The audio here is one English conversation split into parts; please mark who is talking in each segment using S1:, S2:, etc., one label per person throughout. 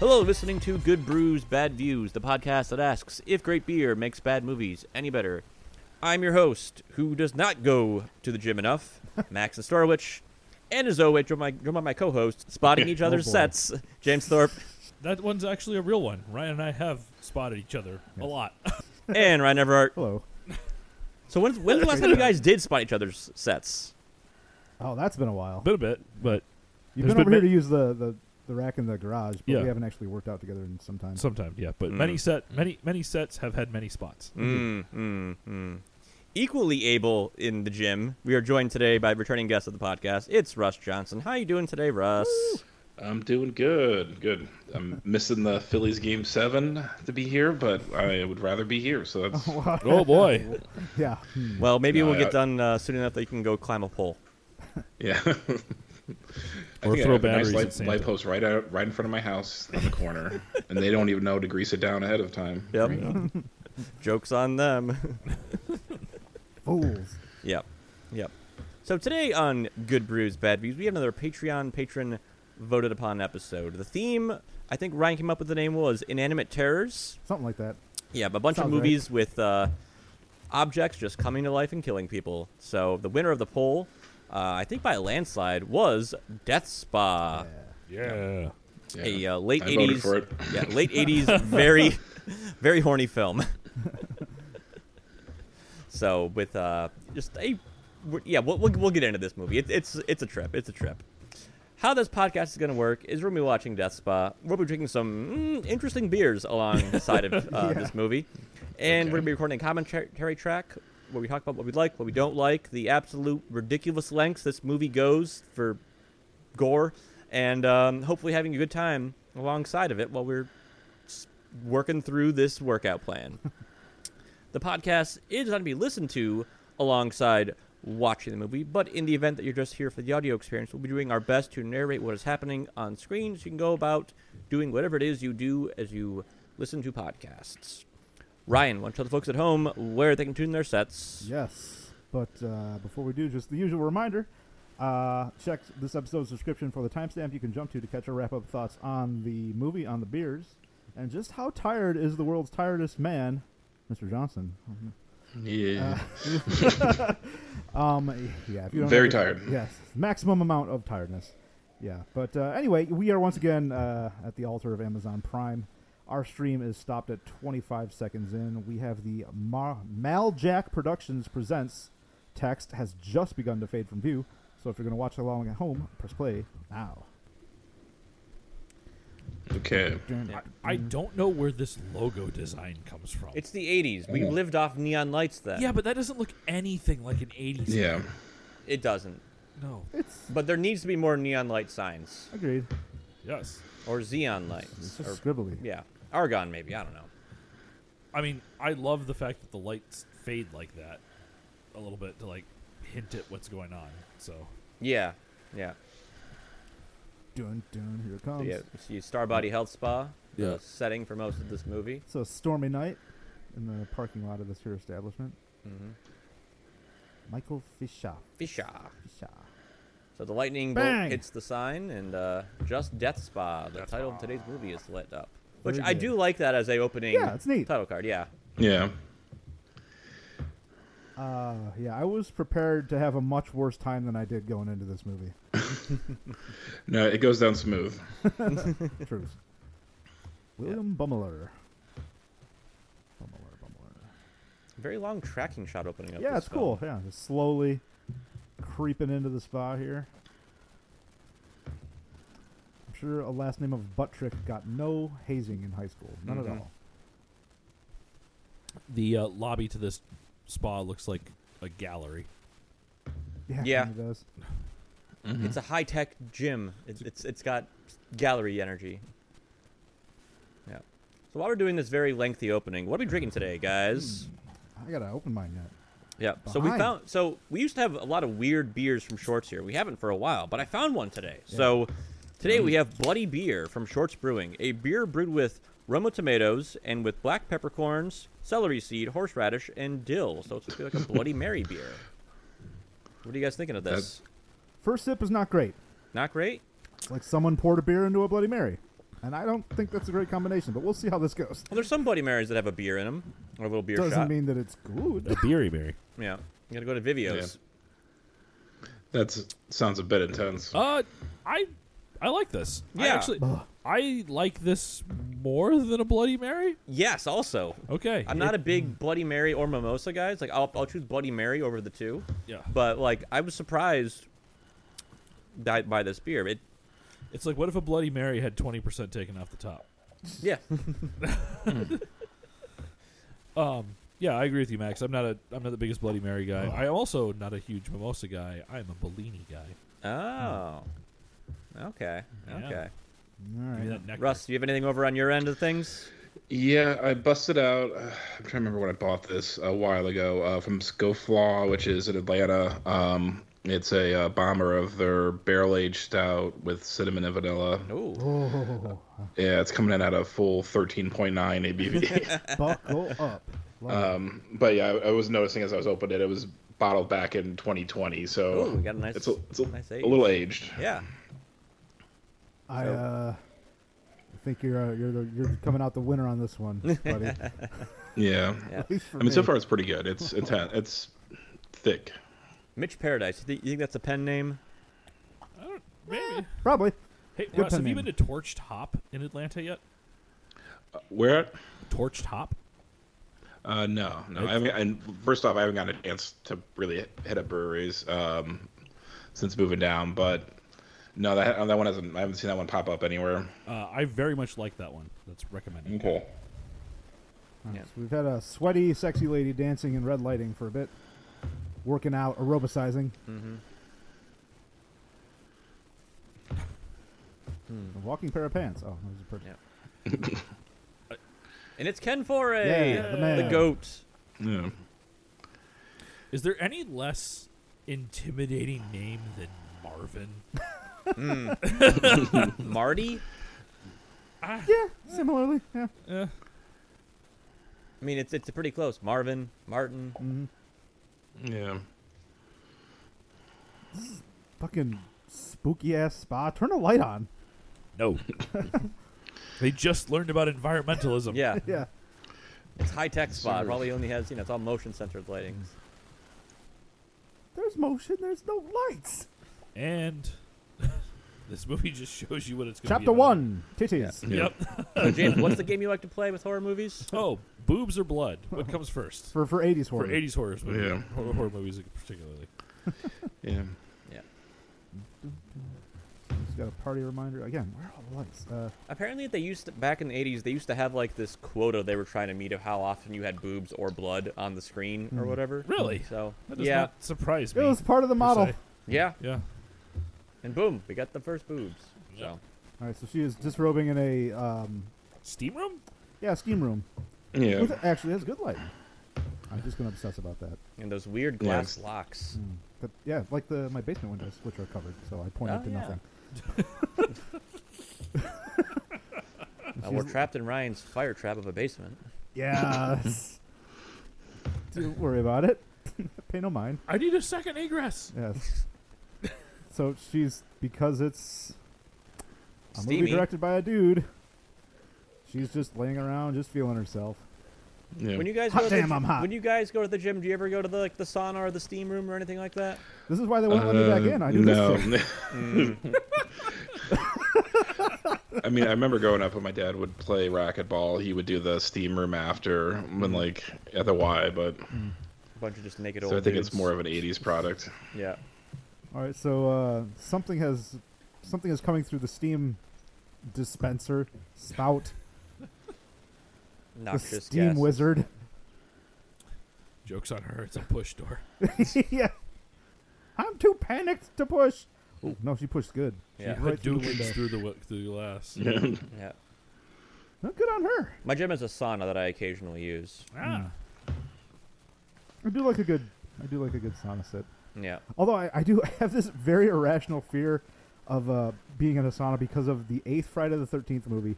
S1: listening to Good Brews, Bad Views, the podcast that asks if great beer makes bad movies any better. I'm your host, who does not go to the gym enough, Max and Starwich, and as always, drum my, drum on my co-hosts, spotting each other's
S2: boy.
S1: sets, James Thorpe
S3: That one's actually a real one. Ryan and I have spotted each other a lot.
S1: and Ryan Everhart.
S2: Hello.
S1: So when's, when's the last time you guys did spot each other's sets?
S2: Oh, that's been a while.
S3: bit a bit, but
S2: You've
S3: there's
S2: been over
S3: been
S2: here
S3: ma-
S2: to use the, the, the rack in the garage, but
S3: Yeah.
S2: we haven't actually worked out together in some time.
S3: sometimes, yeah. But
S1: Mm.
S3: many set many many sets have had many spots.
S1: Mm, mm, mm. Equally able in the gym, we are joined today by returning guest of the podcast. It's Russ Johnson. How you doing today, Russ?
S4: I'm doing good. Good. I'm missing the Phillies game seven to be here, but I would rather be here. So that's
S2: Wow.
S3: Oh boy.
S2: yeah. Hmm.
S1: Well, maybe
S4: No,
S1: we'll get
S4: I-
S1: done uh, soon enough that you can go climb a pole.
S4: yeah. I
S3: Or
S4: think I
S3: throw
S4: have a
S3: batteries at
S4: nice light,
S3: Santa.
S4: light post right out, right in front of my house on the corner, and they don't even know to grease it down ahead of time.
S1: Yep.
S4: Right?
S1: Jokes on them.
S2: Fools.
S1: yep. Yep. So today on Good Brews Bad Views, we have another Patreon patron voted upon episode. The theme, I think Ryan came up with the name was inanimate terrors.
S2: Something like that.
S1: Yeah, a bunch of
S2: Sounds right.
S1: movies with uh, objects just coming to life and killing people. So the winner of the poll, uh, I think by a landslide, was Death
S3: Uh.
S1: Spa,
S3: Yeah.
S4: Yeah.
S1: a uh, late
S4: I voted
S1: eighties,
S4: for it.
S1: yeah, late eighties, very, very horny film. so with uh, just a, we're- yeah, we'll, we'll we'll get into this movie. It, it's it's a trip. It's a trip. How this podcast is going to work is we're going to be watching Death Spa. We'll be drinking some mm, interesting beers alongside of uh,
S2: Yeah.
S1: this movie. And
S4: Okay.
S1: we're going to be recording a commentary track where we talk about what we like, what we don't like, the absolute ridiculous lengths this movie goes for gore, and um, hopefully having a good time alongside of it while we're s- working through this workout plan. the podcast is going to be listened to alongside watching the movie, but in the event that you're just here for the audio experience, we'll be doing our best to narrate what is happening on screen so you can go about doing whatever it is you do as you listen to podcasts. Ryan, want to tell the folks at home where they can tune their sets?
S2: Yes. But uh, before we do, just the usual reminder uh, check this episode's description for the timestamp you can jump to to catch our wrap up thoughts on the movie, on the beers, and just how tired is the world's tiredest man, Mr. Johnson.
S4: Yeah.
S2: Um, yeah, if you don't
S4: Very
S2: have the-
S4: tired.
S2: Yes, maximum amount of tiredness. Yeah, but uh, anyway, we are once again uh, at the altar of Amazon Prime. Our stream is stopped at 25 seconds in. We have the Mar- Maljack Productions presents. Text has just begun to fade from view, so if you're going to watch along at home, press play now.
S4: okay.
S3: I, I don't know where this logo design comes from.
S1: It's the 80s. We lived off neon lights then.
S3: yeah, but that doesn't look anything like an 80s.
S4: Yeah.
S1: It doesn't.
S3: No.
S2: It's
S1: But there needs to be more neon light signs
S2: agreed.
S3: Yes.
S1: or xeon
S2: It's
S1: lights.
S2: just
S1: Or,
S2: scribbly.
S1: yeah. Argon, maybe. I don't know.
S3: I mean, I love the fact that the lights fade like that a little bit to like hint at what's going on. So
S1: Yeah. Yeah.
S2: Dun dun, here it comes.
S1: yeah. So you Starbody Health Spa.
S3: Yeah.
S1: The setting for most of this movie.
S2: It's a stormy night in the parking lot of this here establishment.
S1: Mhm.
S2: Michael Fisher.
S1: Fisha.
S2: Fisher.
S1: So the lightning
S2: Bang!
S1: bolt hits the sign, and uh, just Death Spa, the title of today's movie, is lit up. Which
S2: Very
S1: I
S2: good.
S1: do like that as a opening
S2: Yeah, it's neat.
S1: title card. Yeah.
S4: Yeah.
S2: Uh, yeah, I was prepared to have a much worse time than I did going into this movie.
S4: No, it goes down smooth.
S2: Truth. William Bummeler. Bummeler, Bummeler.
S1: Very long tracking shot opening up.
S2: Yeah,
S1: this
S2: it's cool.
S1: film.
S2: Yeah, just slowly creeping into the spa here. I'm sure a last name of Buttrick got no hazing in high school. None at
S1: Mhm.
S2: all.
S3: the uh, lobby to this spa looks like a gallery.
S2: Yeah,
S1: Yeah.
S2: kinda does.
S1: It's a high tech gym. It, it's it's got gallery energy. Yeah. So while we're doing this very lengthy opening, what are we drinking today, guys?
S2: I gotta open mine yet.
S1: Yeah. So we
S2: Behind.
S1: found so we used to have a lot of weird beers from Shorts here. We haven't for a while, but I found one today. So today we have Bloody Beer from Shorts Brewing, a beer brewed with Roma tomatoes and with black peppercorns, celery seed, horseradish, and dill. So it's supposed to be like a Bloody Mary beer. What are you guys thinking of this?
S2: First sip is not great.
S1: Not great.
S2: It's like someone poured a beer into a Bloody Mary. and I don't think that's a great combination. But we'll see how this goes.
S1: Well, there's some Bloody Marys that have a beer in them, or a little beer
S2: Doesn't
S1: shot.
S2: mean that it's good.
S5: A beery berry.
S1: yeah, you gotta go to Vivio's.
S4: That's sounds a bit intense.
S3: Uh, I I like this. I
S1: Yeah.
S3: actually, I like this more than a Bloody Mary.
S1: Yes, also.
S3: Okay,
S1: I'm not a big Bloody Mary or mimosa guys. Like I'll, I'll choose Bloody Mary over the two.
S3: yeah.
S1: But like I was surprised by, by this beer. It
S3: It's like what if a Bloody Mary had twenty percent taken off the top?
S1: yeah.
S3: Um, yeah, I agree with you, Max. I'm not a I'm not the biggest Bloody Mary guy. I'm also not a huge mimosa guy. I'm a Bellini guy.
S1: oh. Okay.
S3: Yeah.
S1: Okay.
S2: All
S3: Give me
S2: right.
S3: that nectar.
S1: Russ, do you have anything over on your end of things?
S4: Yeah, I busted out. Uh, I'm trying to remember when I bought this a while ago uh, from Scoflaw, which is in Atlanta. Um, it's a uh, bomber of their barrel aged stout with cinnamon and vanilla.
S1: Ooh.
S2: Oh,
S4: Yeah, it's coming in at a full 13.9 ABV.
S2: buckle up. Love
S4: um, but yeah, I, I was noticing as I was opening it, it was bottled back in 2020, so
S1: Ooh, we got a nice-
S4: it's a, it's a,
S1: nice
S4: a
S1: age.
S4: little aged.
S1: Yeah.
S2: it. I uh, think you're uh, you're the, you're coming out the winner on this one, buddy. At
S4: Yeah,
S2: least for
S4: I mean, so
S2: me.
S4: far it's pretty good. It's it's it's thick.
S1: Mitch Paradise. You thi- you think that's a pen name?
S3: Maybe.
S2: probably.
S3: Hey,
S2: Good
S3: Russ, have you
S2: timing.
S3: been to Torched Hop in Atlanta yet?
S4: Where? at?
S3: Torched Hop.
S4: Uh, no, no. I haven't, and first off, I haven't gotten a chance to really hit up breweries um, since moving down. But no, that that one hasn't. I haven't seen that one pop up anywhere.
S3: Uh, I very much like that one. That's recommended.
S4: Okay.
S1: Yeah.
S2: So we've had a sweaty, sexy lady dancing in red lighting for a bit, working out, aerobicizing. Mm-hmm. A walking pair of pants. Oh, that was a person.
S1: Yeah. And it's Ken Foray,
S2: Yeah, the
S1: the
S2: man.
S1: goat.
S4: Yeah.
S3: Is there any less intimidating name than Marvin?
S1: Marty?
S3: Ah,
S2: Yeah, similarly. Yeah.
S3: eh.
S1: I mean, it's it's pretty close. Marvin, Martin.
S4: Yeah.
S2: Fucking spooky ass spa. Turn a light on.
S3: No. they just learned about environmentalism.
S1: Yeah,
S2: Yeah.
S1: it's high tech spot.
S4: Sure.
S1: Probably only has you know it's all motion centered lighting.
S2: There's motion. There's no lights.
S3: And this movie just shows you what it's going to be.
S2: Chapter
S3: about.
S2: one. Titties.
S3: Yep.
S1: So James, what's the game you like to play with horror movies?
S3: Oh, boobs or blood? What comes first?
S2: For for 80s
S3: For
S2: horror.
S3: 80s horrors, movie,
S4: Yeah.
S3: horror, horror movies particularly.
S4: Yeah.
S1: Yeah.
S2: Just got a party reminder again. Where are all the lights? Uh,
S1: Apparently, they used to, back in the '80s. They used to have like this quota they were trying to meet of how often you had boobs or blood on the screen or whatever.
S3: Really?
S1: So
S3: That does
S1: yeah,
S3: not surprise
S2: it
S3: me.
S2: was part of the
S3: per
S2: model.
S3: se.
S1: yeah,
S3: Yeah.
S1: and boom, we got the first boobs. So
S2: All right, so she is disrobing in a um,
S3: Steam Room?
S2: yeah steam room.
S4: Yeah.
S2: With, actually, has good light. I'm just gonna obsess about that.
S1: and those weird
S4: Yeah,
S1: glass
S4: it's-
S1: locks.
S2: But yeah, like the my basement windows, which are covered, so I point
S1: Oh,
S2: out to
S1: yeah.
S2: nothing.
S1: Uh, we're trapped in Ryan's fire trap of a basement.
S2: Yes. Don't worry about it. Pay no mind.
S3: I need a second egress.
S2: Yes. so she's because it's a
S1: Steamy.
S2: movie directed by a dude. She's just laying around, just feeling herself.
S4: yeah.
S1: When you guys
S2: Hot
S1: go to the,
S2: damn,
S1: gy-
S2: I'm hot.
S1: When you guys go to the gym, do you ever go to the like the sauna or the steam room or anything like that?
S2: This is why they won't let me back in. I do
S4: Uh, no.
S2: this shit.
S1: Mm.
S4: I mean, I remember growing up when my dad would play racquetball. He would do the steam room after when like at the Y, but
S1: A bunch of just naked old.
S4: so I think
S1: dudes.
S4: it's more of an '80s product.
S1: Yeah.
S2: All right, so uh, something has something is coming through the steam dispenser spout. the
S1: Noxious
S2: steam
S1: gas.
S2: wizard.
S3: Joke's on her. It's a push door.
S2: yeah. I'm too panicked to push. Ooh, no, she pushed good. She
S1: Yeah.
S2: right through the
S3: Hadouken's
S2: window.
S3: through the wi- through the glass.
S1: Yeah.
S2: No, good on her. Hmm.
S1: My gym has a sauna that I occasionally use.
S3: Ah.
S2: I do like a good. I do like a good sauna set.
S1: Yeah.
S2: Although I, I do have this very irrational fear of uh, being in a sauna because of the eighth Friday the Thirteenth movie,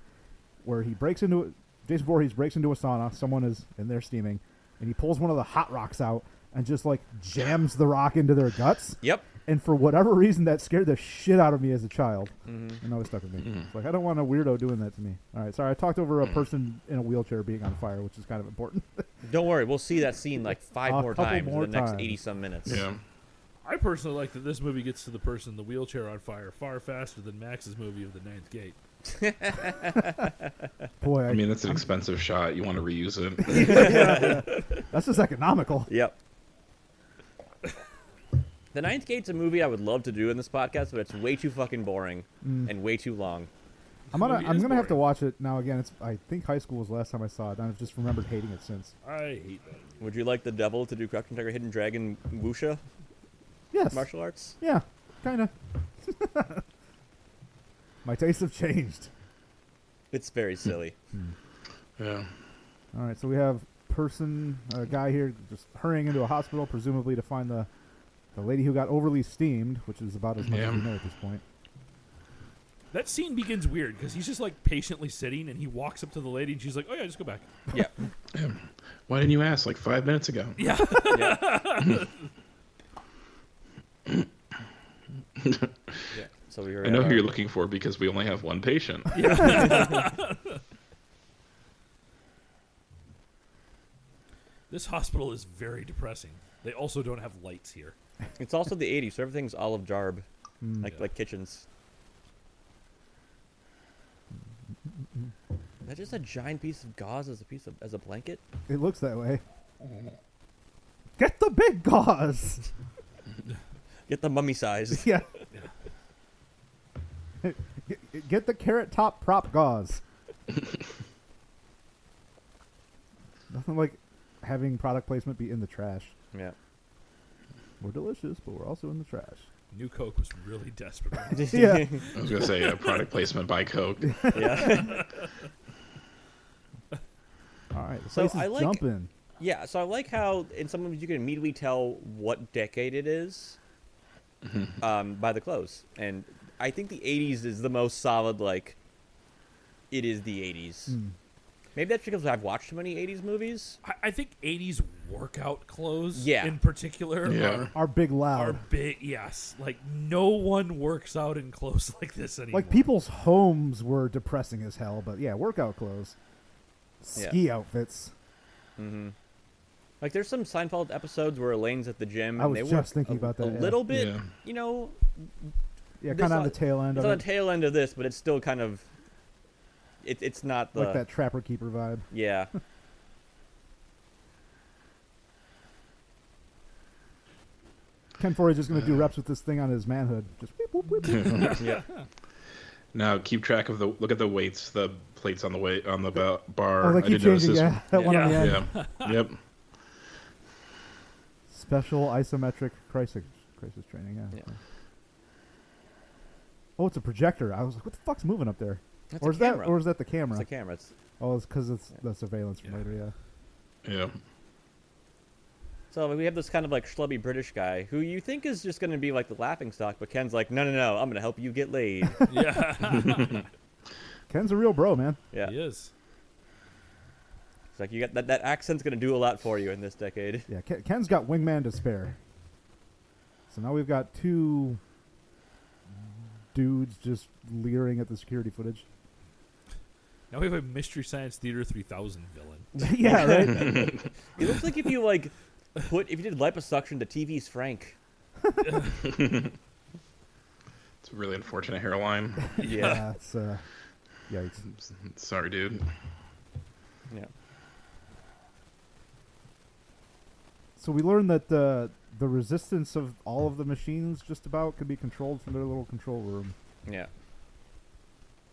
S2: where he breaks into a- Jason Voorhees breaks into a sauna. Someone is in there steaming, and he pulls one of the hot rocks out and just like jams the rock into their guts.
S1: Yep.
S2: And for whatever reason, that scared the shit out of me as a child,
S4: Mm-hmm.
S2: and always stuck with me. It's like I don't want a weirdo doing that to me. All right, sorry, I talked over a
S4: Mm-hmm.
S2: person in a wheelchair being on fire, which is kind of important.
S1: Don't worry, we'll see that scene like five
S2: A
S1: more
S2: couple
S1: times
S2: more
S1: in the next
S2: times.
S1: eighty some minutes.
S4: Yeah.
S3: I personally like that this movie gets to the person in the wheelchair on fire far faster than Max's movie of the Ninth Gate.
S2: Boy,
S4: I
S2: I
S4: mean, that's an expensive shot. You want to reuse it.
S2: that's just economical.
S1: Yep. the Ninth Gate's a movie I would love to do in this podcast, but it's way too fucking boring
S2: Mm.
S1: and way too long.
S2: I'm gonna
S3: movie
S2: I'm
S3: is
S2: gonna have to
S3: boring.
S2: watch it now again. It's I think high school was the last time I saw it, and I've just remembered hating it since.
S3: I hate that.
S1: Would you like the devil to do Crouching Tiger, Hidden Dragon, Wusha
S2: Yes,
S1: martial arts?
S2: yeah, kind of. My tastes have changed.
S1: It's very silly.
S4: yeah.
S2: All right, so we have person a guy here just hurrying into a hospital, presumably to find the the lady who got overly steamed, which is about as much as we
S4: Yeah.
S2: know at this point.
S3: That scene begins weird because he's just like patiently sitting and he walks up to the lady and she's like, "Oh yeah, just go back."
S1: yeah.
S4: Why didn't you ask like five minutes ago?
S3: Yeah.
S1: yeah. yeah. So we were
S4: I know
S1: at
S4: who you're
S1: our-
S4: looking for because we only have one patient.
S3: This hospital is very depressing. They also don't have lights here.
S1: It's also the 80s, so everything's olive jarb, like
S3: Yeah.
S1: like kitchens. Is that just a giant piece of gauze as a piece of as a blanket?
S2: It looks that way. Get the big gauze.
S1: Get the mummy size.
S2: yeah. Get, get the carrot top prop gauze. Nothing like having product placement be in the trash.
S1: yeah.
S2: We're delicious, but we're also in the trash.
S3: New Coke was really desperate.
S2: Yeah.
S4: I was gonna say uh, product placement by Coke.
S1: yeah.
S2: All right, the
S1: So
S2: place is
S1: I like-
S2: jumping.
S1: Yeah, so I like how in some movies you can immediately tell what decade it is um, by the clothes, and I think the '80s is the most solid. Like, it is the '80s. Maybe that's because I've watched too many '80s movies.
S3: I, I think '80s workout clothes,
S1: Yeah.
S3: in particular,
S4: Yeah.
S2: Our big
S3: are,
S2: loud.
S3: are big. Yes, like no one works out in clothes like this anymore.
S2: Like people's homes were depressing as hell, but yeah, workout clothes, ski outfits.
S1: Like, there's some Seinfeld episodes where Elaine's at the gym.
S2: I
S1: and
S2: was
S1: they were
S2: just thinking
S1: a,
S2: about
S1: a
S2: that, yeah.
S1: little bit.
S4: Yeah.
S1: You know,
S2: Yeah,
S1: This
S2: kind of on
S1: on-
S2: the tail end
S1: it's
S2: of
S1: on
S2: it,
S1: the tail end of this, but it's still kind of. It, it's not the
S2: like that trapper keeper vibe.
S1: yeah.
S2: Ken Forey's just gonna do reps with this thing on his manhood. Just whoop, whoop, whoop, whoop.
S1: yeah.
S4: Now keep track of the look at the weights, the plates on the weight on the ba- bar.
S2: oh, they
S4: I
S2: keep
S4: did notice
S2: changing. Yeah, that one on the
S3: Yeah.
S2: end.
S4: Yeah. yep.
S2: Special isometric crisis crisis training. Yeah.
S1: Yeah.
S2: Oh, it's a projector. I was like, what the fuck's moving up there?
S1: That's
S2: or
S1: a
S2: is
S1: camera.
S2: that or is that the camera?
S1: It's the camera. It's,
S2: oh, it's because it's the surveillance from
S3: Yeah.
S2: later. Yeah.
S4: Yeah.
S1: So we have this kind of like schlubby British guy who you think is just going to be like the laughing stock, but Ken's like, no, no, no, I'm going to help you get laid.
S3: yeah,
S2: Ken's a real bro, man.
S1: Yeah.
S3: he is.
S1: It's like, you got that, that accent's going to do a lot for you in this decade.
S2: Yeah, Ken, Ken's got wingman to spare. So now we've got two dudes just leering at the security footage.
S3: Now we have a Mystery Science Theater 3000 villain.
S2: yeah, right.
S1: It looks like if you like put, if you did liposuction to TV's Frank.
S4: It's a really unfortunate hairline.
S1: Yeah.
S2: yeah, it's uh, yikes.
S4: Sorry, dude.
S1: Yeah.
S2: So we learned that the the resistance of all of the machines just about could be controlled from their little control room.
S1: Yeah.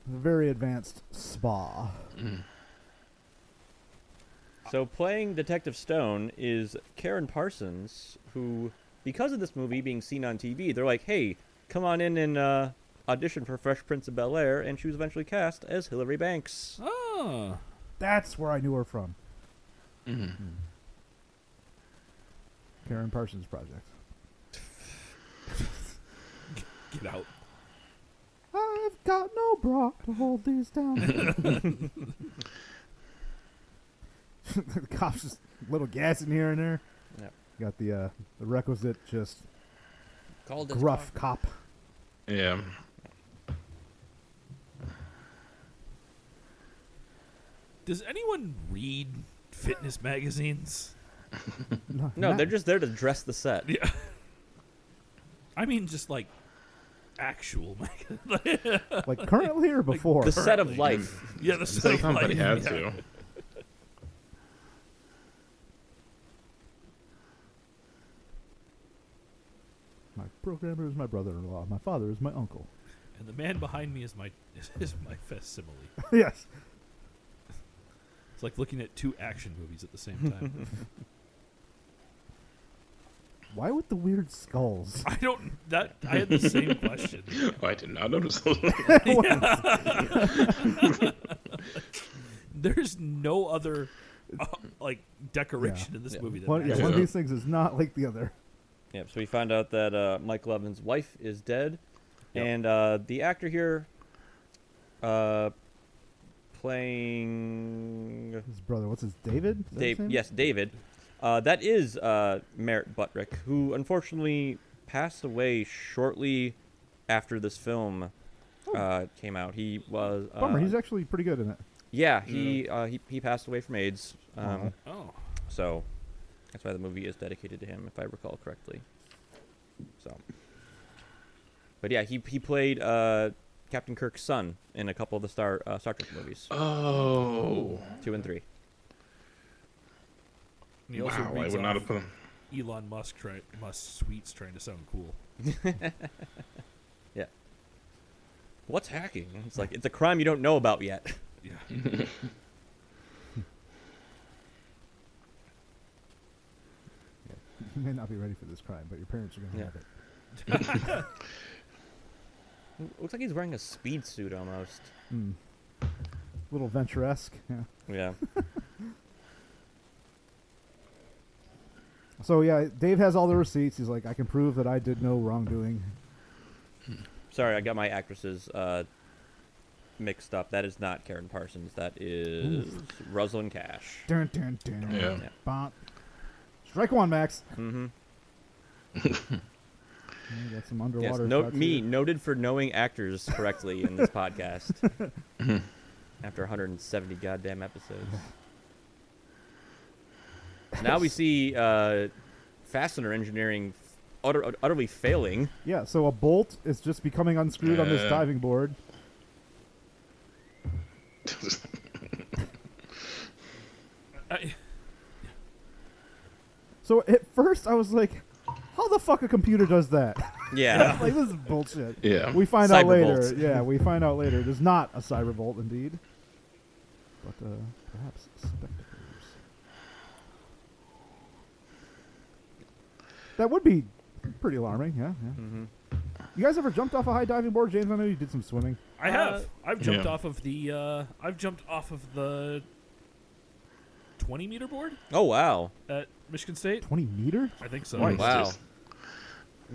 S2: A very advanced spa.
S1: So playing Detective Stone is Karen Parsons, who, because of this movie being seen on TV, they're like, hey, come on in and uh, audition for Fresh Prince of Bel Air, and she was eventually cast as Hillary Banks. Ah.
S3: Oh,
S2: That's where I knew her from. Hmm. Karen Parsons Project.
S3: get out.
S2: I've got no bra to hold these down. the cops just a little gas in here and there.
S1: Yep.
S2: Got the uh, the requisite just
S5: Called it
S2: gruff cop.
S4: Yeah.
S3: Does anyone read fitness magazines?
S1: No,
S2: not-
S1: they're just there to dress the set.
S3: Yeah. I mean, just like actual magazines.
S2: like currently or before.
S1: The set of
S3: Currently.
S1: life.
S3: yeah, the
S4: So
S3: stuff
S4: somebody
S3: like-
S4: had
S3: yeah.
S4: to.
S2: my programmer is my brother-in-law. My father is my uncle.
S3: And the man behind me is my is my facsimile.
S2: yes.
S3: It's like looking at two action movies at the same time.
S2: Why with the weird skulls?
S3: I don't. That I had the same question.
S4: Oh, I did not notice those.
S3: There's no other uh, like decoration in this
S1: Yeah.
S3: movie. That
S2: one, yeah,
S3: matches.
S2: one of
S4: Yeah.
S2: these things is not like the other.
S1: Yep. So we find out that uh, Michael Evans' wife is dead,
S3: Yep.
S1: and uh, the actor here, uh, playing
S2: His brother, what's his David? Is that his
S1: Dave,
S2: name?
S1: yes, David. Uh, that is uh, Merritt Buttrick, who unfortunately passed away shortly after this film uh, came out. He was uh,
S2: Bummer. he's actually pretty good in it.
S1: yeah, he, Uh, he he passed away from AIDS. Um,
S2: Wow.
S3: Oh,
S1: So that's why the movie is dedicated to him, if I recall correctly. So, but yeah, he he played uh, Captain Kirk's son in a couple of the Star uh, Star Trek movies,
S4: Oh.
S1: two and three.
S3: and he
S4: Wow,
S3: also
S4: I
S3: reads
S4: would not
S3: off
S4: have put them.
S3: Elon Musk try, Musk sweets trying to sound cool.
S1: What's hacking? It's like it's a crime you don't know about yet.
S3: Yeah.
S2: You may not be ready for this crime, but your parents are going to
S1: Yeah.
S2: have it.
S1: Looks like he's wearing a speed suit almost.
S2: Mm. Little venturesque. Yeah.
S1: Yeah.
S2: So yeah, Dave has all the receipts. He's like, I can prove that I did no wrongdoing.
S1: Sorry, I got my actresses uh, mixed up. That is not Karen Parsons. That is Rosalind Cash.
S2: Dun, dun, dun.
S4: Yeah.
S1: Yeah.
S2: Bonk. Strike one, Max.
S1: Mm-hmm.
S2: Yeah, we got some
S1: Yes,
S2: underwater.
S1: note
S2: shots
S1: me
S2: here.
S1: noted for knowing actors correctly in this podcast. After 170 goddamn episodes. now we see uh, fastener engineering utter, utterly failing.
S2: Yeah. So a bolt is just becoming unscrewed on this
S4: Yeah.
S2: diving board.
S3: I,
S2: So at first I was like, how the fuck a computer does that?
S1: Yeah.
S2: like this is bullshit.
S4: Yeah.
S2: We find out later.
S1: Cyberbolt.
S2: Yeah, we find out later. There's not a cyberbolt indeed. But uh, perhaps spectacles. That would be pretty alarming, yeah. yeah. You guys ever jumped off a high diving board, James? I know you did some swimming.
S3: I have. I've jumped
S4: Yeah.
S3: off of the. Uh, I've jumped off of the. Twenty meter board
S1: oh, wow.
S3: at Michigan State.
S2: Twenty meter?
S3: I think so.
S4: Nice. It's
S1: Wow.
S4: just-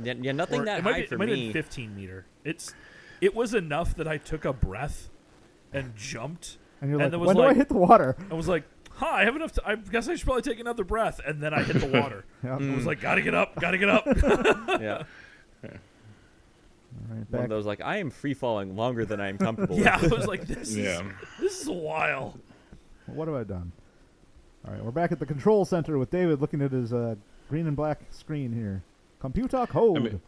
S1: Yeah, yeah, nothing
S3: Or
S1: that
S3: it might
S1: high
S3: be,
S1: for
S3: it might have
S1: me.
S3: been 15 meter. It's it was enough that I took a breath and jumped.
S2: And you're
S3: And
S2: like,
S3: there was
S2: when do I
S3: like-
S2: hit the water?
S3: I was like, "Huh, I have enough. To, I guess I should probably take another breath." And then I hit the water.
S2: Yeah.
S3: I was like, "Gotta get up! Gotta get up!"
S1: yeah.
S2: All right,
S1: One
S2: back.
S1: of those, like, I am free falling longer than I am comfortable
S3: yeah, I
S1: with.
S3: was like, "This
S4: Yeah.
S3: is this is a while."
S2: What have I done? All right, we're back at the control center with David looking at his uh, green and black screen here. Computer hold.
S4: I mean,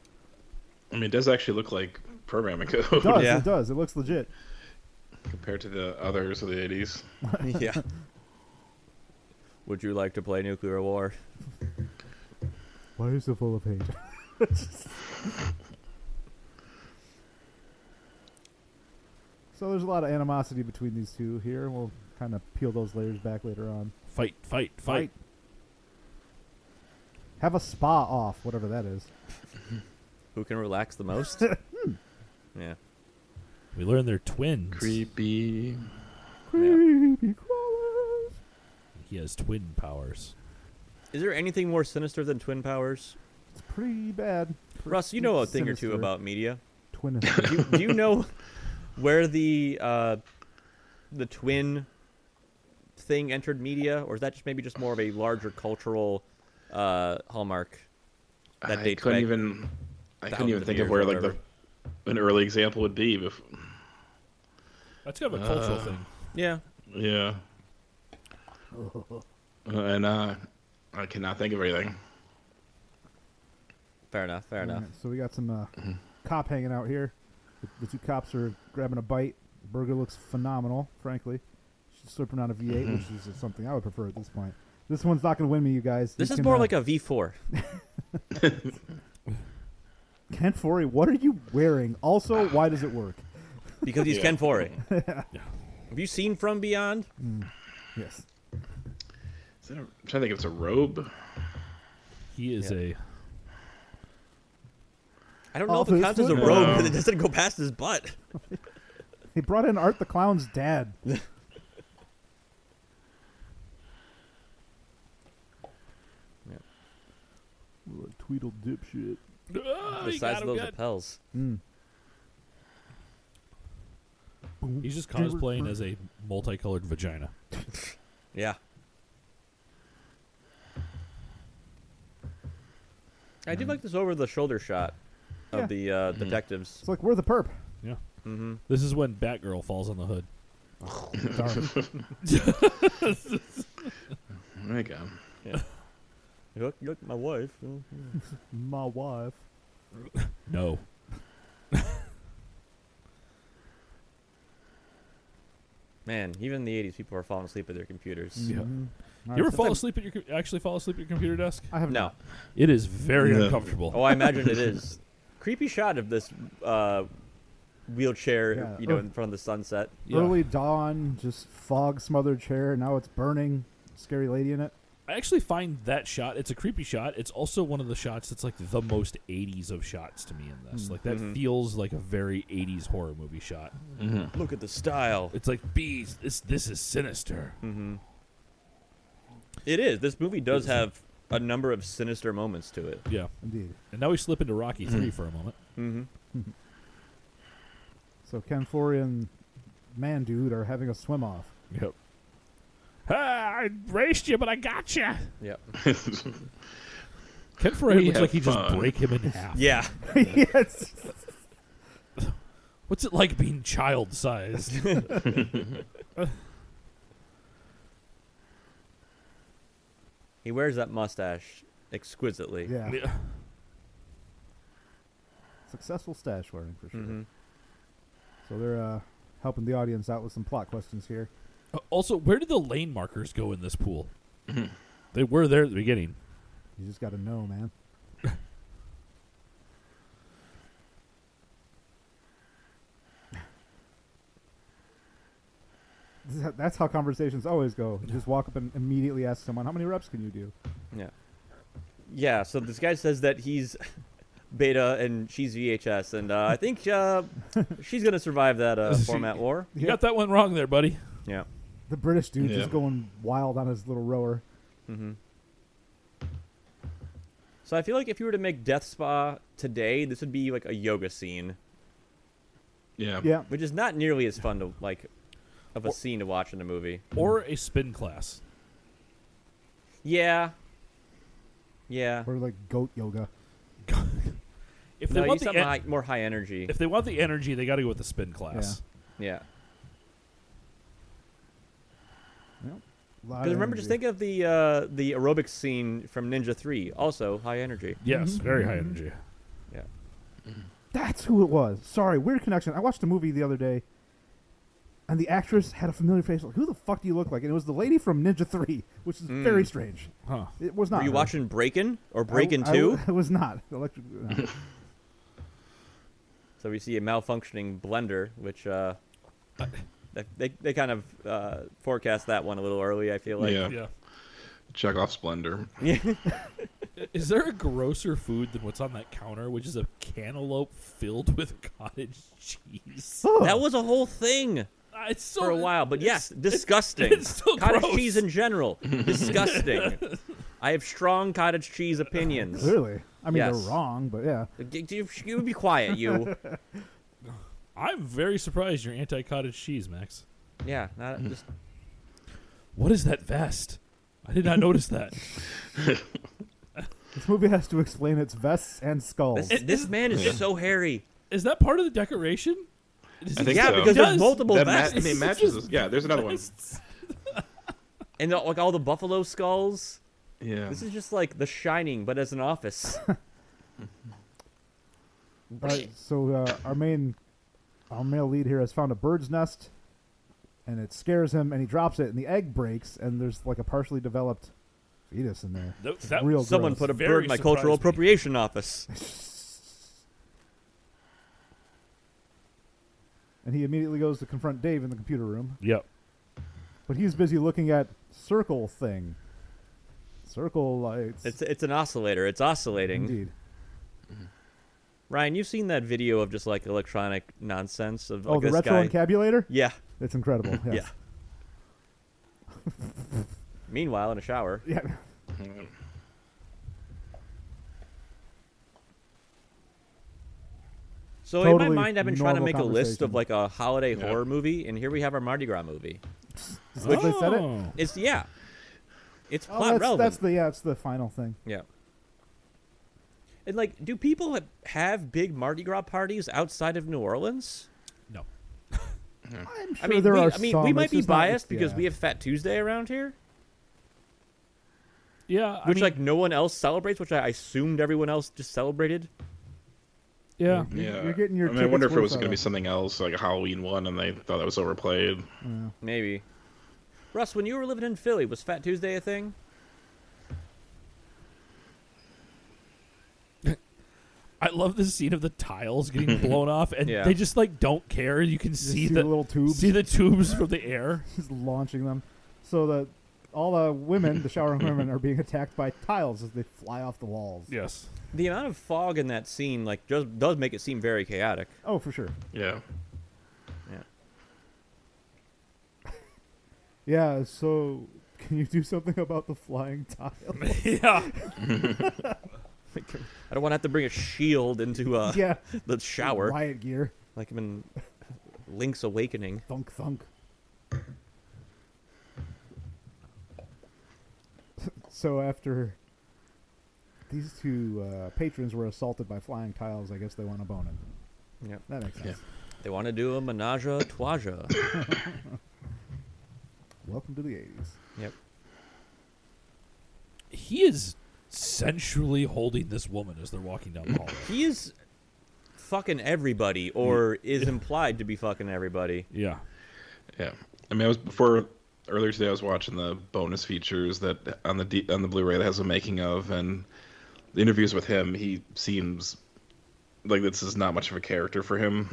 S4: I mean, it does actually look like programming code
S2: does.
S1: Yeah.
S2: It does. It looks legit.
S4: compared to the others of the 80s.
S1: yeah. Would you like to play nuclear war?
S2: Why is it full of hate? so there's a lot of animosity between these two here. We'll kind of peel those layers back later on.
S3: Fight! Fight!
S2: Fight. Have a spa off, whatever that is.
S1: Who can relax the most? Hmm. yeah.
S3: We learned they're twins.
S4: Creepy.
S1: yeah.
S2: Creepy crawlers.
S3: He has twin powers.
S1: Is there anything more sinister than twin powers?
S2: It's pretty bad.
S1: Russ, you know a thing or
S2: sinister.
S1: two about media.
S2: Twin.
S1: Do you, do you know where the uh, the twin thing entered media, or is that just maybe just more of a larger cultural uh, hallmark? That
S4: I
S1: dates
S4: couldn't
S1: back-
S4: even. I
S1: Thousands
S4: couldn't even
S1: of
S4: think of
S1: years
S4: where
S1: or
S4: like the
S1: whatever.
S4: an early example would be. Bef-
S3: That's kind of a cultural
S4: Uh.
S3: thing.
S1: Yeah.
S4: yeah. and uh, I cannot think of anything.
S1: Fair enough. Fair enough.
S2: Alright, so we got some uh,
S1: Mm-hmm.
S2: cop hanging out here. The, the two cops are grabbing a bite. burger looks phenomenal, frankly. She's slurping on a V8,
S1: Mm-hmm.
S2: which is something I would prefer at this point. This one's not going to win me, you guys.
S1: This
S2: You
S1: is
S2: can,
S1: more
S2: uh,
S1: like a V4.
S2: Ken Forey, what are you wearing? Also, why does it work?
S1: because he's
S4: Yeah.
S1: Ken Forey. Have you seen From Beyond?
S2: Yes.
S4: Is that a, I'm trying to think if it's a robe.
S3: He is
S1: Yeah.
S3: a
S1: I don't know
S2: Off
S1: if it
S2: his
S1: counts as a
S2: foot?
S1: robe
S4: No.
S1: because it doesn't go past his butt.
S2: They brought in Art the Clown's dad. Tweedle dipshit.
S3: Ah, he
S1: Besides
S3: got him
S1: those
S3: good.
S1: lapels.
S2: Mm.
S3: He's just cosplaying as a multicolored vagina.
S1: Yeah. I did like this over the shoulder shot of
S2: Yeah.
S1: the uh,
S3: Mm-hmm.
S1: detectives.
S2: It's like, we're the perp.
S3: Yeah. Mm-hmm. This is when Batgirl falls on the hood.
S2: Darn.
S4: There you go.
S1: Look, look, my wife.
S2: My wife.
S3: No.
S1: Man, even in the 80s, people are falling asleep at their computers.
S2: Mhm. Alright,
S3: You ever
S2: so-
S3: fall asleep at your co- actually fall asleep at your computer desk?
S2: I have
S1: No.
S3: It is very
S4: No.
S3: uncomfortable.
S1: Oh, I imagine it is. Creepy shot of this uh, wheelchair,
S2: Yeah.
S1: you know,
S2: Oh.
S1: in front of the sunset.
S3: Yeah.
S2: Early dawn, just fog smothered chair. Now it's burning. Scary lady in it.
S3: I actually find that shot. It's a creepy shot. It's also one of the shots that's like the most '80s of shots to me in this. Like that feels like a very '80s horror movie shot.
S1: Look at the style.
S3: It's like bees. This this is sinister.
S1: Mm-hmm. It is. This movie does have a number of sinister moments to it.
S3: Yeah. Mm.
S2: Indeed.
S3: And now we slip into Rocky Three for a moment.
S1: Mm-hmm.
S2: So Ken Forey and Man Dude are having a swim off.
S3: Yep. Ah, I raced you, but I got you.
S1: Yep. Mm-hmm.
S3: Ken Foray
S4: We
S3: looks
S4: have
S3: like he just
S4: fun.
S3: break him in half.
S1: Yeah.
S2: yes.
S3: What's it like being child sized?
S1: He wears that mustache exquisitely.
S2: Yeah. Successful stash wearing for sure.
S1: Mm-hmm.
S2: So they're uh, helping the audience out with some plot questions here.
S3: Uh, also, where did the lane markers go in this pool?
S1: Mm-hmm.
S3: they were there at the beginning.
S2: You just got to know, man. This is how- That's how conversations always go. You just walk up and immediately ask someone, "How many reps can you do?"
S1: Yeah. Yeah. So this guy says that he's beta and she's VHS, and uh, I think uh, she's gonna survive that uh, format war.
S3: You got that one wrong there, buddy.
S1: Yeah.
S2: The British dude
S4: Yeah.
S2: just going wild on his little rower.
S1: So I feel like if you were to make Death Spa today, this would be like a yoga scene,
S4: Yeah.
S2: Yeah,
S1: which is not nearly as fun to like of a scene to watch in a movie.
S3: Or a spin class.
S1: Yeah. Yeah.
S2: or like goat yoga.
S3: If they
S1: No, you need
S3: want the
S1: something
S3: en-
S1: high, more high energy.
S3: if they want the energy, they got to go with the spin class.
S1: Yeah.
S2: Yep. Lot
S1: Because
S2: of
S1: remember, just
S2: energy.
S1: think of the uh, the aerobic scene from Ninja Three, also high energy.
S3: Yes, very
S1: Mm-hmm.
S3: high energy.
S1: Yeah.
S2: That's who it was. Sorry, weird connection. I watched a movie the other day, and the actress had a familiar face. Like, who the fuck do you look like? And it was the lady from Ninja Three, which is very strange.
S3: Huh.
S2: It was not.
S1: Were you
S2: her.
S1: watching Breakin' or
S2: I-
S1: Breakin'
S2: I-
S1: Two?
S2: It was not. Electric. uh, no.
S1: So we see a malfunctioning blender, which uh, they- they they kind of uh, forecast that one a little early. I feel like.
S4: yeah. Check off Splendor.
S3: Is there a grosser food than what's on that counter, which is a cantaloupe filled with cottage cheese?
S2: Ugh.
S1: That was a whole thing
S3: Ah, It's so
S1: for a while, but yes, disgusting.
S3: it's still
S1: cottage
S3: gross.
S1: cheese in general, disgusting. I have strong cottage cheese opinions.
S2: Clearly, I mean
S1: Yes.
S2: they're wrong, but yeah.
S1: G- You, you be quiet, you.
S3: I'm very surprised you're anti cottage cheese, Max.
S1: Yeah, not
S2: Mm.
S1: just
S4: Oh.
S3: What is that vest? I did not notice that.
S2: This movie has to explain its vests and skulls.
S1: This, this man is so hairy.
S3: Is that part of the decoration? Does
S4: I
S3: he-
S4: think
S1: Yeah,
S4: so.
S1: because
S3: He
S1: there's
S3: does.
S1: multiple
S4: That ma-
S1: vests.
S4: I mean, matches. is- Yeah, there's another one.
S1: and the- like all the buffalo skulls.
S4: Yeah.
S1: This is just like The Shining, but as an office.
S2: All right, so uh, our main, our male lead here has found a bird's nest, and it scares him, and he drops it, and the egg breaks, and there's like a partially developed fetus in there.
S3: Th- that-
S2: Real
S1: Someone
S2: Oh, gross.
S1: put a
S3: Very
S1: bird in my cultural
S3: surprised me.
S1: appropriation office.
S2: And he immediately goes to confront Dave in the computer room,
S3: Yep.
S2: but he's busy looking at circle thing, circle lights.
S1: It's it's an oscillator. It's oscillating.
S2: indeed.
S1: Ryan, you've seen that video of just like electronic nonsense of like
S2: oh, the
S1: this
S2: retro
S1: guy.
S2: encabulator.
S1: yeah,
S2: It's incredible. Yes.
S1: yeah. Meanwhile, in a shower.
S2: Yeah.
S1: So in
S2: Totally
S1: my mind, I've been trying to
S2: normal
S1: make a list
S2: conversation.
S1: of like a holiday
S4: Yeah.
S1: horror movie, and here we have our Mardi Gras movie.
S2: Is that what they said it?
S3: Oh.
S1: It's yeah, it's
S2: Oh,
S1: plot
S2: that's,
S1: relevant.
S2: that's the yeah, it's the final thing.
S1: Yeah. And like, do people ha- have big Mardi Gras parties outside of New Orleans?
S3: No.
S2: I'm sure
S1: I mean,
S2: there
S1: we,
S2: are
S1: I mean,
S2: some,
S1: we
S2: it's
S1: might be
S2: just not-
S1: biased because
S2: yeah.
S1: we have Fat Tuesday around here,
S3: Yeah. I
S1: which
S3: mean,
S1: like no one else celebrates, which I assumed everyone else just celebrated.
S3: yeah.
S4: yeah.
S2: you're getting your
S4: I, mean, I wonder
S2: tickets
S4: if it was
S2: worth,
S4: going to
S2: uh,
S4: be something else, like a Halloween one, and they thought that was overplayed.
S1: Maybe. Russ, when you were living in Philly, was Fat Tuesday a thing?
S3: I love the scene of the tiles getting blown off, and
S1: Yeah.
S3: they just like don't care. You can see,
S2: see
S3: the,
S2: the little tubes.
S3: see the tubes from the air.
S2: He's launching them. So the all the women, the showering women, are being attacked by tiles as they fly off the walls.
S3: Yes.
S1: The amount of fog in that scene like does does make it seem very chaotic.
S2: Oh, for sure.
S4: Yeah.
S1: Yeah.
S2: Yeah. So can you do something about the flying tile?
S3: yeah.
S1: I don't want to have to bring a shield into uh,
S2: yeah.
S1: the shower
S2: Riot gear.
S1: like I'm in Link's Awakening.
S2: Thunk thunk. So after these two uh, patrons were assaulted by flying tiles, I guess they want to bone him.
S1: Yep.
S2: That makes sense.
S1: They want to do a menage a trois.
S2: Welcome to the 80s.
S1: Yep.
S3: He is sensually holding this woman as they're walking down the hallway.
S1: He is fucking everybody, or is implied to be fucking everybody.
S3: yeah.
S4: Yeah. I mean, I was before earlier today. I was watching the bonus features that on the D, on the Blu-ray that has a making of, and the interviews with him. He seems like this is not much of a character for him.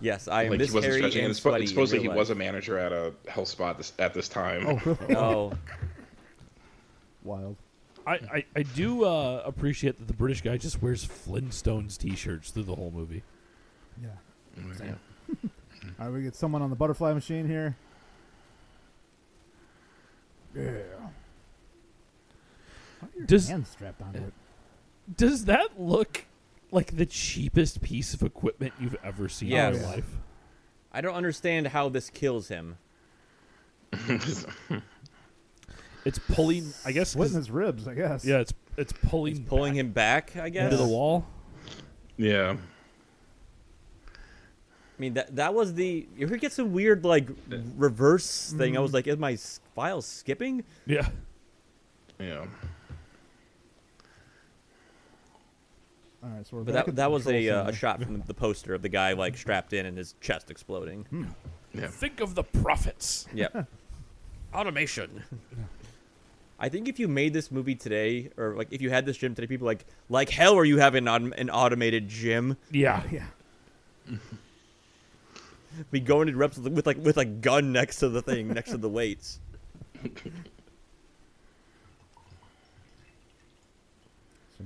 S1: Yes, I am
S4: like
S1: this
S4: he wasn't
S1: hairy
S4: stretching.
S1: and sweaty
S4: And, suppo- and supposedly
S1: in
S4: he
S1: real
S4: was
S1: life.
S4: a manager at a health spot this, at this time.
S2: Oh, really?
S1: Oh,
S2: Wild.
S3: I, I, I do uh, appreciate that the British guy just wears Flintstones t shirts through the whole movie.
S2: Yeah.
S1: Oh,
S2: All right, we get someone on the butterfly machine here.
S3: Does
S2: Hand strapped onto it.
S3: does that look like the cheapest piece of equipment you've ever seen in
S1: Yes.
S3: your life?
S1: I don't understand how this kills him.
S3: It's pulling I guess 'cause-
S2: Splitting his ribs, I guess.
S3: Yeah, it's it's pulling
S1: He's pulling him back, I guess.
S3: into the wall.
S4: yeah.
S1: I mean, that that was the. If we get some weird like reverse thing, I was like, is my s- file skipping?
S3: Yeah.
S4: Yeah.
S2: All right, so we're
S1: But
S2: back at
S1: that
S2: the
S1: that was
S2: control
S1: a uh, a
S2: center.
S1: shot from the poster of the guy like strapped in and his chest exploding.
S4: Yeah.
S3: Think of the profits.
S1: Yeah.
S3: Automation.
S1: I think if you made this movie today, or like if you had this gym today, people like like hell are you having an, an automated gym?
S3: Yeah.
S2: Yeah.
S1: Be going to reps with like with a gun next to the thing, next to the weights.
S2: So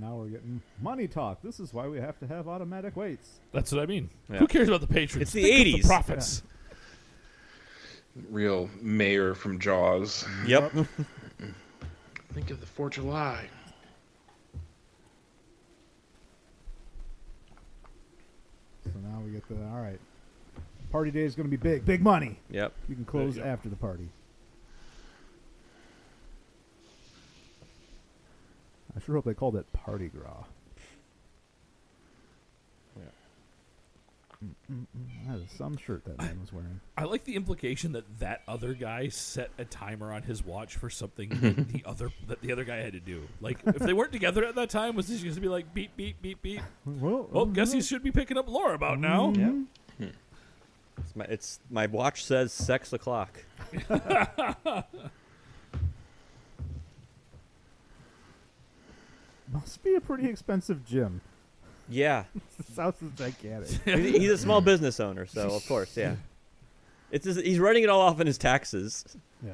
S2: now we're getting money talk. This is why we have to have automatic weights.
S3: That's what I mean.
S1: Yeah.
S3: Who cares about the patrons?
S1: It's the
S3: Think of
S1: 80s.
S3: profits.
S4: Real mayor from Jaws.
S1: Yep.
S4: Think of the Fourth of July.
S2: So now we get the all right. Party day is going to be big. Big money.
S1: yep.
S2: You can close
S3: yeah.
S2: after the party. sure hope they called it Party Gras. Mm, That is some shirt that man was wearing.
S3: I like the implication that that other guy set a timer on his watch for something that the other that the other guy had to do. Like if they weren't together at that time, was this just to be like beep beep beep beep?
S2: Well,
S3: Oh, guess he should be picking up Laura about now.
S1: Yeah. It's my, it's my watch says six o'clock.
S2: must be a pretty expensive gym.
S1: Yeah,
S2: This house is gigantic.
S1: he's, he's a small business owner, so of course, yeah. It's his, he's running it all off in his taxes.
S2: Yeah.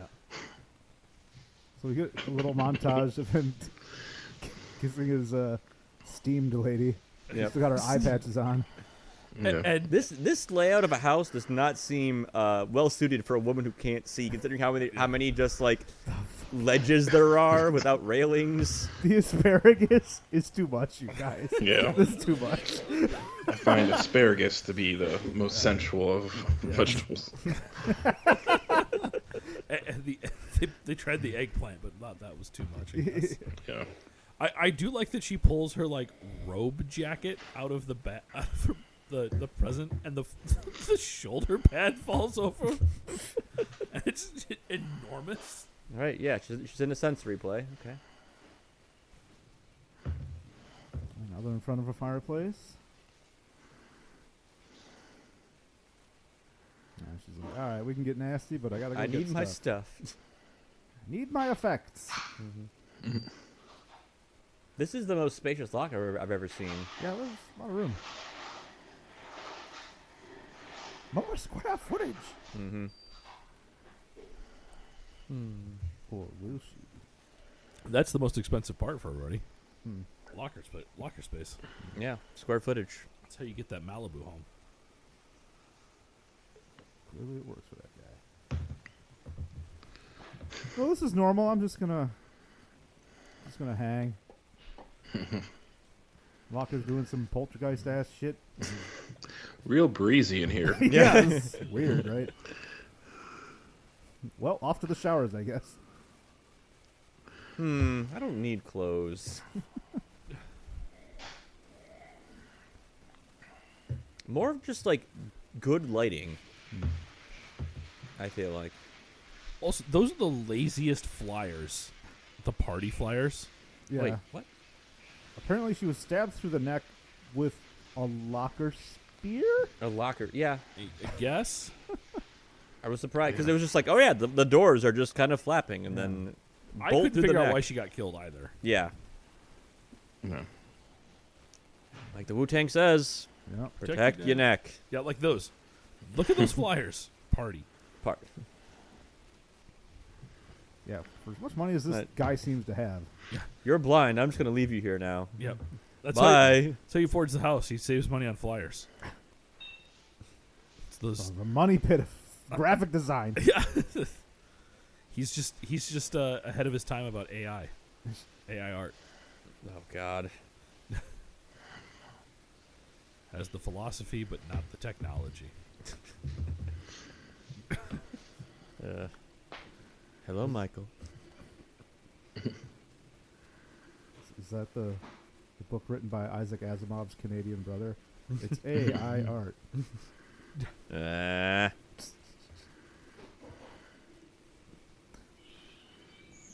S2: So we get a little montage of him kissing his uh, steamed lady. She's
S1: Yep.
S2: Still got her eye patches on.
S3: And, and
S1: This this layout of a house does not seem uh, well suited for a woman who can't see, considering how many how many just like ledges there are without railings.
S2: The asparagus is too much, you guys.
S4: Yeah.
S2: This is too much.
S4: I find asparagus to be the most sensual of vegetables.
S3: a- and the, they, they tried the eggplant, but not, that was too much. I, guess.
S4: Yeah.
S3: I, I do like that she pulls her like robe jacket out of the ba- out of her- the the present, and the the shoulder pad falls over. and it's enormous.
S1: Right? Yeah, she's, she's in a sensory play. Okay.
S2: And Now they're in front of a fireplace. And she's like, all right, we can get nasty, but I gotta go
S1: I
S2: get
S1: need my
S2: stuff.
S1: stuff.
S2: need my effects.
S1: This is the most spacious locker I've ever seen.
S2: Yeah, there's a lot of room. More square footage.
S1: Mm-hmm.
S2: For Lucy.
S3: That's the most expensive part for everybody.
S2: Hmm.
S3: Locker space. Locker space.
S1: Yeah, square footage.
S3: That's how you get that Malibu home.
S2: Clearly it works for that guy. Well, this is normal. I'm just gonna just gonna hang. Locker's doing some poltergeist ass shit.
S4: Real breezy in here.
S2: Yeah, it's weird, right? Well, off to the showers, I guess.
S1: Hmm. I don't need clothes. More of just like good lighting. I feel like.
S3: Also, those are the laziest flyers. The party flyers.
S2: Yeah.
S1: Wait, what?
S2: Apparently, she was stabbed through the neck with a locker spear.
S1: A locker. Yeah.
S3: I I guess.
S1: I was surprised because it was just like, oh yeah, the, the doors are just kind of flapping, and then
S3: I
S1: bolt
S3: couldn't
S1: through
S3: figure
S1: the neck.
S3: out why she got killed either.
S1: yeah,
S4: No.
S1: like the Wu Tang says,
S2: Yep.
S1: protect,
S3: your
S1: your neck.
S3: Yeah, like those. Look at those flyers. Party.
S1: Part.
S2: Yeah. For as much money as this
S1: Right.
S2: guy seems to have.
S1: You're blind. I'm just gonna leave you here now.
S3: Yep. That's How he,
S1: Bye.
S3: that's how he forges the house. He saves money on flyers. It's those.
S2: The money pit of graphic design.
S3: Yeah. he's just he's just uh, ahead of his time about AI, AI art
S1: Oh God.
S3: has the philosophy but not the technology.
S1: Uh, hello, Michael.
S2: Is that the, the book written by Isaac Asimov's Canadian brother? It's AI art.
S1: Uh,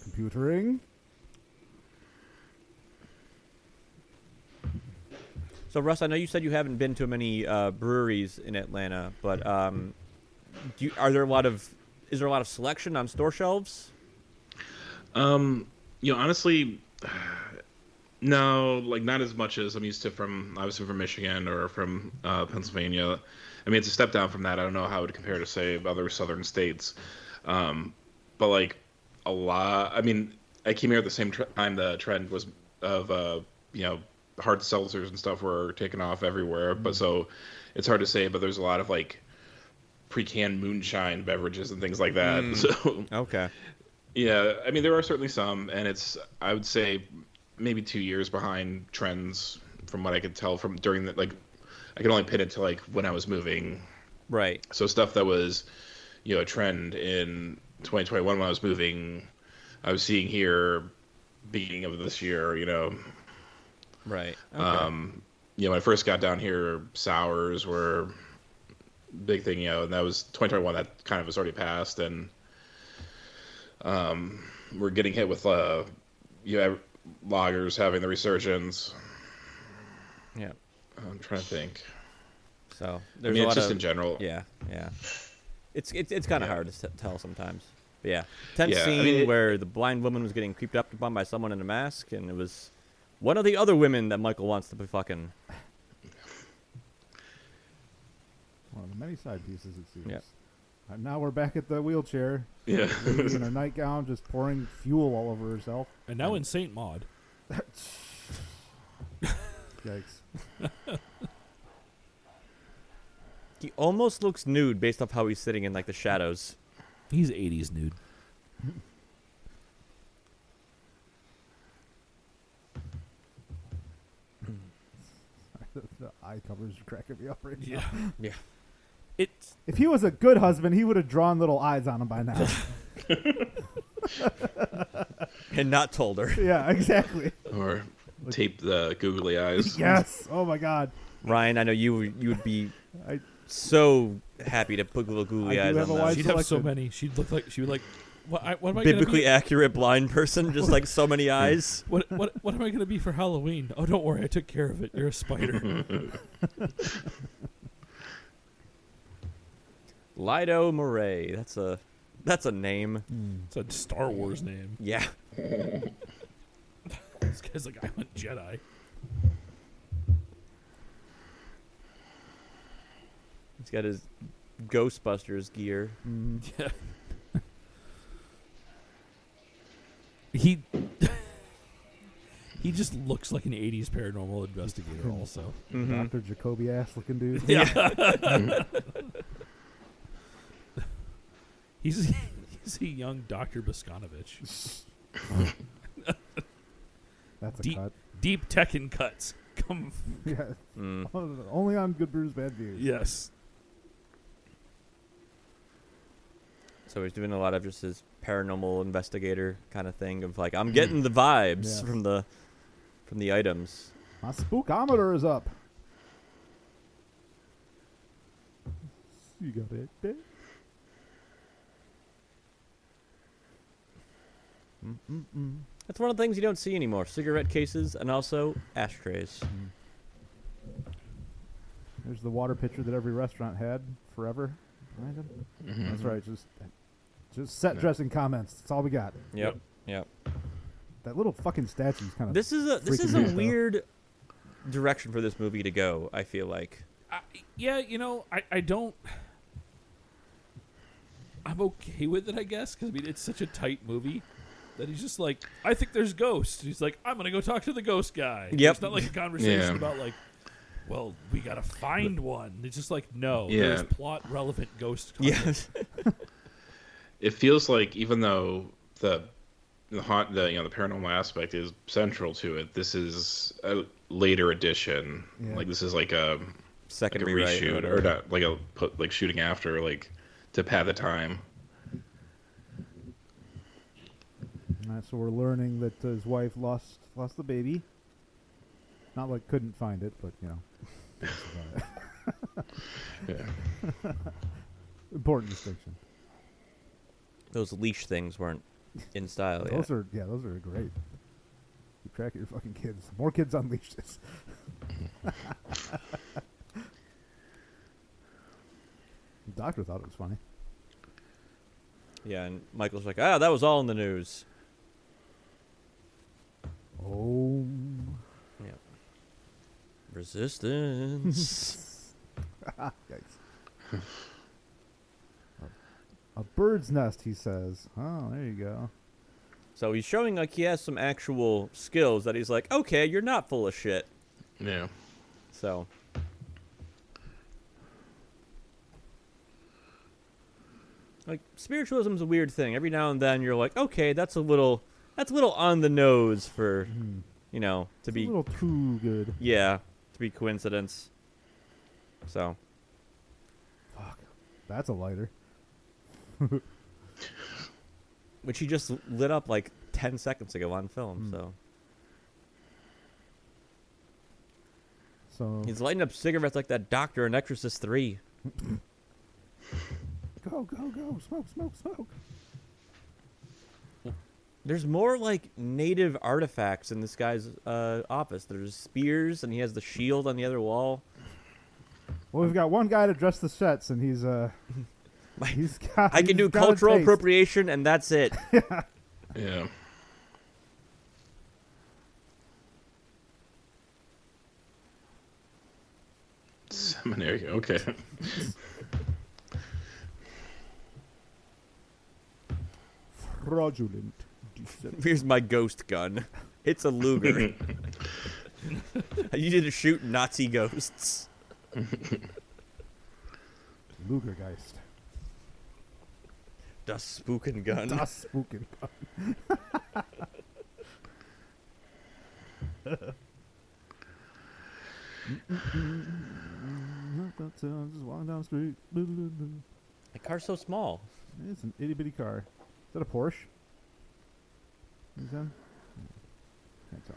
S2: Computering?
S1: so Russ, I know you said you haven't been to many uh, breweries in Atlanta, but um, do you, are there a lot of is there a lot of selection on store shelves?
S4: Um, you know, honestly, no, like not as much as I'm used to from obviously from Michigan or from uh, Pennsylvania. I mean, it's a step down from that. I don't know how it would compare to say other southern states, um, but like a lot. I mean, I came here at the same tr- time the trend was of uh, you know hard seltzers and stuff were taking off everywhere. But so it's hard to say. But there's a lot of like pre-canned moonshine beverages and things like that. So
S1: Okay.
S4: yeah, I mean there are certainly some, and it's I would say maybe two years behind trends from what I could tell from during the like I can only pin it to like when I was moving.
S1: Right.
S4: So stuff that was you know a trend in 2021 when I was moving, I was seeing here beginning of this year. You know,
S1: Right.
S4: um, you know, when I first got down here, sours were big thing. You know, and that was 2021. That kind of was already passed, and um, we're getting hit with uh, you know, loggers having the resurgence.
S1: yeah.
S4: I'm trying to think.
S1: So
S4: I
S1: there's
S4: mean,
S1: a lot
S4: it's just
S1: of
S4: in general.
S1: yeah, yeah. It's it's, it's kind of
S4: Yeah.
S1: hard to t- tell sometimes. But yeah, tense
S4: Yeah, I
S1: scene
S4: mean, it-
S1: where the blind woman was getting creeped up upon by someone in a mask, and it was one of the other women that Michael wants to be fucking.
S2: One of the many side pieces, it seems.
S1: Yep.
S2: And now we're back at the wheelchair,
S4: Yeah.
S2: lady in her nightgown, just pouring fuel all over herself.
S3: And now in Saint Maud,
S2: Yikes.
S1: He almost looks nude based off how he's sitting in like the shadows.
S3: he's '80s nude.
S2: the eye covers are cracking me up right now.
S3: Yeah,
S1: Yeah.
S3: it's
S2: If he was a good husband, he would have drawn little eyes on him by now.
S1: And not told her.
S2: yeah, exactly.
S4: or tape the googly eyes.
S2: Yes. Oh my God.
S1: Ryan, I know you you would be
S2: I,
S1: so happy to put little googly
S2: I
S1: eyes
S2: do have
S1: on
S2: a
S1: that
S2: wide-
S3: she'd have so
S2: selected.
S3: many. She'd look like she would like. What, I, what am I
S1: biblically
S3: gonna
S1: accurate blind person, just like so many eyes.
S3: be? What, what what am I gonna be for Halloween? Oh, don't worry, I took care of it. You're a spider.
S1: Lido Murray. That's a that's a name.
S3: it's a Star Wars name.
S1: Yeah.
S3: This guy's like, I'm a Jedi.
S1: He's got his Ghostbusters gear.
S3: Yeah. he he just looks like an '80s paranormal investigator. Also,
S2: Doctor Jacoby ass looking dude.
S3: Mm-hmm. yeah. he's he's a young Doctor Boskanovich.
S2: That's a
S3: Deep
S2: cut.
S3: deep tech and cuts. Come,
S2: Yeah.
S3: Mm.
S2: Only on Good Brews Bad Views.
S3: yes.
S1: So he's doing a lot of just his paranormal investigator kind of thing of like I'm getting the vibes
S2: Yeah.
S1: from the from the items.
S2: My spookometer is up. You got it. eh?
S1: That's one of the things you don't see anymore: cigarette cases and also ashtrays.
S4: Mm-hmm.
S2: There's the water pitcher that every restaurant had forever. Right? That's right. Just, just set dressing comments. That's all we got.
S1: Yep. Yep.
S2: That little fucking statue's kind of.
S1: This is a this
S2: Freaking
S1: is a
S2: weird, though.
S1: weird direction for this movie to go. I feel like.
S3: I, yeah, you know, I, I don't. I'm okay with it, I guess, because I mean, it's such a tight movie that he's just like, I think there's ghosts. He's like, I'm gonna go talk to the ghost guy.
S1: Yep.
S3: It's not like a conversation
S4: Yeah.
S3: about like, well, we gotta find one. It's just like, no,
S4: Yeah.
S3: there's plot relevant ghost. Content.
S1: Yes.
S4: It feels like even though the the haunt the you know the paranormal aspect is central to it, this is a later addition.
S2: Yeah.
S4: Like this is like um, a, like
S1: Second
S4: a
S1: rewrite
S4: reshoot or
S1: whatever.
S4: not like a put like shooting after like to pad the time.
S2: All right, so we're learning that his wife lost lost the baby. Not like couldn't find it, but you know, that's about it.
S4: Yeah.
S2: important distinction.
S1: Those leash things weren't in style yet.
S2: Those are yeah, those are great. Keep track of your fucking kids. More kids on leashes. the doctor thought it was funny.
S1: Yeah, and Michael's like, ah, that was all in the news.
S2: Oh,
S1: Yeah. Resistance.
S2: yikes! a, a bird's nest, he says. Oh, there you go.
S1: so he's showing like he has some actual skills that he's like, okay, you're not full of shit.
S4: Yeah.
S1: So like spiritualism's a weird thing. Every now and then you're like, okay, that's a little that's a little on the nose for you know, to
S2: It's
S1: be
S2: a little too good.
S1: yeah, to be coincidence. So
S2: Fuck, that's a lighter.
S1: which he just lit up like ten seconds ago on film. So
S2: So
S1: he's lighting up cigarettes like that doctor in Exorcist Three.
S2: go, go, go! Smoke, smoke, smoke!
S1: There's more like native artifacts in this guy's uh, office. There's spears, and he has the shield on the other wall.
S2: Well, we've got one guy to dress the sets, and he's uh,
S1: Like,
S2: he's got.
S1: I can
S2: he's
S1: do
S2: got a
S1: cultural
S2: taste.
S1: appropriation, and that's it.
S4: Yeah. Seminary. Okay.
S2: Fraudulent. deception.
S1: Here's my ghost gun. It's a Luger. I used it to shoot Nazi ghosts.
S2: Lugergeist.
S1: Das Spooken gun.
S2: Das Spooken. I'm just walking down the street.
S1: The car's so small.
S2: It's an itty bitty car. Is that a Porsche? Is that? Can't tell.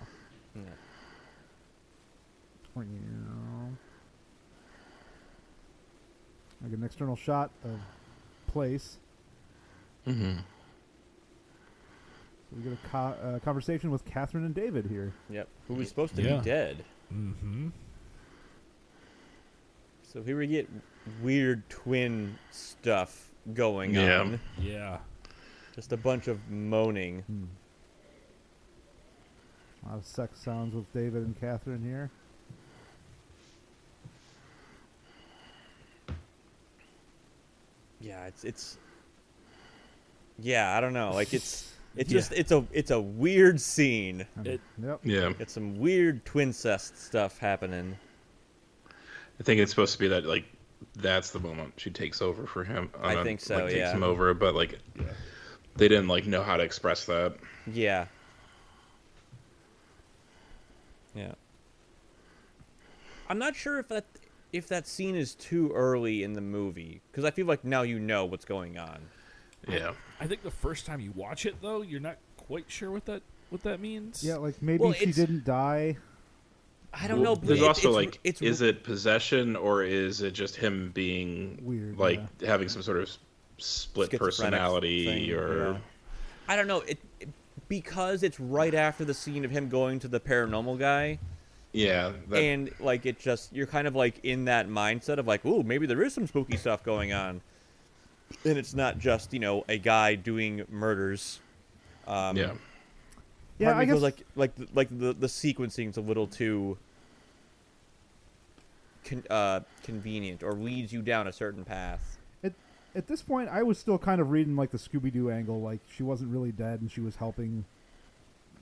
S2: I get an external shot of place.
S4: Mm-hmm.
S2: So we get a co- uh, conversation with Catherine and David here.
S1: Yep. Who was supposed to
S3: Yeah.
S1: be dead.
S3: Mm-hmm.
S1: So here we get weird twin stuff going
S4: Yeah.
S1: on.
S3: Yeah.
S1: Just a bunch of moaning.
S2: Hmm. A lot of sex sounds with David and Catherine here.
S1: Yeah, it's it's. Yeah, I don't know. Like it's it's
S3: Yeah.
S1: just it's a it's a weird scene.
S2: And-
S3: It-
S2: yep.
S4: Yeah.
S1: Got some weird twincest stuff happening.
S4: I think it's supposed to be that like that's the moment she takes over for him.
S1: I
S4: Uh,
S1: think so,
S4: Like, takes
S1: yeah.
S4: him over, but like they didn't like know how to express that.
S1: Yeah. Yeah. I'm not sure if that if that scene is too early in the movie because I feel like now you know what's going on.
S4: Yeah.
S3: I think the first time you watch it though, you're not quite sure what that what that means.
S2: Yeah, like maybe
S1: Well,
S2: she
S1: it's-
S2: didn't die.
S1: I don't know.
S4: Well,
S1: but
S4: There's
S1: it-
S4: also
S1: it's,
S4: like,
S1: it's
S4: is it possession or is it just him being
S2: Weird,
S4: like having some sort of s- split
S1: schizophrenic
S4: personality
S1: thing,
S4: or
S1: yeah. I don't know. It, it because it's right after the scene of him going to the paranormal guy,
S4: yeah, that,
S1: and like it just you're kind of like in that mindset of like, ooh, maybe there is some spooky stuff going on, and it's not just you know a guy doing murders. Um,
S4: yeah.
S1: Part
S2: Yeah,
S1: of
S2: I
S1: me
S2: guess.
S1: feels like like th- like the the sequencing's a little too con- uh, convenient or leads you down a certain path.
S2: at, at this point, I was still kind of reading like the Scooby Doo angle, like she wasn't really dead and she was helping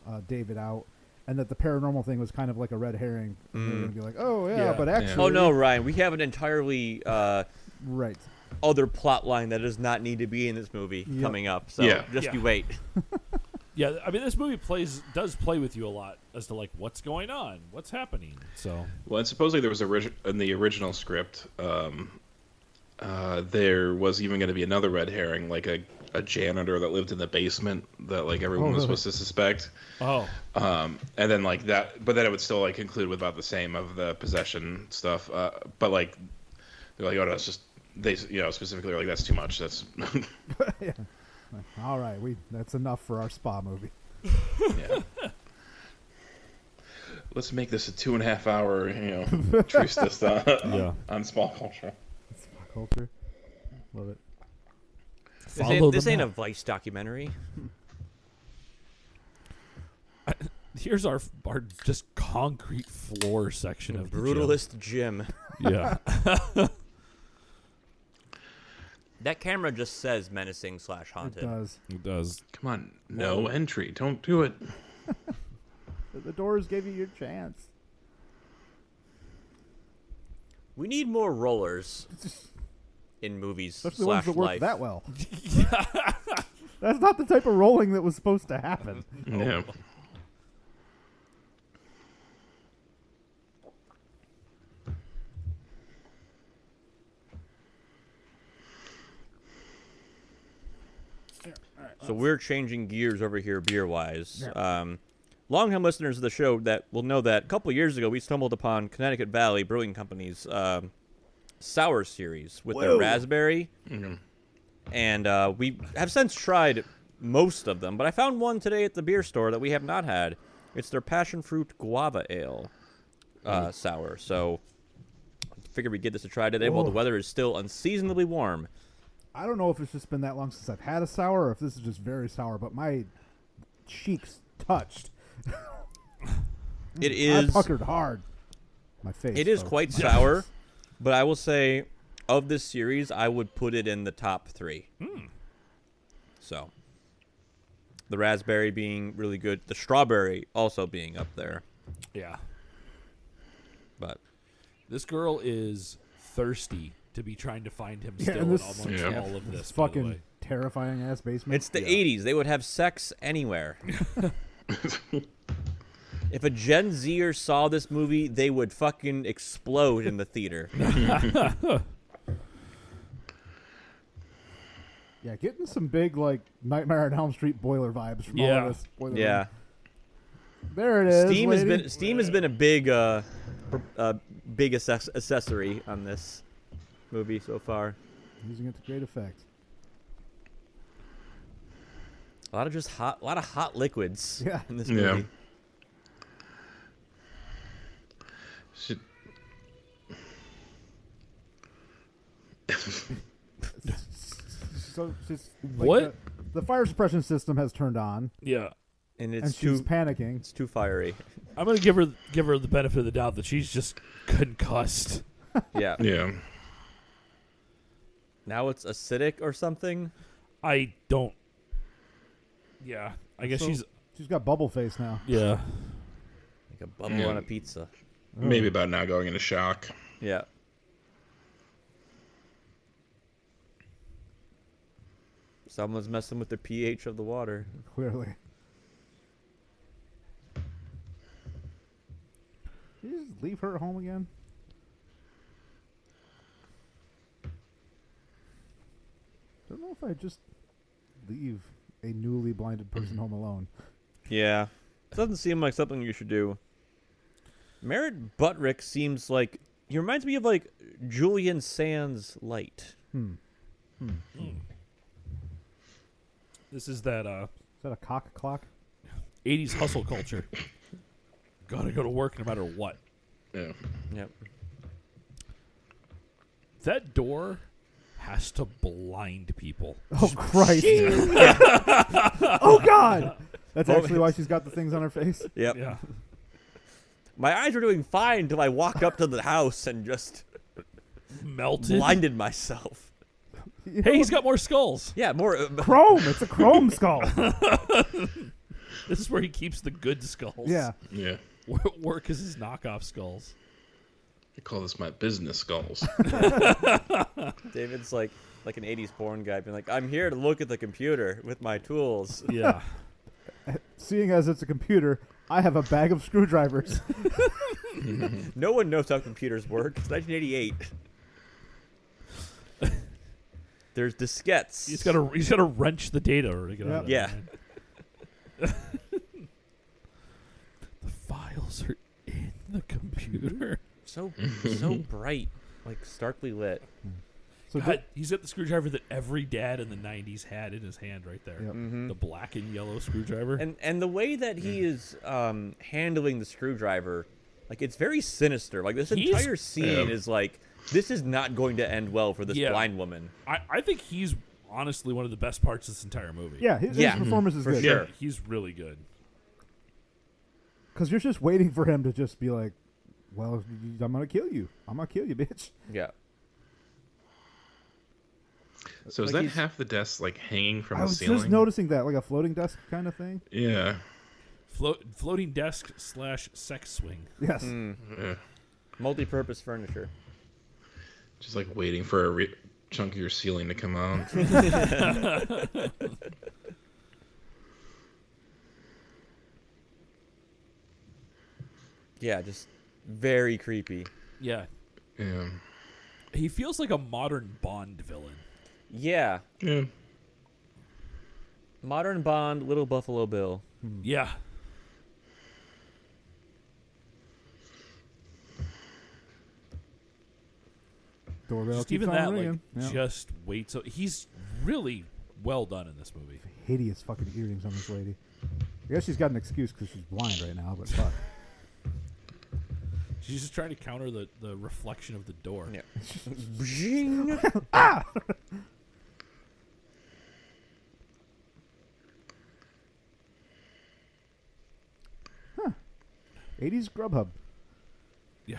S2: uh, David out, and that the paranormal thing was kind of like a red herring. They were gonna be like, oh yeah,
S3: Mm. Yeah.
S2: but
S4: Yeah.
S2: actually,
S1: Oh no, Ryan, we have an entirely uh,
S2: right.
S1: other plot line that does not need to be in this movie
S2: Yep.
S1: coming up. So
S4: Yeah.
S1: just
S3: Yeah.
S1: you wait.
S3: Yeah, I mean this movie plays does play with you a lot as to like what's going on, what's happening. So
S4: Well, and supposedly there was origi- in the original script, um, uh, there was even going to be another red herring, like a, a janitor that lived in the basement that like everyone
S2: Oh,
S4: was
S2: really?
S4: supposed to suspect.
S3: Oh.
S4: Um, and then like that, but then it would still like conclude with about the same of the possession stuff. Uh, but like they're like, oh no, it's just they, you know, specifically like that's too much. That's
S2: yeah. All right, we that's enough for our spa movie.
S4: yeah. Let's make this a two and a half hour, you know, truce this on,
S3: Yeah.
S4: on small culture.
S2: Spa culture, love it.
S1: This ain't, this ain't a Vice documentary.
S3: Here's our our just concrete floor section of the gym.
S1: Brutalist Jim.
S3: Yeah.
S1: That camera just says menacing slash
S2: It
S1: haunted.
S2: does.
S3: it does.
S4: Come on, no entry. Don't do it.
S2: The doors gave you your chance.
S1: We need more rollers in movies
S2: Especially
S1: slash
S2: ones that work
S1: life.
S2: that well. That's not the type of rolling that was supposed to happen.
S4: Yeah.
S1: So we're changing gears over here, beer wise. Um, Longtime listeners of the show that will know that a couple years ago we stumbled upon Connecticut Valley Brewing Company's um, sour series with their
S2: Whoa.
S1: raspberry, and uh, we have since tried most of them. But I found one today at the beer store that we have not had. It's their passion fruit guava ale
S2: Mm.
S1: uh, sour. So figured we'd give this a try today while the
S2: Whoa.
S1: weather is still unseasonably warm.
S2: I don't know if it's just been that long since I've had a sour, or if this is just very sour. But my cheeks touched.
S1: It
S2: I
S1: is
S2: puckered hard. My face.
S1: It is
S2: folks.
S1: quite sour, but I will say, of this series, I would put it in the top three. So, the raspberry being really good, the strawberry also being up there,
S3: Yeah.
S1: but
S3: This girl is thirsty to be trying to find him
S2: Yeah,
S3: still
S2: and
S3: in
S2: this-
S3: amongst
S4: Yeah.
S3: all of this.
S2: This
S3: by the
S2: fucking
S3: way.
S2: terrifying ass basement.
S1: it's the '80s. They would have sex anywhere. if a Gen Zer saw this movie, they would fucking explode in the theater.
S2: yeah, getting some big like Nightmare on Elm Street boiler vibes from all
S3: Yeah.
S2: of this. boiler
S1: yeah.
S2: room. there it is.
S1: Steam has
S2: lady.
S1: been Steam has been a big uh, pr- uh big assess- accessory on this movie so far.
S2: using it to great effect.
S1: A lot of just hot, a lot of hot liquids
S2: Yeah.
S1: in this
S4: Yeah.
S1: movie.
S4: Should-
S2: So she's like,
S3: What?
S2: The, the fire suppression system has turned on,
S3: Yeah.
S1: And it's
S2: and she's
S1: too
S2: panicking.
S1: it's too fiery.
S3: I'm gonna give her give her the benefit of the doubt that she's just concussed.
S1: Yeah.
S4: yeah.
S1: Now it's acidic or something.
S3: I don't. Yeah, I guess
S2: So-
S3: she's.
S2: She's got bubble face now.
S3: Yeah,
S1: Like a bubble
S4: Yeah.
S1: on a pizza.
S4: Maybe about not going into shock.
S1: Yeah. Someone's messing with the pH of the water.
S2: Clearly. Did you just leave her at home again? Don't know if I just leave a newly blinded person home alone.
S1: Yeah. Doesn't seem like something you should do. Merritt Buttrick seems like he reminds me of like Julian Sands light.
S3: this is that uh,
S2: Is that a cock clock?
S3: '80s hustle culture. Gotta go to work no matter what.
S4: Yeah.
S1: Yep.
S3: That door has to blind people.
S2: Oh Christ! oh God! That's actually why she's got the things on her face.
S1: Yep.
S3: Yeah,
S1: My eyes were doing fine till I walked up to the house and just
S3: melted.
S1: blinded myself.
S2: You
S3: Hey,
S2: know,
S3: he's got more skulls.
S1: Yeah, more uh,
S2: chrome. It's a chrome skull.
S3: This is where he keeps the good skulls.
S2: yeah.
S4: Yeah.
S3: Wor- work is his knockoff skulls.
S4: I call this my business skulls.
S1: David's like like an 80s porn guy being like, "I'm here to look at the computer with my tools."
S3: Yeah,
S2: Seeing as it's a computer, I have a bag of screwdrivers.
S1: No one knows how computers work. It's 1988. There's diskettes.
S3: he's got to he's got to wrench the data to get out. Of
S1: Yeah.
S3: there, man. the files are in the computer.
S1: so so bright, like starkly lit.
S2: So
S3: God, he's got the screwdriver that every dad in the '90s had in his hand, right there.
S2: Yep.
S3: The black and yellow screwdriver.
S1: Mm-hmm. And and the way that he is um, handling the screwdriver, like it's very sinister. Like this
S3: He's-
S1: entire scene
S4: Yeah.
S1: is like this is not going to end well for this
S3: Yeah.
S1: blind woman.
S3: I, I think he's honestly one of the best parts of this entire movie.
S2: yeah, his, his
S1: Yeah,
S2: performance is
S1: Mm-hmm. for sure.
S2: good.
S3: he's really good.
S2: Because you're just waiting for him to just be like, "Well, I'm gonna kill you. I'm gonna kill you, bitch."
S1: Yeah.
S4: So is
S1: Like
S4: that
S1: he's-
S4: half the desk like hanging from
S2: I
S4: the
S2: was
S4: ceiling?
S2: just noticing that, like a floating desk kind of thing.
S4: Yeah.
S3: Float, floating desk slash sex swing.
S1: Mm.
S2: Yes.
S4: yeah.
S1: Multi-purpose furniture.
S4: Just like waiting for a re- chunk of your ceiling to come out.
S1: Yeah, just very creepy.
S3: Yeah,
S4: yeah.
S3: he feels like a modern Bond villain.
S1: Yeah.
S4: Yeah.
S1: Modern Bond, Little Buffalo Bill.
S3: Yeah.
S2: Doorbell
S3: Just
S2: keeps
S3: even
S2: on
S3: that, like,
S2: ringing. Yeah.
S3: just wait. So he's really well done in this movie.
S2: hideous fucking earrings on this lady. I guess she's got an excuse because she's blind right now, but fuck.
S3: She's just trying to counter the, the reflection of the door.
S1: Yeah. Bzing.
S2: Eighties Grubhub.
S3: Yeah.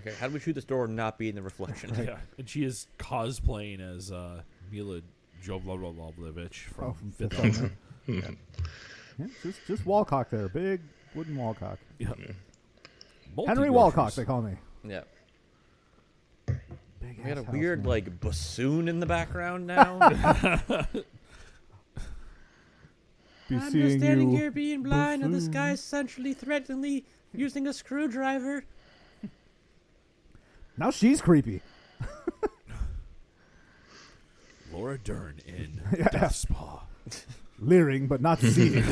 S1: okay, how do we shoot this door and not be in the reflection?
S3: Yeah. And she is cosplaying as uh, Mila Jovlovlovich from
S2: Oh, from
S3: Fifth
S2: Fifth
S3: Element.
S2: Element. Yeah, just just Walcock there, big wooden Walcock.
S3: Yeah.
S2: Henry
S3: Multi-groceries.
S2: Walcock, they call me.
S1: yeah.
S2: Big
S1: We got a
S2: ass house,
S1: weird
S2: man.
S1: like bassoon in the background now.
S2: Be seeing you.
S1: being
S2: blind, and this guy's
S1: essentially threateningly using a screwdriver.
S2: Now she's creepy.
S3: Laura Dern in Death Spa.
S2: Leering, but not seeing.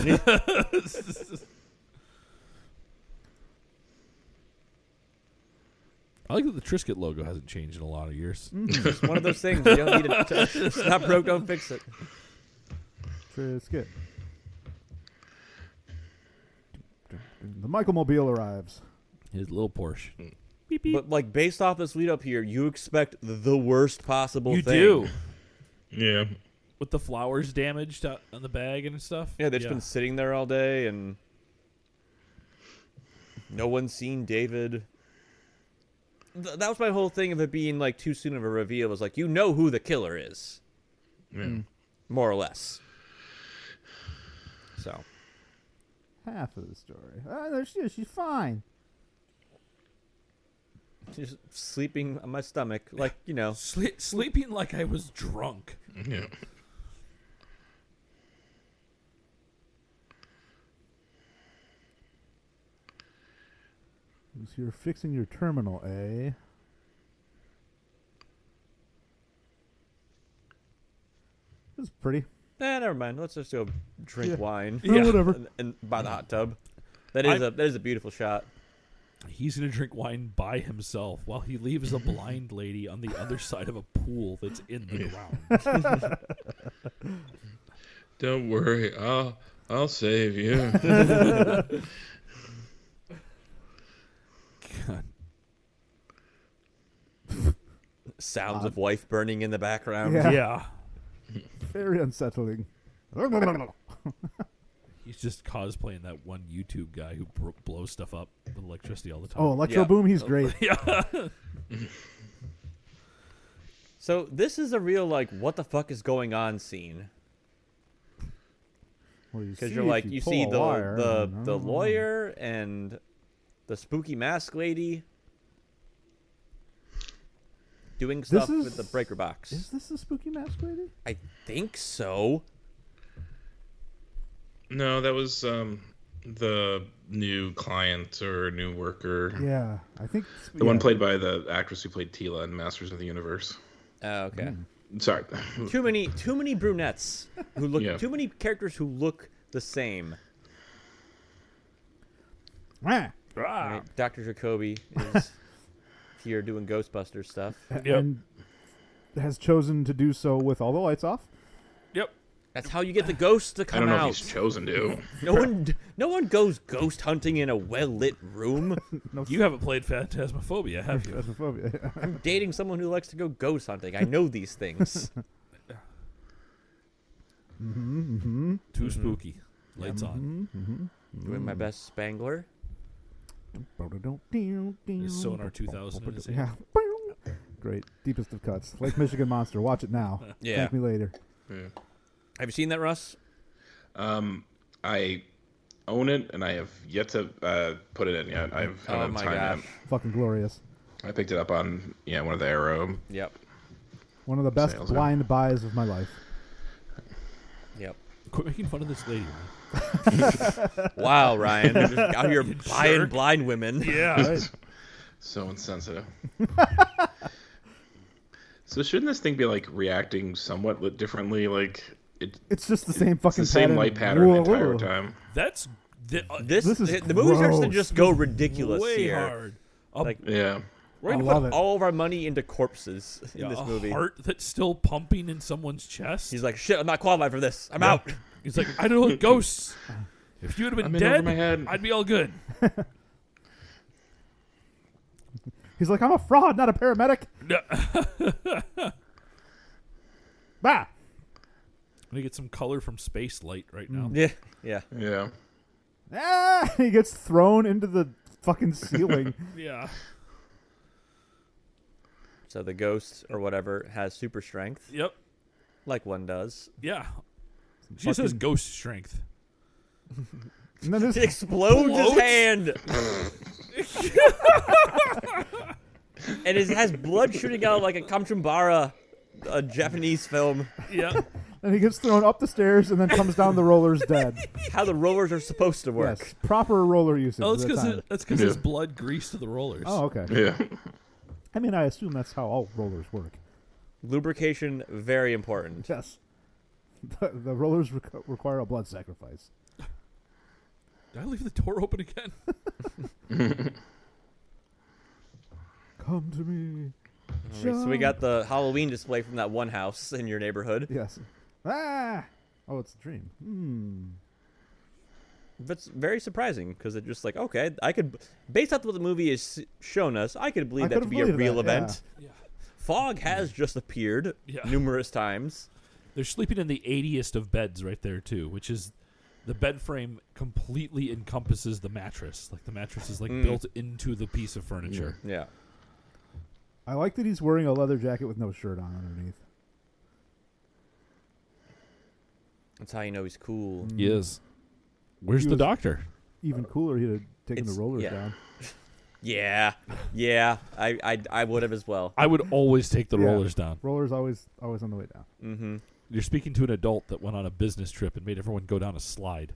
S3: I like that the Trisket logo hasn't changed in a lot of years.
S2: Mm.
S1: It's one of those things you don't need to touch. It's not broke, don't fix it.
S2: Trisket. The Michael Mobile arrives.
S3: His little Porsche.
S1: Mm. But like based off this lead up here, you expect the worst possible
S3: you
S1: thing.
S3: do.
S4: Yeah.
S3: With the flowers damaged out on the bag and stuff.
S1: Yeah, they've just been sitting there all day and no one's seen David. Th- that was my whole thing of it being like too soon of a reveal. Was like you know who the killer is,
S4: Yeah.
S1: Hmm. more or less. So
S2: Half of the story. Ah, there she is. She's fine.
S1: just sleeping on my stomach, like you know.
S3: Sle- sleeping like I was drunk.
S4: Yeah.
S2: So you're fixing your terminal, eh? This is pretty.
S1: Eh, never mind. Let's just go drink
S2: Yeah.
S1: wine
S2: Yeah,
S3: Yeah.
S2: whatever.
S1: and, and by the hot tub. That is a that is a beautiful shot.
S3: He's gonna drink wine by himself while he leaves a blind lady on the other side of a pool that's in the ground.
S4: Don't worry. I'll I'll save you.
S3: God.
S1: Sounds of wife burning in the background.
S2: Uh,
S3: yeah.
S2: Yeah. Very unsettling. Oh,
S3: He's just cosplaying that one YouTube guy who bro- blows stuff up with electricity all the time.
S2: Oh, Electro
S1: Yeah.
S2: Boom, he's great.
S1: So this is a real like what the fuck is going on scene. because you're like you see the the the lawyer and the spooky mask lady doing stuff
S2: is-
S1: with the breaker box.
S2: Is this the spooky mask lady?
S1: I think so.
S4: no, that was um the new client or new worker.
S2: Yeah, I think
S4: The one played by the actress who played Tila in Masters of the Universe.
S1: Oh, okay.
S2: Hmm.
S4: Sorry.
S1: Too many too many brunettes who look
S4: Yeah.
S1: too many characters who look the same.
S2: Meh.
S3: Ah.
S1: Right? Dr. Jacoby is here doing Ghostbuster stuff.
S3: Yep.
S2: and has chosen to do so with all the lights off.
S3: Yep.
S1: That's how you get the ghosts to
S4: I
S1: come
S4: don't know
S1: out.
S4: if he's chosen to.
S1: No one no one goes ghost hunting in a well-lit room.
S3: You haven't played Phantasmophobia, have you?
S2: Phasmophobia.
S1: dating someone who likes to go ghost hunting. I know these things.
S3: Too spooky. Lights on.
S2: Mm-hmm.
S1: Doing my best, Spangler.
S3: His Sonar 2000 in his hand.
S2: Yeah. Great. Deepest of cuts. Lake Michigan Monster. Watch it now.
S1: Yeah.
S2: Thank me later.
S1: Have you seen that, Russ?
S4: I own it and I have yet to uh, put it in yet. I've I
S1: Oh
S4: haven't
S1: my
S4: had time
S1: gosh.
S4: yet.
S2: Fucking glorious.
S4: I picked it up on yeah one of the Arrow.
S1: Yep.
S2: One of the best
S4: Sales, yeah.
S2: blind buys of my life.
S1: Yep.
S3: Quit making fun of this lady. man.
S1: Wow, Ryan. You're just out here buying
S3: jerk.
S1: blind women.
S3: Yeah.
S2: Right.
S4: So insensitive. so shouldn't this thing be like reacting somewhat li- differently? Like it,
S2: It's just the same
S4: it's
S2: fucking
S4: the same
S2: pattern.
S4: light pattern the
S2: Whoa,
S4: entire
S2: whoa.
S4: time.
S3: That's the, uh,
S1: This,
S2: This is
S1: the, the movie starts to
S2: gross.
S1: just go ridiculous
S3: way
S1: here.
S3: hard. A,
S1: Like,
S4: Yeah.
S1: We're gonna
S2: I love
S1: put
S2: it.
S1: all of our money into corpses in this
S3: a
S1: movie.
S3: heart that's still pumping in someone's chest.
S1: He's like, shit, I'm not qualified for this. I'm
S3: Yeah.
S1: out.
S3: He's like, I don't know, ghosts. If you had been
S4: I'm in over
S3: dead,
S4: my head.
S3: I'd be all good.
S2: He's like, I'm a fraud, not a paramedic.
S3: No.
S2: Bah.
S3: I'm gonna get some color from space light right now.
S1: Yeah, yeah.
S4: Yeah.
S2: Ah, he gets thrown into the fucking ceiling.
S3: Yeah.
S1: So the ghost or whatever has super strength,
S3: Yep.
S1: like one does.
S3: Yeah. She says
S2: Fucking-
S3: ghost strength.
S2: and then this,
S1: It explodes his
S3: Explodes?
S1: hand, and it has blood shooting out like a Kamchumbara, a Japanese film.
S3: Yeah.
S2: and he gets thrown up the stairs and then comes down the rollers dead.
S1: How the rollers are supposed to work.
S2: Yes, proper roller usage.
S3: oh,
S2: at
S3: that's
S2: the
S3: because
S2: time.
S3: that's because his
S4: Yeah.
S3: blood greased to the rollers.
S2: Oh, okay.
S4: Yeah.
S2: I mean, I assume that's how all rollers work.
S1: Lubrication very important.
S2: Yes. The, the rollers requ- require a blood sacrifice.
S3: Did I leave the door open again?
S2: Come to me.
S1: Alright, So we got the Halloween display from that one house in your neighborhood.
S2: Yes. Ah! Oh, it's a dream. Hmm.
S1: That's very surprising because it just like okay, I could based off what the movie has s- shown us, I could believe
S2: I
S1: that
S2: could've
S1: to be a
S2: believed
S1: real
S2: that,
S1: event.
S3: yeah.
S1: Fog has just appeared
S3: Yeah.
S1: numerous times.
S3: They're sleeping in the 80th of beds right there too, which is the bed frame completely encompasses the mattress. Like the mattress is like built into the piece of furniture.
S1: Yeah,
S2: I like that he's wearing a leather jacket with no shirt on underneath.
S1: that's how you know he's cool.
S3: Yes. Where's
S2: He
S3: the
S2: was-
S3: doctor?
S2: Even cooler, he'd have taken
S1: Uh, It's-
S2: the rollers
S1: yeah.
S2: down.
S1: Yeah, yeah, I I, I would have as well.
S3: I would always take the
S2: Yeah.
S3: rollers down.
S2: Rollers always, always on the way down.
S1: Mm-hmm.
S3: You're speaking to an adult that went on a business trip and made everyone go down a slide.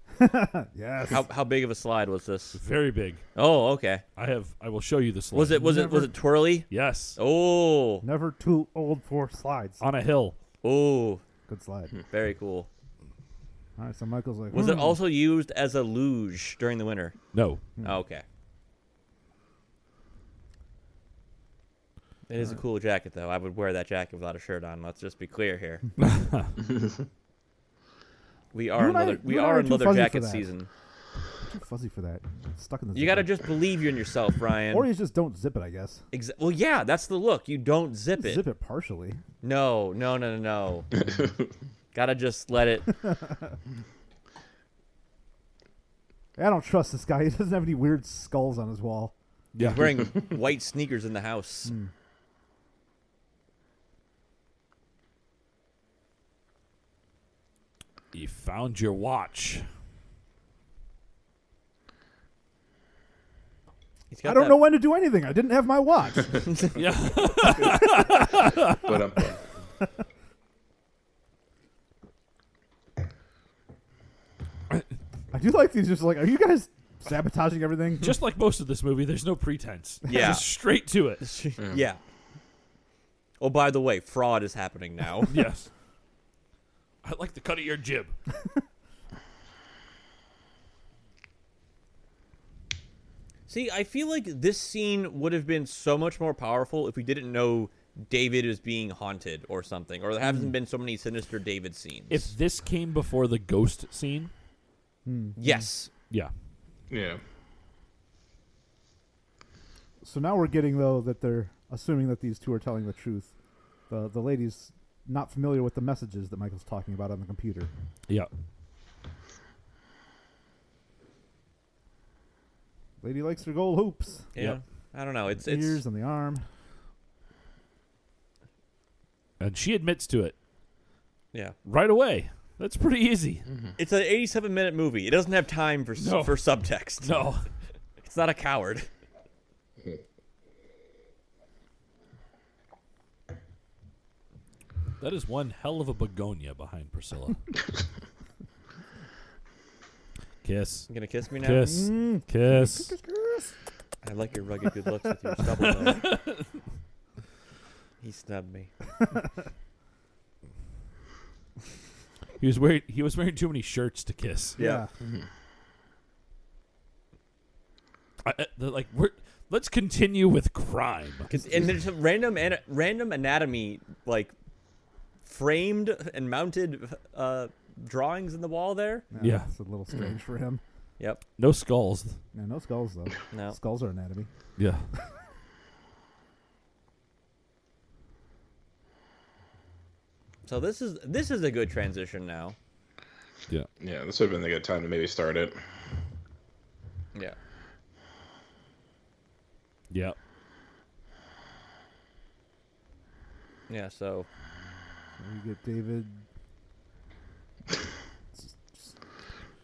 S2: Yes.
S1: How how big of a slide was this?
S3: Very big.
S1: Oh, okay.
S3: I have. I will show you the slide.
S1: Was it was it was
S2: Never-
S1: it twirly?
S3: Yes.
S1: Oh,
S2: Never too old for slides.
S1: Uh,
S3: On a hill.
S1: oh,
S2: Good slide.
S1: very cool.
S2: All right, so Michael's like,
S1: Was it
S2: "Hmm."
S1: also used as a luge during the winter?
S3: No.
S1: Oh, okay. It is a cool jacket, though. I would wear that jacket without a shirt on. Let's just be clear here. we are
S2: You
S1: in
S2: and I-
S1: leather, we
S2: you and I
S1: are
S2: are
S1: in
S2: too
S1: leather
S2: fuzzy for
S1: jacket
S2: that.
S1: season.
S2: Too fuzzy for that. Stuck in the.
S1: You gotta
S2: zipper.
S1: just believe you in yourself, Ryan.
S2: Or you just don't zip it, I guess.
S1: Exa- well, yeah, that's the look. You don't zip it.
S2: Zip it partially.
S1: No, no, no, no, no. gotta just let it.
S2: I don't trust this guy. He doesn't have any weird skulls on his wall.
S3: Yeah.
S1: Wearing white sneakers in the house.
S2: Mm.
S3: You found your watch.
S1: He's got
S2: I don't
S1: that-
S2: know when to do anything. I didn't have my watch.
S3: Yeah.
S4: But um,
S2: I do like these. Just like, are you guys sabotaging everything?
S3: Just like most of this movie, there's no pretense.
S1: Yeah.
S3: Just straight to it.
S1: yeah. Oh, by the way, fraud is happening now.
S3: Yes. I like the cut of your jib.
S1: See, I feel like this scene would have been so much more powerful if we didn't know David is being haunted or something, or there hasn't been so many sinister David scenes.
S3: Mm. If this came before the ghost scene,
S1: yes,
S3: yeah.
S4: yeah.
S2: so now we're getting though that they're assuming that these two are telling the truth. The the lady's not familiar with the messages that Michael's talking about on the computer.
S3: Yeah.
S2: Lady likes her gold hoops,
S1: yeah,
S3: Yep.
S1: I don't know. It's
S2: ears
S1: it's
S2: on the arm.
S3: And she admits to it
S1: yeah,
S3: right away. That's pretty easy.
S1: it's an 87 minute movie. It doesn't have time for s
S3: No.
S1: for subtext.
S3: No.
S1: It's not a coward.
S3: That is one hell of a begonia behind Priscilla. Kiss.
S1: You gonna kiss me now?
S3: Kiss.
S2: Mm.
S3: Kiss.
S1: I like your rugged good looks with your stubble. though. he snubbed me.
S3: He was wearing he was wearing too many shirts to kiss.
S1: Yeah.
S3: I, I- they're like we're, let's continue with crime.
S1: 'Cause- and there's a random ana- random anatomy like framed and mounted uh, drawings in the wall there.
S3: Yeah.
S2: It's a little strange for him.
S1: Yep.
S3: No skulls.
S2: Yeah, no skulls though.
S1: No.
S2: Skulls are anatomy.
S3: Yeah.
S1: So this is this is a good transition now.
S3: Yeah.
S4: Yeah, this would have been a good time to maybe start it.
S1: Yeah.
S3: Yeah.
S1: Yeah. So
S2: We get David s- s-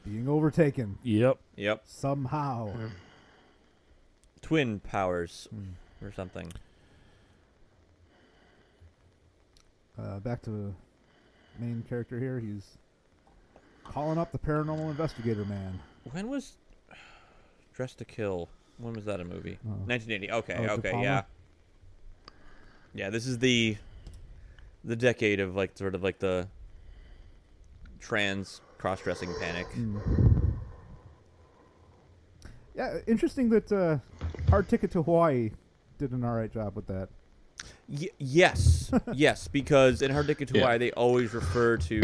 S2: being overtaken
S3: Yep.
S1: yep.
S2: somehow.
S1: Twin powers or something.
S2: Uh, back to main character here. He's calling up the paranormal investigator man.
S1: When was Dress to Kill? When was that a movie?
S2: Oh.
S1: 1980. Okay.
S2: Oh, De
S1: okay.
S2: Palma?
S1: Yeah. Yeah. This is the the decade of like sort of like the trans cross-dressing panic.
S2: Yeah, interesting that uh, Hard Ticket to Hawaii did an all right job with that.
S1: Y- yes, yes, because in Hard Ticket to
S4: Yeah.
S1: Hawaii, they always refer to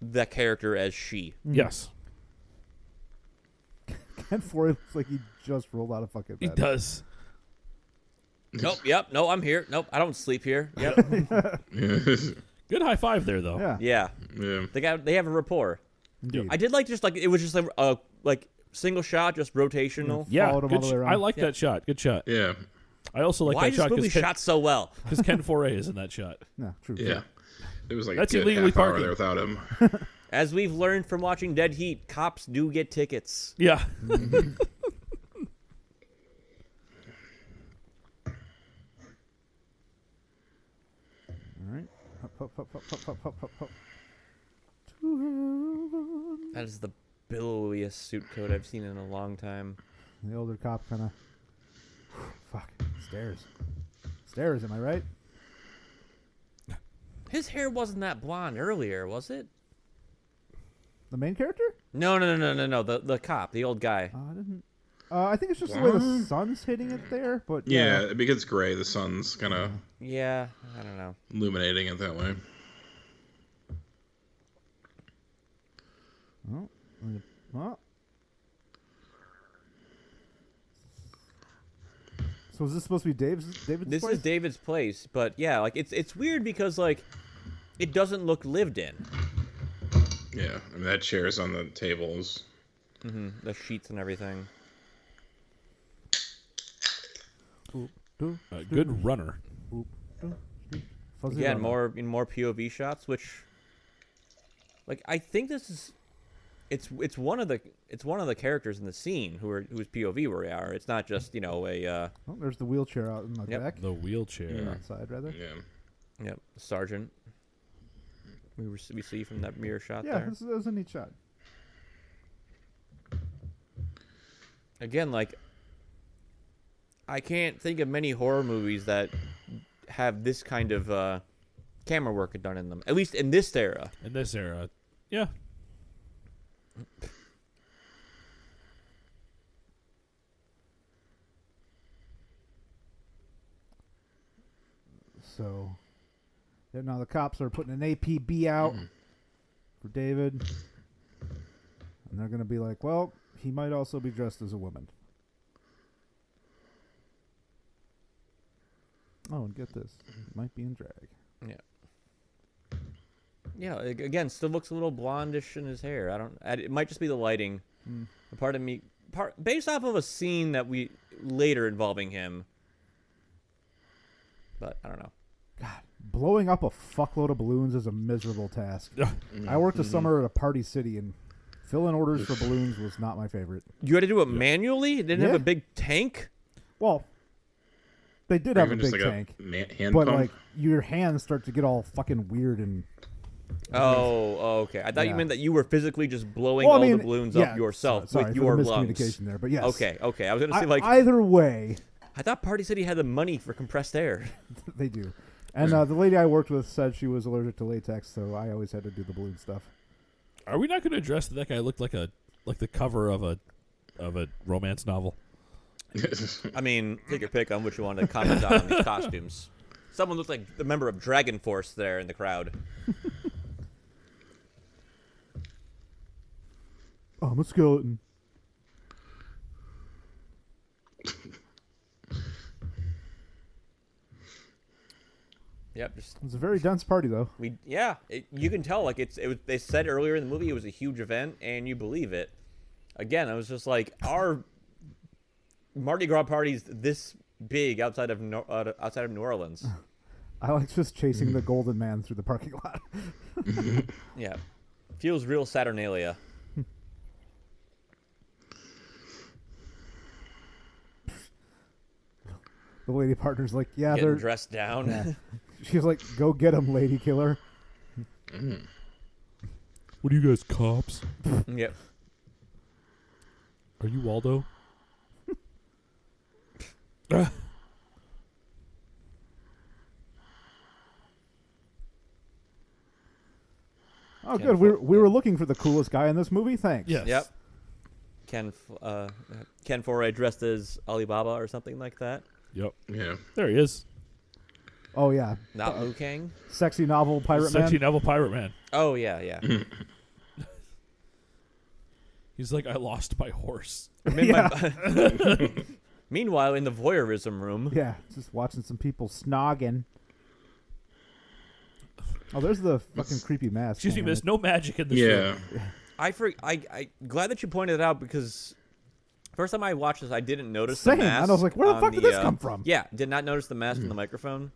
S1: the character as she.
S2: Mm.
S3: Yes.
S2: Ken Forey looks like he just rolled out of fucking
S3: He
S2: bed.
S3: does.
S1: Nope. Yep. No, I'm here. Nope. I don't sleep here. Yep.
S3: Good high five there though.
S2: Yeah.
S1: yeah.
S4: yeah.
S1: They got. They have a rapport.
S2: Indeed.
S1: I did like just like it was just like a like single shot, just rotational.
S3: Mm, Yeah.
S2: Followed him
S3: good
S2: all the
S3: sh-
S2: way around.
S3: I like
S1: Yeah.
S3: that shot. Good shot.
S4: Yeah.
S3: I also like
S1: Why
S3: that
S1: is
S3: shot
S1: this movie
S3: because Ken,
S1: shot so well?
S3: 'cause Ken Foray is in that shot.
S2: No, true.
S4: Yeah. It was like
S3: That's
S4: a good
S3: illegally
S4: half hour
S3: parking.
S4: there without him.
S1: As we've learned from watching Dead Heat, cops do get tickets.
S3: Yeah.
S2: All right. Hop, hop, hop, hop, hop, hop, hop, hop, hop. To heaven.
S1: That is the billowiest suit coat I've seen in a long time.
S2: The older cop kind of. Fuck. Stairs. Stairs, am I right?
S1: His hair wasn't that blonde earlier, was it?
S2: The main character?
S1: No, no, no, no, no, no. The the cop, the old guy.
S2: Uh, I didn't. Uh, I think it's just the way the
S4: What?
S2: sun's hitting it there, but
S4: Yeah, it gets gray. The sun's kind of
S1: Yeah, I don't know.
S4: illuminating it that way.
S2: Oh, and the- well. So is this supposed to be Dave's? David's
S1: This
S2: place?
S1: is David's place, but yeah, like it's it's weird because like it doesn't look lived in.
S4: Yeah, I mean that chair's on the tables.
S1: The sheets and everything.
S2: Oop, doo,
S3: Uh, good runner.
S2: oop, doo, doo. Fuzzy
S1: Again,
S2: runner.
S1: more in more POV shots, which like I think this is it's it's one of the it's one of the characters in the scene who are whose POV we are. It's not just you know a uh,
S2: Oh, there's the wheelchair out in the
S1: Yep.
S2: back.
S3: The wheelchair.
S2: Outside, rather.
S4: Yeah.
S1: you know, sergeant. We were, we see from that mirror shot
S2: Yeah,
S1: there.
S2: this, that was a neat shot.
S1: again like i can't think of many horror movies that have this kind of uh camera work done in them at least in this era
S3: In this era. Yeah.
S2: So yeah, now the cops are putting an APB out for David, and they're gonna be like, "Well, he might also be dressed as a woman." Oh, and get this, he might be in drag.
S1: yeah yeah a- again still looks a little blondish in his hair i don't I, it might just be the lighting a part of me part based off of a scene that we later involving him but i don't know
S2: Blowing up a fuckload of balloons is a miserable task. I worked a summer at a party city, and filling orders for balloons was not my favorite.
S1: you had to do it manually it didn't have a
S2: Yeah.
S1: big tank
S2: Well, they did have a
S4: Even
S2: big
S4: just like
S2: tank.
S4: a man- hand
S2: but
S4: pump.
S2: like your hands start to get all fucking weird and
S1: Oh, oh, okay. I thought
S2: Yeah.
S1: you meant that you were physically just blowing
S2: Well, I
S1: all
S2: mean,
S1: the balloons
S2: yeah,
S1: up yourself
S2: so- sorry
S1: with
S2: for
S1: your
S2: the
S1: lungs.
S2: miscommunication there, but yes.
S1: Okay, okay. I was gonna
S2: I-
S1: say like I,
S2: either way,
S1: thought Party City had the money for compressed air.
S2: they do. And uh, the lady I worked with said she was allergic to latex, so I always had to do the balloon stuff.
S3: Are we not going to address that that guy looked like a like the cover of a of a romance novel?
S1: I mean, take your pick on what you want to comment on, on these costumes. Someone looked like a member of Dragon Force there in the crowd.
S2: Oh, I'm a skeleton.
S1: Yep, just
S2: It's a very dense party, though.
S1: we yeah. It, you can tell like it's it was. They said earlier in the movie it was a huge event, and you believe it. Again, I was just like, our Mardi Gras parties this big outside of Nor- uh, outside of New Orleans?
S2: I like just
S1: Mm.
S2: chasing the golden man through the parking lot.
S1: Yeah, feels real Saturnalia.
S2: the lady partner's like, "Yeah,
S1: Getting
S2: they're."
S1: dressed down.
S2: Yeah. She's like, "Go get him, lady killer."
S3: What are you guys cops?
S1: yep.
S3: Are you Waldo? Ah,
S2: Oh,
S1: Ken
S2: good. We
S1: Fo-
S2: were, we
S1: yeah.
S2: were looking for the coolest guy in this movie. Thanks.
S3: Yes.
S1: Yep. Ken F- uh, Ken Foray dressed as Alibaba or something like that.
S3: Yep.
S4: yeah.
S3: There he is.
S2: Oh yeah,
S1: Not Liu Kang.
S2: sexy novel pirate
S3: Sexy
S2: man.
S3: novel pirate man.
S1: Oh yeah, yeah.
S3: He's like, I lost my horse.
S1: Me- my- Meanwhile, in the voyeurism room,
S2: Yeah, just watching some people snogging. Oh, there's the fucking creepy mask.
S3: Excuse me,
S2: hanging
S3: miss. No magic in this
S4: Yeah.
S3: room.
S1: I for I I glad that you pointed it out because first time I watched this, I didn't notice
S2: Same.
S1: the mask.
S2: And I was like, where the
S1: on
S2: fuck did this
S1: uh,
S2: come from? Mm.
S1: Yeah, did not notice the mask on the microphone.
S2: in it.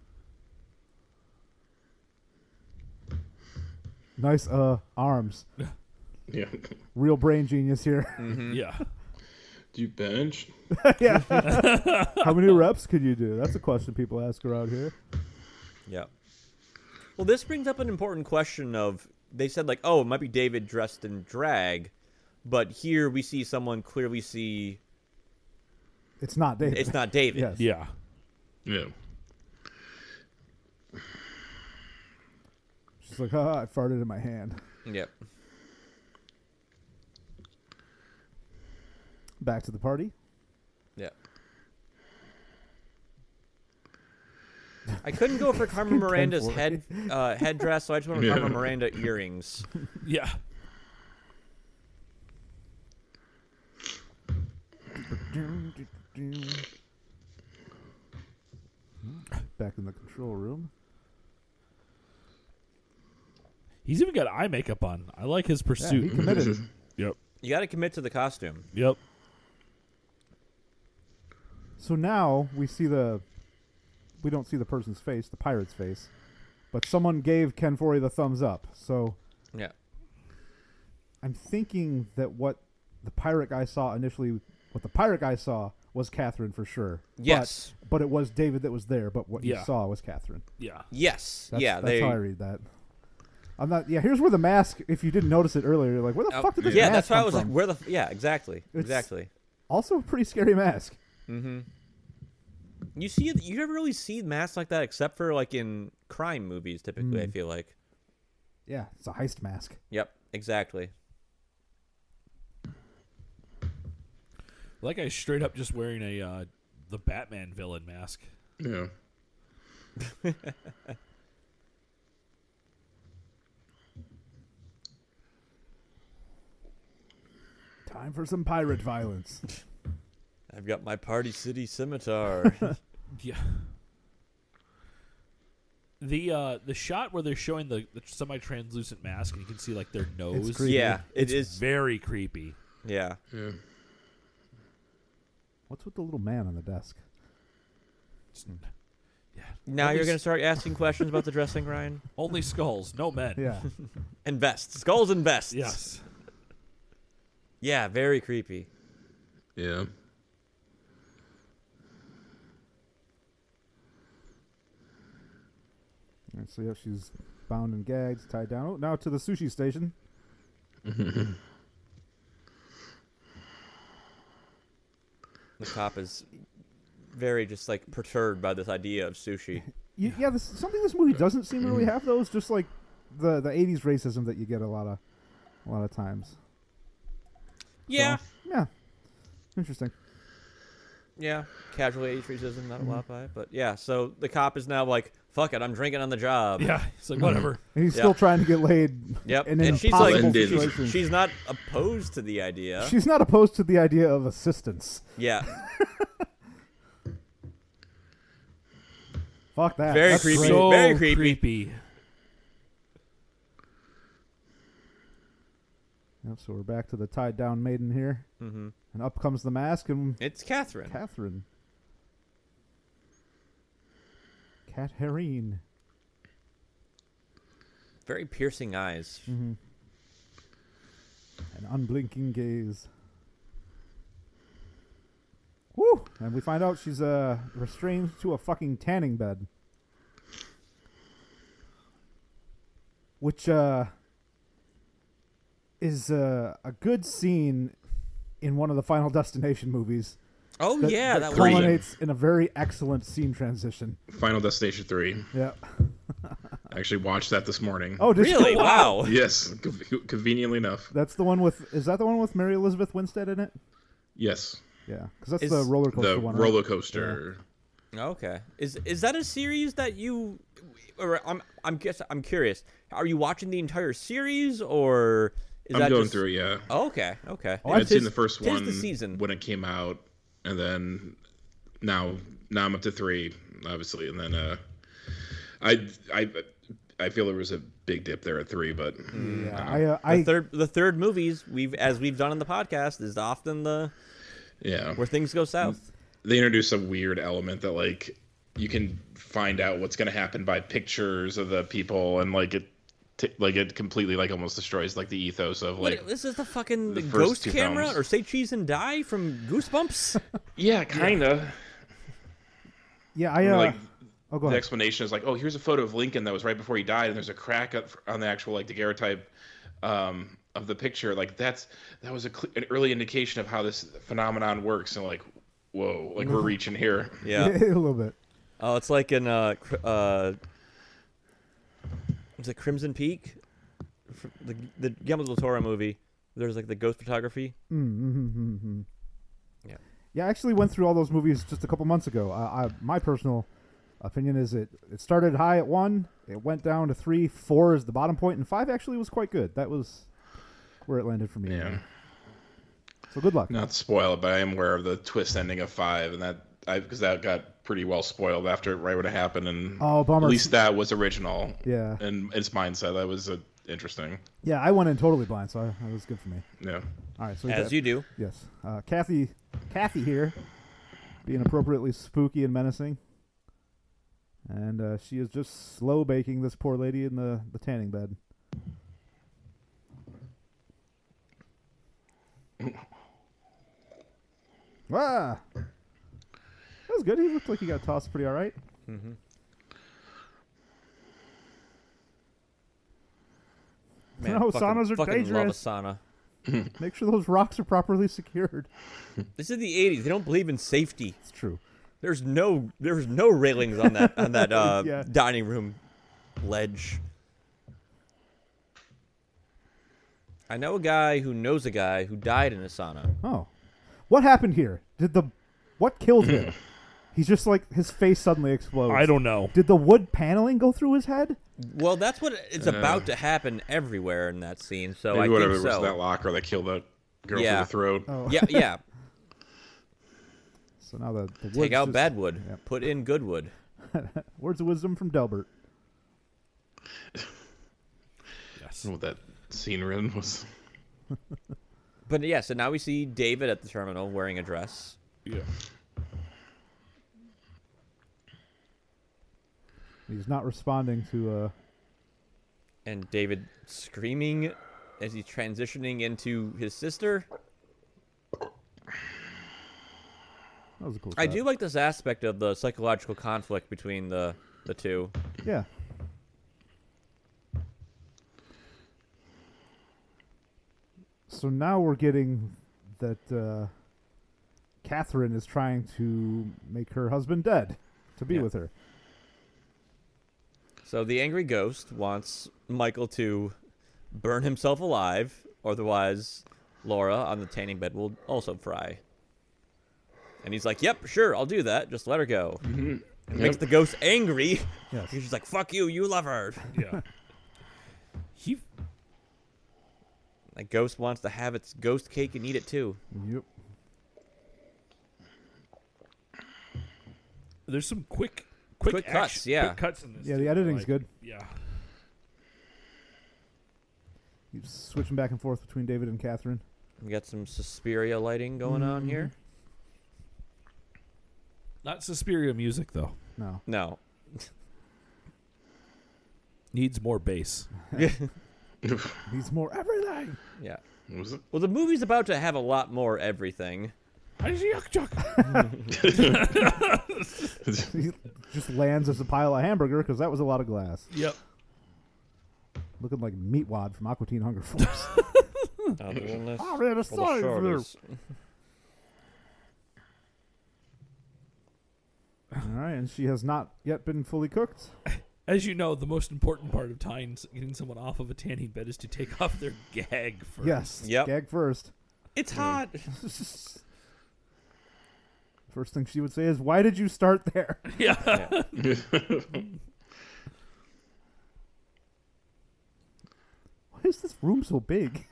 S2: Nice uh arms.
S4: Yeah.
S2: Real brain genius here.
S3: Yeah.
S4: Do you bench?
S2: How many reps could you do? That's a question people ask around here.
S1: Yeah. Well, this brings up an important question of they said like, oh, it might be David dressed in drag, but here we see someone clearly see
S2: It's not David.
S1: it's not David.
S2: Yes.
S3: Yeah.
S4: Yeah.
S2: She's like, ah, I farted in my hand.
S1: Yep.
S2: Back to the party.
S1: Yep. I couldn't go for Carmen Miranda's
S2: for it.
S1: head uh, headdress, so I just went with
S4: Yeah.
S1: Carmen Miranda earrings.
S3: Yeah.
S2: Back in the control room.
S3: He's even got eye makeup on. I like his
S2: Yeah,
S3: pursuit.
S2: he committed.
S3: Yep.
S1: You got to commit to the costume.
S3: Yep.
S2: So now we see the. We don't see the person's face, the pirate's face, but someone gave Ken Forey the thumbs up. So
S1: Yeah.
S2: I'm thinking that what the pirate guy saw initially, what the pirate guy saw was Catherine for sure. But-
S1: Yes.
S2: But, it was David that was there, but what
S3: Yeah.
S2: he saw was Catherine.
S3: Yeah.
S1: Yes.
S2: That's,
S1: yeah.
S2: that's
S1: they,
S2: how I read that. I'm not. Yeah, here's where the mask. If you didn't notice it earlier, you're like, where the
S1: Oh,
S2: fuck did this
S1: yeah.
S2: mask
S1: That's why I
S2: come
S1: was
S2: from?
S1: like, where the? f- Yeah. Exactly.
S2: It's-
S1: Exactly.
S2: also, a pretty scary mask.
S1: You see, it- you never really see masks like that except for like in crime movies. Typically, I feel like.
S2: Yeah, it's a heist mask.
S1: Yep. Exactly.
S3: That guy's straight up just wearing a uh, the Batman villain mask.
S4: Yeah.
S2: Time for some pirate violence.
S1: I've got my Party City scimitar.
S3: Yeah. The uh, the shot where they're showing the, the semi translucent mask and you can see like their nose.
S2: creepy.
S1: yeah. It
S3: It's
S1: is.
S3: very creepy.
S1: Yeah.
S4: Yeah.
S2: What's with the little man on the desk?
S3: It's-
S1: Now
S3: Every
S1: you're gonna
S3: s-
S1: start asking questions about the dressing, Ryan.
S3: Only skulls, no men.
S2: Yeah.
S1: And vests, skulls and vests.
S3: Yes.
S1: Yeah. Very creepy.
S4: Yeah.
S2: Alright, so yeah, she's bound and gagged, tied down. Oh, now to the sushi station.
S1: The cop is very just like perturbed by this idea of sushi.
S2: You, yeah, this, something this movie doesn't seem to really
S1: Mm.
S2: have though is just like the the '80s racism that you get a lot of a lot of times.
S1: Yeah,
S2: So, yeah, interesting.
S1: yeah. Casual age racism, not a lot by it, but yeah. So the cop is now like, "Fuck it, I'm drinking on the job."
S3: Yeah, it's like whatever.
S2: And he's
S1: Yeah.
S2: still trying to get laid.
S1: Yep.
S2: in an
S1: and she's like,
S2: impossible
S4: Blended.
S2: situation.
S1: she's not opposed to the idea.
S2: She's not opposed to the idea of assistance.
S1: yeah.
S2: Fuck that.
S1: Very
S2: That's
S1: creepy.
S2: great.
S3: So
S1: Very creepy.
S3: creepy.
S2: Yep, so we're back to the tied down maiden here. Mm-hmm. And up comes the mask and
S1: It's Catherine.
S2: Catherine. Cat Herrine.
S1: Very piercing eyes.
S2: Mm-hmm. An unblinking gaze. Woo! And we find out she's uh, restrained to a fucking tanning bed. Which uh, is uh, a good scene in one of the Final Destination movies.
S1: Oh
S2: that-
S1: yeah, that,
S2: that
S1: was
S4: Green.
S2: culminates in a very excellent scene transition.
S4: Final Destination 3.
S2: Yeah.
S4: I actually watched that this morning.
S2: Oh, did you-
S1: really wow.
S4: Yes, conv- conveniently enough.
S2: That's the one with. Is that the one with Mary Elizabeth Winstead in it?
S4: Yes.
S2: Yeah, because that's
S1: Is
S2: the roller coaster
S4: The
S2: one. right?
S4: roller coaster.
S1: Okay. Is is that a series that you? Or I'm I'm guess I'm curious. Are you watching the entire series or is that
S4: I'm going
S1: just-
S4: through it, yeah.
S1: Oh, okay. Okay.
S2: Oh,
S4: I'd
S2: I've
S4: seen the first
S1: tis
S4: one
S1: the season.
S4: when it came out, and then now now I'm up to three, obviously, and then uh, I I I feel there was a big dip there at three, but
S1: Mm.
S2: Yeah, I, uh,
S1: the
S2: I
S1: third the third movies we've as we've done on the podcast is often the
S4: yeah,
S1: where things go south.
S4: they introduced a weird element that like you can find out what's going to happen by pictures of the people, and like it t- like it completely like almost destroys like the ethos of like
S1: Wait, this is the fucking
S4: the first
S1: ghost
S4: two
S1: camera
S4: films.
S1: or say cheese and die from Goosebumps.
S4: yeah, kind of
S2: yeah I uh,
S4: like.
S2: oh go
S4: the
S2: ahead.
S4: explanation is like, oh, here's a photo of Lincoln that was right before he died, and there's a crack up on the actual like daguerreotype um, of the picture. Like that's that was a cl- an early indication of how this phenomenon works. And like, whoa, like we're reaching here.
S1: yeah.
S2: a little bit.
S1: Oh, it's like in uh, cr- uh, was it Crimson Peak, Fr- the the Guillermo del Toro movie? There's like the ghost photography.
S2: Yeah, I actually went through all those movies just a couple months ago. I, I my personal opinion is it it started high at one, it went down to three, four is the bottom point, and five actually was quite good. That was where it landed for me.
S4: Yeah.
S2: So good luck.
S4: Not to spoil it, but I am aware of the twist ending of five, and that I because that got pretty well spoiled after right when it happened. And
S2: Oh, bummer.
S4: At least that was original.
S2: Yeah.
S4: And its mindset that was uh, interesting.
S2: Yeah, I went in totally blind, so I, that was good for me.
S4: Yeah.
S2: All right, so we got-
S1: As you do.
S2: Yes. Uh, Kathy Kathy here being appropriately spooky and menacing. And uh, she is just slow baking this poor lady in the, the tanning bed. Ah! That was good. He looked like he got tossed pretty all right.
S1: Man,
S2: No,
S1: fucking,
S2: saunas are
S1: fucking love a
S2: dangerous.
S1: sauna.
S2: Make sure those rocks are properly secured.
S1: This is the '80s. They don't believe in safety.
S2: It's true.
S1: There's no there's no railings on that on that uh,
S2: Yeah.
S1: dining room ledge. I know a guy who knows a guy who died in a sauna.
S2: Oh. What happened here? Did the what killed him? He's just like his face suddenly explodes.
S3: I don't know.
S2: Did the wood paneling go through his head?
S1: Well, that's what it's about to happen everywhere in that scene. So
S4: Uh. Maybe
S1: I
S4: whatever
S1: think
S4: was
S1: so.
S4: that locker that killed that girl
S1: Yeah.
S4: through the throat.
S1: Yeah, yeah.
S2: So now the, the wood's
S1: Take out
S2: just-
S1: bad wood.
S2: yeah.
S1: Put in good wood.
S2: Words of wisdom from Delbert.
S3: Yes.
S4: I don't know what that scene we're in was.
S1: But yeah, so now we see David at the terminal wearing a dress.
S3: Yeah.
S2: He's not responding to. Uh,
S1: And David screaming as he's transitioning into his sister.
S2: that was a cool.
S1: I
S2: shot.
S1: do like this aspect of the psychological conflict between the the two.
S2: Yeah. So now we're getting that uh, Catherine is trying to make her husband dead to be
S1: Yeah.
S2: with her.
S1: So the angry ghost wants Michael to burn himself alive, otherwise Laura on the tanning bed will also fry. And he's like, "Yep, sure, I'll do that. Just let her go." It makes
S4: Yep.
S1: the ghost angry.
S2: Yes.
S1: She's like, "Fuck you, you love her."
S3: Yeah. he
S1: That ghost wants to have its ghost cake and eat it too.
S2: Yep.
S3: there's some quick quick,
S1: Quick
S3: action-
S1: cuts, yeah.
S3: quick cuts in this.
S2: Yeah, the
S3: too,
S2: editing's
S3: like-
S2: good.
S3: Yeah.
S2: You switching back and forth between David and Catherine.
S1: We got some Suspiria lighting going on here.
S3: Not Suspiria music though.
S2: No.
S1: No,
S3: Needs more bass.
S2: He's more everything.
S1: yeah.
S4: What was it?
S1: Well, the movie's about to have a lot more everything.
S3: I see yuck chuck.
S2: He just lands as a pile of hamburger because that was a lot of glass.
S3: Yep.
S2: Looking like Meatwad from Aqua Teen Hunger Force.
S1: Oh, the one less-
S2: I ran a
S1: for the shortest.
S2: All right, and she has not yet been fully cooked.
S3: As you know, the most important part of tying s- getting someone off of a tanning bed is to take off their gag first.
S2: Yes.
S1: Yep.
S2: Gag first.
S1: It's hot.
S2: First thing she would say is, "Why did you start there?"
S3: Yeah.
S1: Mm-hmm.
S2: Why is this room so big?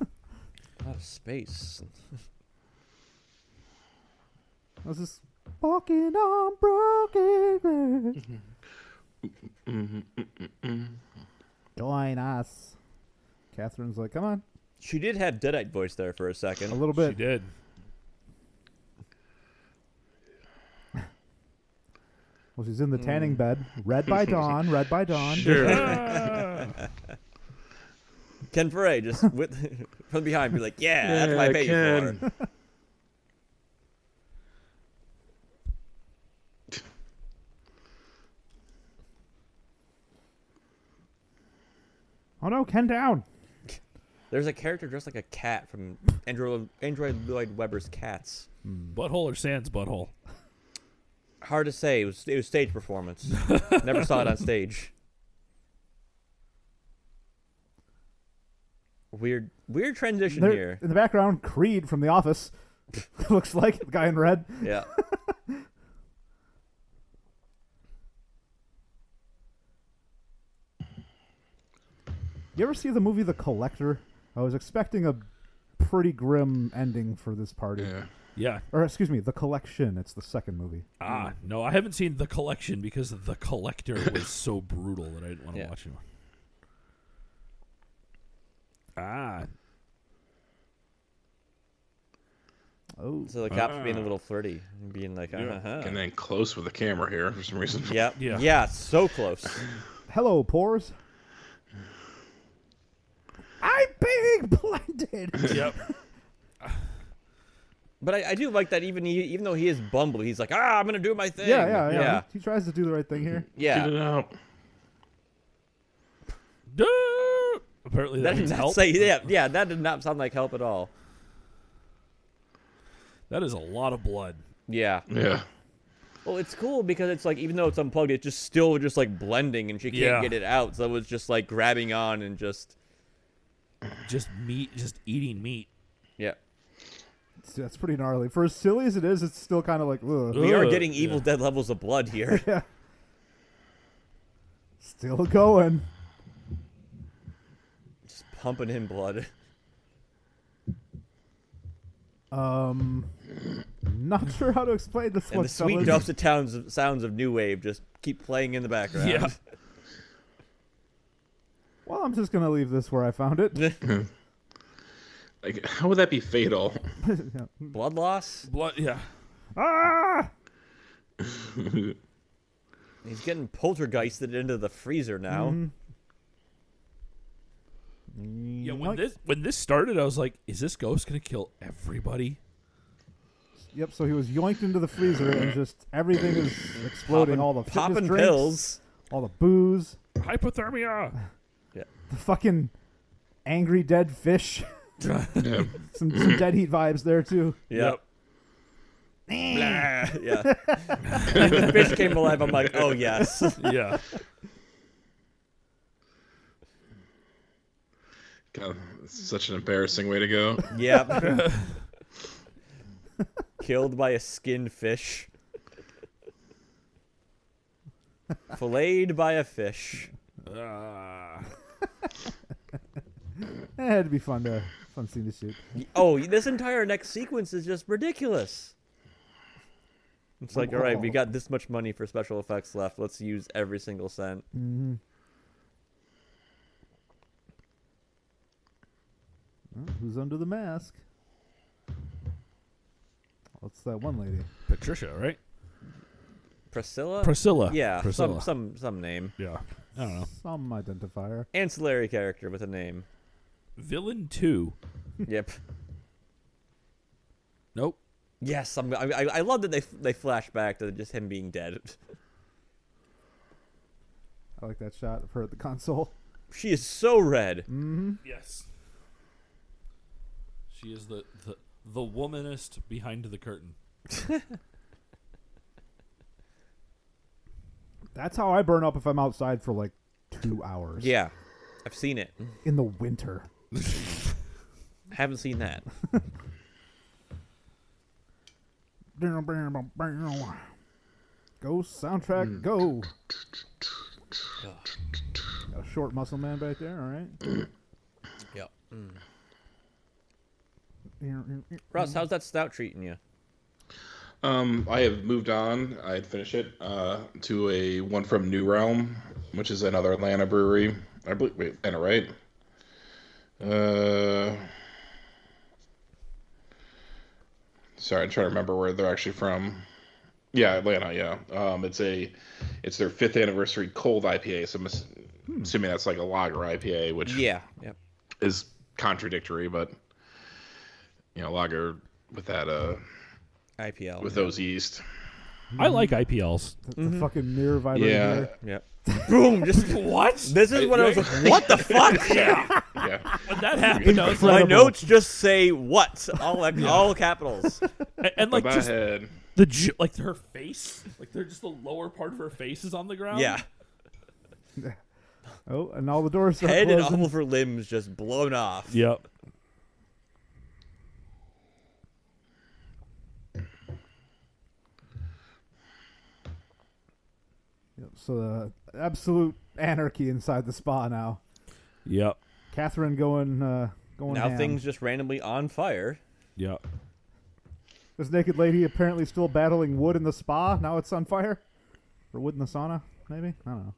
S1: A lot of space.
S2: I was just walking on broken glass. Join us. Catherine's like, "Come on,
S1: She did have deadite voice there for a
S2: a
S1: second.
S2: little
S3: She
S2: bit."
S3: did.
S2: Well, she's in the
S1: Mm.
S2: tanning bed, red by dawn, red by dawn.
S1: Ken Foray just with from behind be like, "Yeah, that's my baby."
S4: Ken.
S1: for."
S2: Oh no, Ken down.
S1: There's a character dressed like a cat from Android Android Lloyd Webber's Cats.
S3: butthole or Sans butthole?
S1: Hard to say. It was it was stage performance. Never saw it on stage. Weird weird transition
S2: There-
S1: here.
S2: in the background, Creed from The Office. Looks like the guy in red.
S1: Yeah.
S2: You ever see the movie The Collector? I was expecting a pretty grim ending for this party.
S4: Yeah.
S3: Yeah.
S2: Or excuse me, The Collection. It's the second movie.
S3: Ah, no, I haven't seen The Collection because The Collector was so brutal that I didn't want to
S1: Yeah.
S3: watch anymore. Ah,
S2: Oh,
S1: So the cops being a little flirty, and being like,
S4: Yeah.
S1: uh-huh.
S4: And then close with the camera here for some reason.
S1: Yep.
S3: Yeah.
S1: Yeah. Yeah. So close.
S2: hello, pores. I'm being blinded.
S3: yep.
S1: But I, I do like that. Even he, even though he is Bumble, he's like, ah, I'm gonna do my thing.
S2: yeah, yeah, yeah.
S1: yeah,
S2: He, he tries to do the right thing here.
S1: yeah.
S4: Get it out.
S3: Duh! Apparently that,
S1: That did
S3: means
S1: not
S3: help.
S1: say. Yeah, yeah. That did not sound like help at all.
S3: That is a lot of blood.
S1: Yeah.
S4: Yeah.
S1: Well, it's cool because it's like even though it's unplugged, it's just still just like blending, and she can't
S3: Yeah.
S1: get it out. So it was just like grabbing on and just
S3: Just meat, just eating meat.
S1: yeah.
S2: It's- that's pretty gnarly. For as silly as it is, it's still kind of like, ugh.
S1: We are
S3: Ugh,
S1: getting Evil
S3: yeah.
S1: Dead levels of blood here.
S2: still going.
S1: just pumping in blood.
S2: Um, not sure how to explain this
S1: And
S2: one.
S1: the sweet
S2: fellas.
S1: dulcet tones of sounds of new wave just keep playing in the background.
S3: Yeah.
S2: Well, I'm just gonna leave this where I found it.
S4: Like, how would that be fatal?
S1: Blood loss.
S3: Blood, yeah.
S2: ah!
S1: He's getting poltergeisted into the freezer now.
S2: Mm-hmm.
S3: Yeah, when this when this started, I was like, "Is this ghost gonna kill everybody?"
S2: Yep. So he was yoinked into the freezer, and just everything is exploding.
S1: Popping-
S2: all the fitness
S1: popping
S2: drinks,
S1: pills.
S2: all the booze,
S3: Hypothermia.
S1: Yeah.
S2: the fucking angry dead fish.
S4: Yeah.
S2: some, some dead heat vibes there too.
S1: Yep. yeah. When the fish came alive. I'm like, oh yes.
S3: yeah.
S4: God, it's such an embarrassing way to go.
S1: Yep. Killed by a skinned fish. Filleted by a fish. Uh,
S3: Ah.
S2: Eh, it'd be fun to fun scene to shoot.
S1: Y- Oh, this entire next sequence is just ridiculous. It's like, all right, we got this much money for special effects left. Let's use every single cent.
S2: Well, who's under the mask? What's that one lady?
S3: Patricia, right?
S1: Priscilla?
S3: Priscilla.
S1: uh, Yeah,
S3: Priscilla.
S1: some some some name.
S3: yeah. I don't know.
S2: Some identifier.
S1: Ancillary character with a name.
S3: Villain two.
S1: yep.
S3: Nope.
S1: Yes, I'm, I I I love that they they flash back to just him being dead.
S2: I like that shot of her at the console.
S1: She is so red.
S2: Mm-hmm.
S3: Yes. She is the the, the womanist behind the curtain.
S2: That's how I burn up if I'm outside for like two hours.
S1: Yeah, I've seen it.
S2: In the winter.
S1: Haven't seen that.
S2: Go soundtrack,
S1: Hmm.
S2: go. A short muscle man back there, all right.
S1: Yep. Russ, how's that stout treating you?
S4: Um, I have moved on. I had finished it uh, to a one from New Realm, which is another Atlanta brewery. I believe. Wait, Atlanta, right? Uh, sorry, I'm trying to remember where they're actually from. Yeah, Atlanta. Yeah. Um, it's a, it's their fifth anniversary cold IPA. So I'm ass- assuming that's like a lager IPA, which
S1: Yeah. Yep.
S4: is contradictory, but you know, lager with that uh
S1: IPL.
S4: with those yeast.
S3: I like IPLs.
S2: The,
S1: Mm-hmm.
S2: the fucking mirror vibrator.
S4: Yeah.
S2: there.
S1: Yep. Boom. Just
S3: What?
S1: this is what I was like. What the fuck?
S4: Yeah.
S3: When that happened, I was like,
S1: My notes just say what all all capitals.
S3: and, and like
S4: my
S3: just
S4: head.
S3: the ju- like her face, like they're just the lower part of her face is on the ground.
S1: Yeah.
S2: Oh, and all the doors are
S1: Head and
S2: closed.
S1: all of her limbs just blown off.
S3: Yep.
S2: Yep, So the absolute anarchy inside the spa now.
S3: Yep.
S2: Catherine going, uh, going.
S1: Now
S2: ham.
S1: things just randomly on fire.
S3: Yep.
S2: This naked lady apparently still battling wood in the spa. Now it's on fire, or wood in the sauna, maybe. I don't know.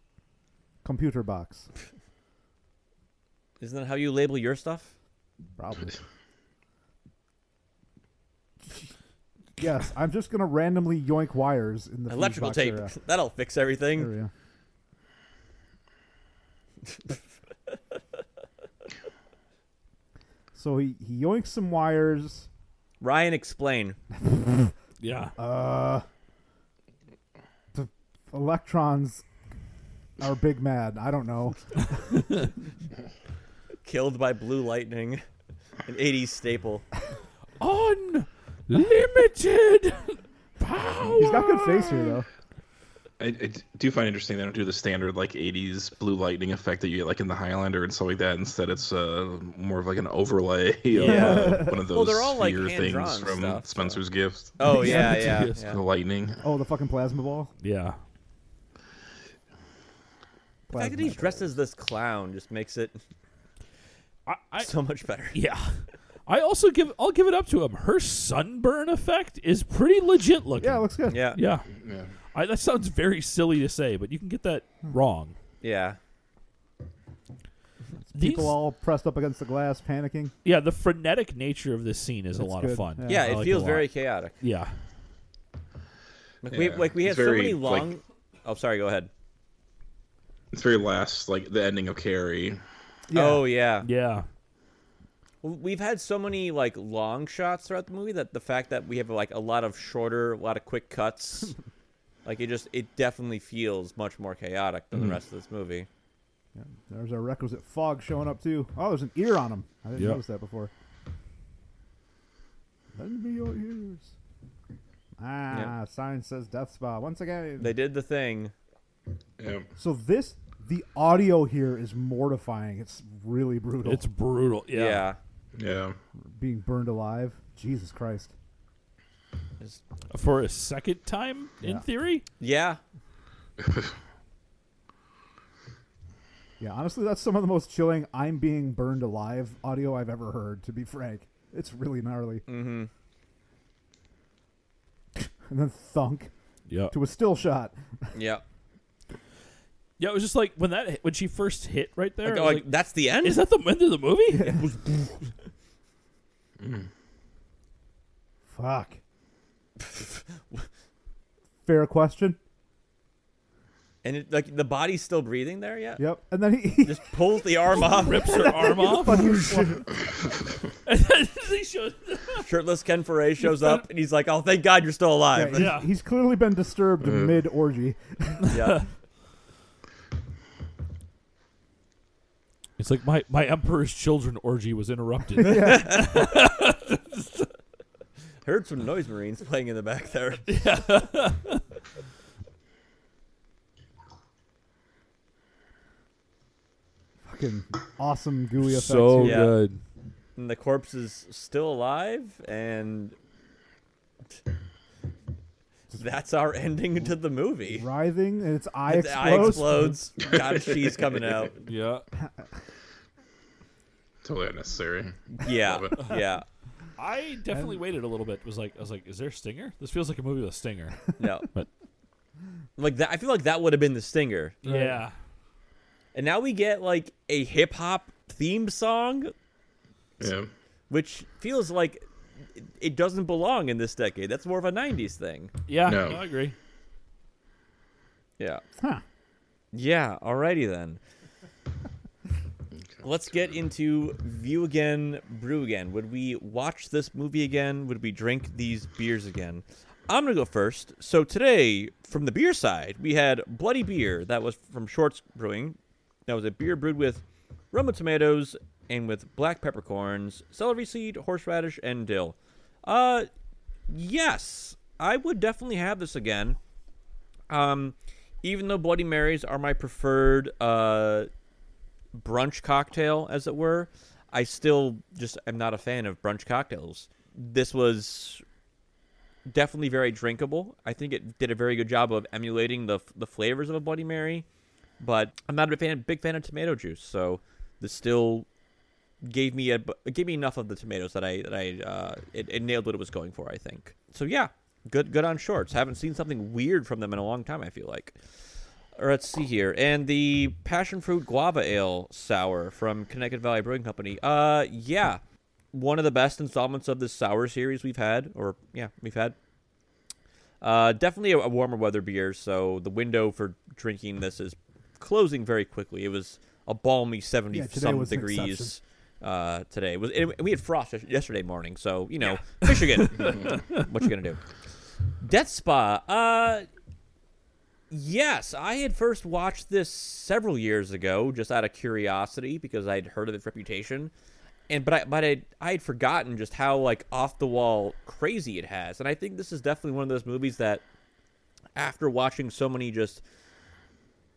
S2: Computer box,
S1: Isn't that how you label your stuff?
S2: probably. yes, I'm just gonna randomly yoink wires in the fuse
S1: Electrical
S2: box
S1: tape.
S2: area.
S1: That'll fix
S2: There
S1: everything.
S2: we go. so he, he yoinks some wires.
S1: Ryan, explain.
S3: Yeah.
S2: Uh, the electrons are big mad. I don't know.
S1: Killed by blue lightning, an '80s staple.
S3: Unlimited
S2: He's
S3: power.
S2: got good face here though.
S4: I, I d- do find interesting they don't do the standard like 80s blue lightning effect that you get like in the Highlander and stuff like that. Instead, it's uh, more of like an overlay of uh, one of those
S1: Well, they're all, like,
S4: sphere
S1: hand-drawn
S4: things from
S1: stuff, so-
S4: Spencer's Gifts.
S1: Oh yeah, yeah.
S3: Yes.
S1: yeah.
S4: The lightning.
S2: Oh, the fucking plasma ball.
S3: Yeah.
S1: The fact
S2: Plasma.
S1: that he's dressed as this clown just makes it
S3: I, I
S1: so much better.
S3: yeah. I also give I'll give it up to him. Her sunburn effect is pretty legit looking.
S2: yeah, it looks good.
S1: Yeah, yeah.
S3: yeah.
S4: Yeah.
S3: I, that sounds very silly to say, but you can get that wrong. These,
S2: People all pressed up against the glass, panicking.
S3: yeah, the frenetic nature of this scene is a
S2: That's
S3: lot
S2: good,
S3: of fun.
S2: yeah.
S1: Yeah,
S3: I
S1: it
S3: like
S1: feels
S3: a lot.
S1: very chaotic.
S3: Yeah.
S1: Like we
S4: Yeah.
S1: like we had
S4: It's
S1: so
S4: very,
S1: many
S4: like-
S1: long. Oh, sorry. Go ahead.
S4: It's very last, like the ending of Carrie.
S1: Oh yeah.
S3: Yeah.
S1: Well, We've had so many like long shots throughout the movie that the fact that we have like a lot of shorter, a lot of quick cuts, like it just it definitely feels much more chaotic than the rest of this movie.
S2: There's our requisite fog showing up too. Oh, there's an ear on him. I didn't
S3: Yep.
S2: notice that before. Lend me your ears. Ah, sign says death spa once again.
S1: They did the thing.
S4: Yeah.
S2: so this The audio here is mortifying. It's really brutal.
S3: It's brutal. Yeah.
S1: yeah.
S4: Yeah.
S2: being burned alive. Jesus Christ.
S1: It's-
S3: For a second time, in
S2: Yeah.
S3: theory.
S1: yeah.
S2: Yeah, honestly, that's some of the most chilling "I'm being burned alive" audio I've ever heard. To be frank, it's really gnarly. Mm-hmm. and then thunk
S3: Yeah.
S2: to a still shot.
S1: Yeah.
S3: Yeah, it was just like when that hit- when she first hit right there.
S1: Like,
S3: I
S1: oh,
S3: was
S1: like, that's the end.
S3: is that the end of the movie?
S2: Fuck. Fair question.
S1: and it, like the body's still breathing there yet?
S2: Yep. And then he, he
S1: Just pulls the arm off.
S3: Rips her arm off.
S2: fucking fl-
S3: and then they showed
S1: Shirtless Ken Foray shows up and he's like, "Oh, thank God you're still
S2: yeah,
S1: alive."
S2: he's,
S3: Yeah.
S2: he's clearly been disturbed
S1: Uh-huh.
S2: mid orgy.
S1: yeah.
S3: It's like my, my Emperor's Children orgy was interrupted.
S1: Heard some noise marines playing in the back there.
S2: fucking awesome gooey effects.
S3: so
S2: here.
S1: Yeah.
S3: good.
S1: And the corpse is still alive, and that's our ending to the movie.
S2: writhing, and its eye
S1: Its eye
S2: explodes.
S1: explodes. God's cheese coming out.
S3: Yeah.
S4: Totally unnecessary.
S1: Yeah, yeah.
S3: I definitely waited a little bit. Was like I was like, is there a stinger? This feels like a movie with a stinger.
S1: No,
S3: But-
S1: like that. I feel like that would have been the stinger.
S3: Yeah.
S1: And now we get like a hip hop theme song,
S4: Yeah.
S1: which feels like it- it doesn't belong in this decade. That's more of a '90s thing.
S3: Yeah.
S4: No.
S3: I agree.
S1: Yeah.
S2: Huh.
S1: Yeah, alrighty then. Let's get into view again, brew again. Would we watch this movie again? Would we drink these beers again? I'm going to go first. So today, from the beer side, we had Bloody Beer. That was from Shorts Brewing. That was a beer brewed with Roma tomatoes and with black peppercorns, celery seed, horseradish, and dill. Uh, yes, I would definitely have this again. Um, even though Bloody Marys are my preferred uh, brunch cocktail, as it were, I still just am not a fan of brunch cocktails. This was definitely very drinkable. I think it did a very good job of emulating the the flavors of a Bloody Mary, but I'm not a fan, big fan of tomato juice, so this still gave me a it gave me enough of the tomatoes that I that I uh, it, it nailed what it was going for. I think so. Yeah, good good on shorts. Haven't seen something weird from them in a long time. I feel like. Or let's see here, and the passion fruit guava ale sour from Connecticut Valley Brewing Company. Uh, yeah, one of the best installments of this sour series we've had, or yeah, we've had. Uh, definitely a, a warmer weather beer, so the window for drinking this is closing very quickly. It was a balmy seventy
S2: Yeah, today
S1: some
S2: was an
S1: degrees
S2: exception.
S1: uh, today. It was and we had frost yes- yesterday morning, so you know Michigan. what you gonna do? Death Spa. Uh, yes, I had first watched this several years ago, just out of curiosity because I'd heard of its reputation, and but I but I I had forgotten just how like off the wall crazy it has, and I think this is definitely one of those movies that, after watching so many just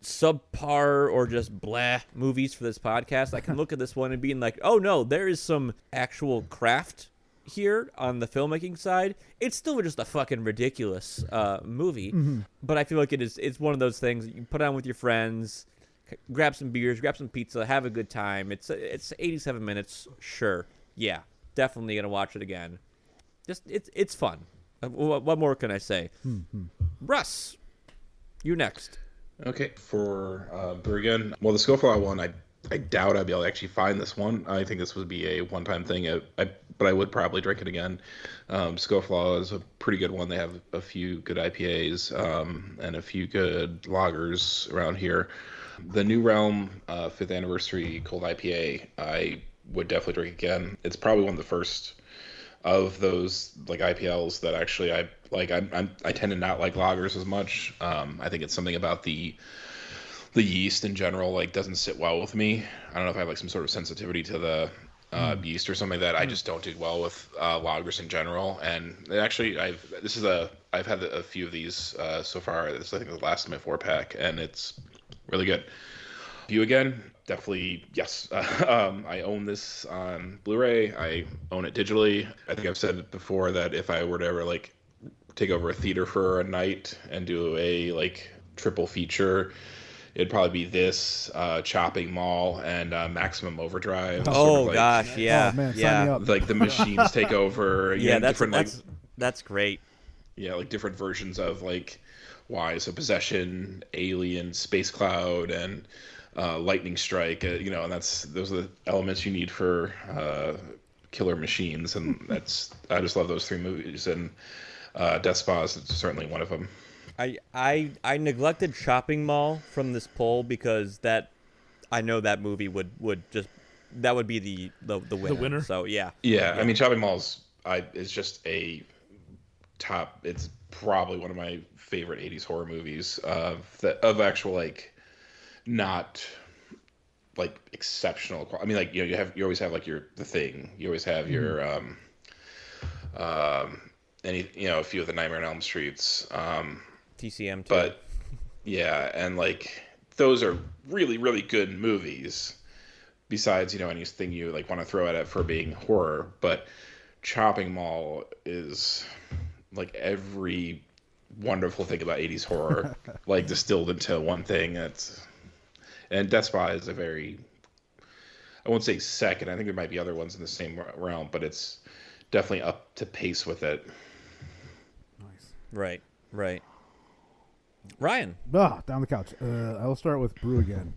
S1: subpar or just blah movies for this podcast, I can look at this one and being like, oh no, there is some actual craft here on the filmmaking side. It's still just a fucking ridiculous uh, movie, but I feel like it is. It's one of those things that you put on with your friends, c- grab some beers, grab some pizza, have a good time. It's it's 87 minutes, sure, yeah, definitely gonna watch it again. Just it's it's fun. Uh, wh- What more can I say? Russ, you next.
S4: Okay, for uh, Bergen, well, the Scoflaw one, I I doubt I'd be able to actually find this one. I think this would be a one-time thing, I, I, but I would probably drink it again. Um, Scoflaw is a pretty good one. They have a few good IPAs um, and a few good lagers around here. The New Realm uh, fifth anniversary cold IPA, I would definitely drink again. It's probably one of the first of those like IPLs that actually I like. I'm, I'm I tend to not like lagers as much. Um, I think it's something about the the yeast in general like doesn't sit well with me. I don't know if I have like some sort of sensitivity to the uh, yeast or something like that I just don't do well with uh, lagers in general. And it actually, I've this is a I've had a few of these uh, so far. This I think is the last of my four pack, and it's really good. you again definitely yes um, i own this on blu-ray i own it digitally i think i've said it before that if i were to ever like take over a theater for a night and do a like triple feature it'd probably be this uh, chopping mall and uh, maximum overdrive sort of
S1: Oh
S4: like,
S1: gosh, yeah,
S2: oh man,
S1: yeah,
S2: sign me up.
S4: like the machines take over you
S1: yeah.
S4: know,
S1: That's
S4: different like
S1: that's that's great.
S4: yeah like different versions of like why so possession alien space cloud and uh, lightning strike uh, you know and that's those are the elements you need for uh, killer machines and that's i just love those three movies and uh, death spa is certainly one of them
S1: I I I neglected shopping mall from this poll because that I know that movie would would just that would be the the, the winner.
S3: winner?
S1: So yeah,
S4: yeah, i mean shopping malls i it's just a top it's probably one of my favorite 80s horror movies of the of actual like not like exceptional qual- i mean like you know you have you always have like your the thing you always have your um um any you know a few of the nightmare on elm streets um
S1: TCM too.
S4: but yeah and like those are really really good movies besides you know anything you like want to throw at it for being horror but chopping mall is like every wonderful thing about 80s horror like distilled into one thing that's and death spy is a very i won't say second i think there might be other ones in the same realm but it's definitely up to pace with it
S2: Nice.
S1: right, right. Ryan,
S2: Ah, down the couch. Uh, I'll start with brew again.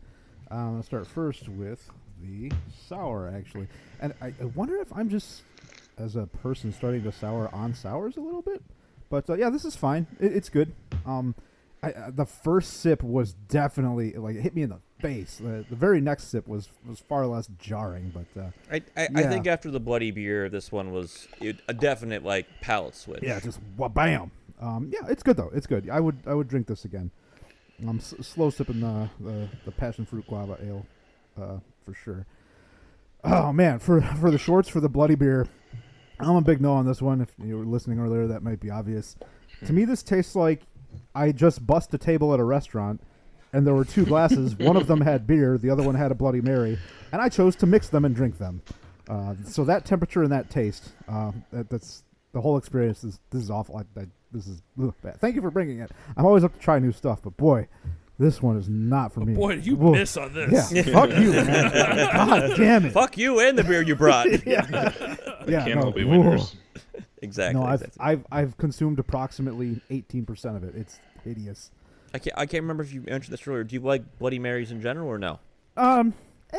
S2: Um, I'll start first with the sour, actually. And I, I wonder if I'm just, as a person, starting to sour on sours a little bit. But uh, yeah, this is fine. It, it's good. Um, I, uh, the first sip was definitely like it hit me in the face. The, the very next sip was was far less jarring, but uh,
S1: I I, I
S2: Yeah.
S1: think after the bloody beer, this one was it, a definite like palate switch.
S2: Yeah, just wha bam. Um, yeah, it's good though. It's good. I would I would drink this again. I'm s- slow sipping the, the the passion fruit guava ale, uh, for sure. Oh man, for for the shorts for the bloody beer, I'm a big no on this one. If you were listening earlier, that might be obvious. To me, this tastes like I just bust a table at a restaurant, and there were two glasses. one of them had beer, the other one had a Bloody Mary, and I chose to mix them and drink them. Uh, so that temperature and that taste, uh, that, that's the whole experience. Is this is awful? I, I, this is ugh, bad. Thank you for bringing it. I'm always up to try new stuff, but boy, this one is not for me.
S3: Boy, you
S2: Whoa.
S3: miss on
S2: Yeah,
S3: this.
S2: fuck you, man. God damn it.
S1: Fuck you and the beer you brought.
S2: yeah,
S4: can't
S2: no,
S4: all be
S2: whoa.
S4: winners
S1: Exactly.
S2: No, I've,
S1: exactly.
S2: I've I've consumed approximately 18% of it. It's hideous.
S1: I can't I can't remember if you mentioned this earlier. Do you like Bloody Marys in general or no?
S2: Um, eh,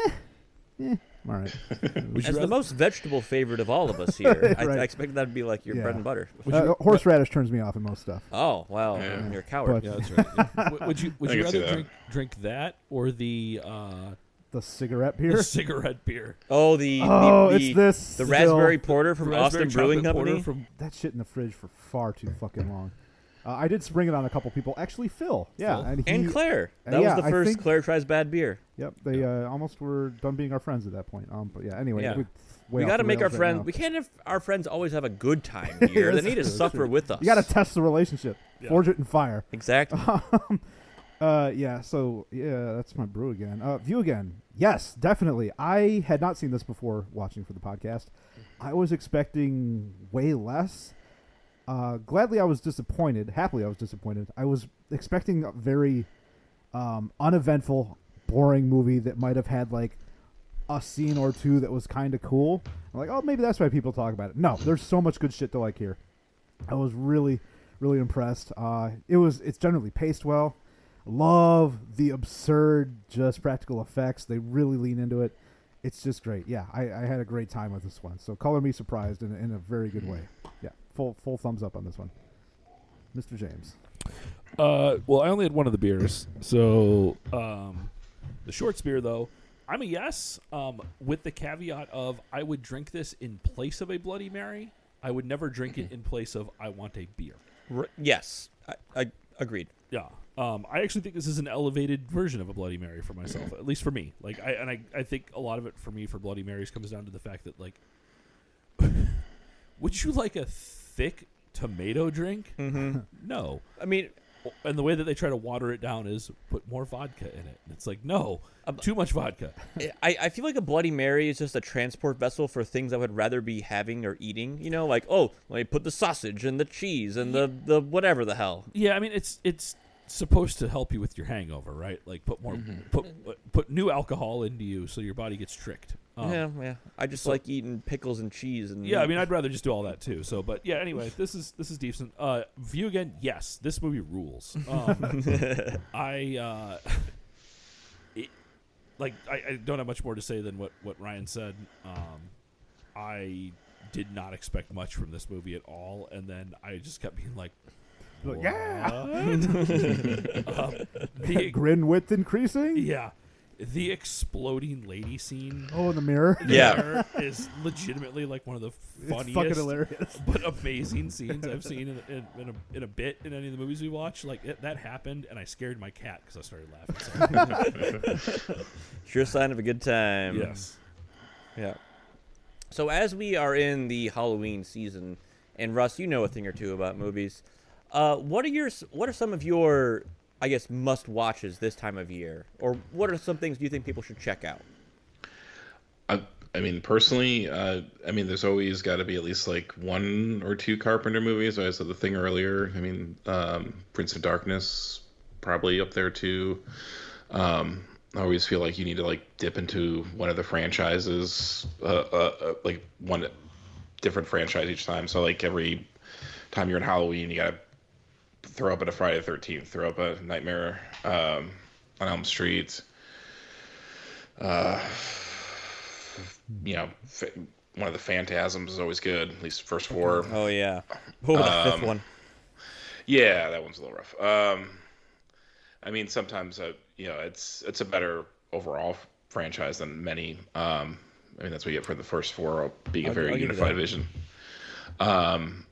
S2: eh, all right.
S3: Would you
S1: As the
S3: rather-
S1: most vegetable favorite of all of us here, I,
S2: Right.
S1: I expected that to be like your
S2: Yeah.
S1: bread and butter.
S3: would
S2: Uh,
S3: you-
S2: horseradish turns me off in most stuff.
S1: Oh wow, you're a coward.
S2: But
S3: Yeah, that's right. yeah. Would- would you would
S4: I
S3: you
S4: can see
S3: rather
S4: that.
S3: drink drink that or the uh,
S2: The cigarette
S3: the
S2: beer.
S3: cigarette beer?
S1: Oh the
S2: Oh,
S1: the,
S2: it's
S1: the,
S2: this
S1: the
S2: still.
S1: raspberry porter from
S3: Raspberry
S1: Austin Brewing
S3: chocolate porter
S1: Company.
S3: From
S2: That shit in the fridge for far too fucking long. Uh, I did spring it on a couple people. Actually, Phil. Yeah,
S3: Phil?
S2: and he.
S1: and Claire.
S2: Uh,
S1: That
S2: yeah,
S1: was the
S2: I
S1: first
S2: think-
S1: Claire tries bad beer.
S2: Yep, they uh, almost were done being our friends at that point. Um, but yeah, anyway,
S1: Yeah.
S2: we,
S1: we got to make our friends.
S2: friend.
S1: We can't have our friends always have a good time here. they
S2: That's
S1: need to
S2: true, that's
S1: suffer
S2: true.
S1: with us.
S2: You got to test the relationship,
S3: Yeah.
S2: forge it in fire.
S1: exactly.
S2: Uh, yeah. So yeah, that's my brew again. Uh, view again. Yes, definitely. I had not seen this before watching for the podcast. I was expecting way less. Uh, gladly, I was disappointed. Happily, I was disappointed. I was expecting a very um, uneventful, boring movie that might have had like a scene or two that was kind of cool. I'm like, oh, maybe that's why people talk about it. No, there's so much good shit to like here. I was really, really impressed. Uh, it was it's generally paced well. Love the absurd, just practical effects. They really lean into it. It's just great. Yeah, I, I had a great time with this one. So color me surprised in, a- in a very good way.
S1: Mm-hmm.
S2: Yeah, full full thumbs up on this one, Mr. James.
S3: Uh, well, I only had one of the beers, so um, the short beer though, I'm a yes. Um, with the caveat of I would drink this in place of a Bloody Mary. I would never drink it in place of I want a beer.
S1: R- yes, I, I agreed.
S3: Yeah. Um, I actually think this is an elevated version of a Bloody Mary for myself, at least for me. Like, I and I, I think a lot of it for me for Bloody Marys comes down to the fact that like, would you like a thick tomato drink? No.
S1: I mean,
S3: and the way that they try to water it down is put more vodka in it. And it's like, no, too much vodka.
S1: I, I feel like a Bloody Mary is just a transport vessel for things I would rather be having or eating. You know, like oh, let me put the sausage and the cheese and the, the whatever the hell.
S3: Yeah, I mean it's it's supposed to help you with your hangover, right? Like put more put put- put new alcohol into you so your body gets tricked. Um,
S1: yeah, yeah. I just like eating pickles and cheese and
S3: Yeah, I mean, I'd rather just do all that too. So, but yeah, anyway, this is this is decent. Uh, view again, yes, this movie rules. Um, I uh, it, like I, I don't have much more to say than what what Ryan said. Um, I did not expect much from this movie at all, and then I just kept being like,
S2: Like, yeah.
S3: "What?" um, the,
S2: Grin width increasing.
S3: yeah, the exploding lady scene.
S2: Oh, in the mirror.
S1: Yeah.
S3: there is legitimately like one of the funniest
S2: It's fucking hilarious.
S3: but amazing scenes I've seen in, in, in, a, in a bit in any of the movies we watch. Like it, that happened, and I scared my cat because I started laughing. So,
S1: sure sign of a good time.
S3: yes,
S1: Yeah. So as we are in the Halloween season, and Russ, you know a thing or two about movies. Uh, what are your What are some of your I guess must watches this time of year, or what are some things you think people should check out?
S4: I, I mean, personally, uh, I mean, there's always got to be at least like one or two Carpenter movies. I said the thing earlier. I mean, um, Prince of Darkness probably up there too. Um, I always feel like you need to like dip into one of the franchises, uh, uh, uh, like one different franchise each time. So like every time you're in Halloween, you gotta throw up at a Friday the Thirteenth, throw up a Nightmare um, on Elm Street. Uh, you know, fa- one of the phantasms is always good. At least first four.
S1: Oh yeah. Oh, that fifth one.
S4: Yeah, that one's a little rough. Um, I mean, sometimes uh, you know, it's it's a better overall f- franchise than many. Um, I mean, that's what you get for the first four uh, being a
S1: I'll-
S4: very
S1: I'll give you
S4: unified
S1: that.
S4: vision. Um,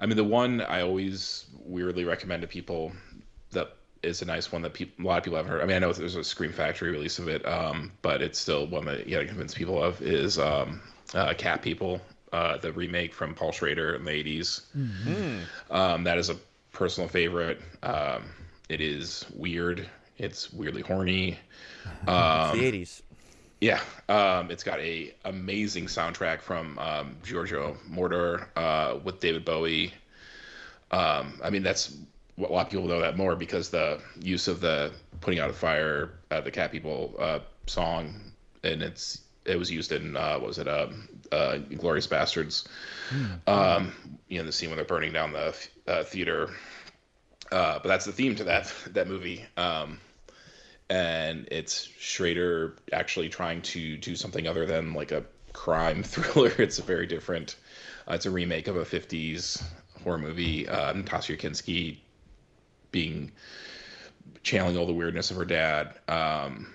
S4: I mean, the one I always weirdly recommend to people that is a nice one that people a lot of people haven't heard. I mean, I know there's a Scream Factory release of it, um, but it's still one that you gotta convince people of is um, uh, Cat People, uh, the remake from Paul Schrader in the '80s. Um, that is a personal favorite. Um, it is weird. It's weirdly horny.
S1: It's the eighties.
S4: Yeah, um, it's got a amazing soundtrack from um, Giorgio Moroder uh, with David Bowie. Um, I mean, that's a lot of people know that more because the use of the "Putting Out a Fire" uh, the Cat People uh, song, and it's it was used in uh, what was it, uh, uh, *Glorious Bastards*. Um, you know, the scene when they're burning down the uh, theater. Uh, but that's the theme to that that movie. Um, and it's Schrader actually trying to do something other than like a crime thriller. It's a very different. Uh, it's a remake of a '50s horror movie. Uh, Natasha Kinski being channeling all the weirdness of her dad. Um,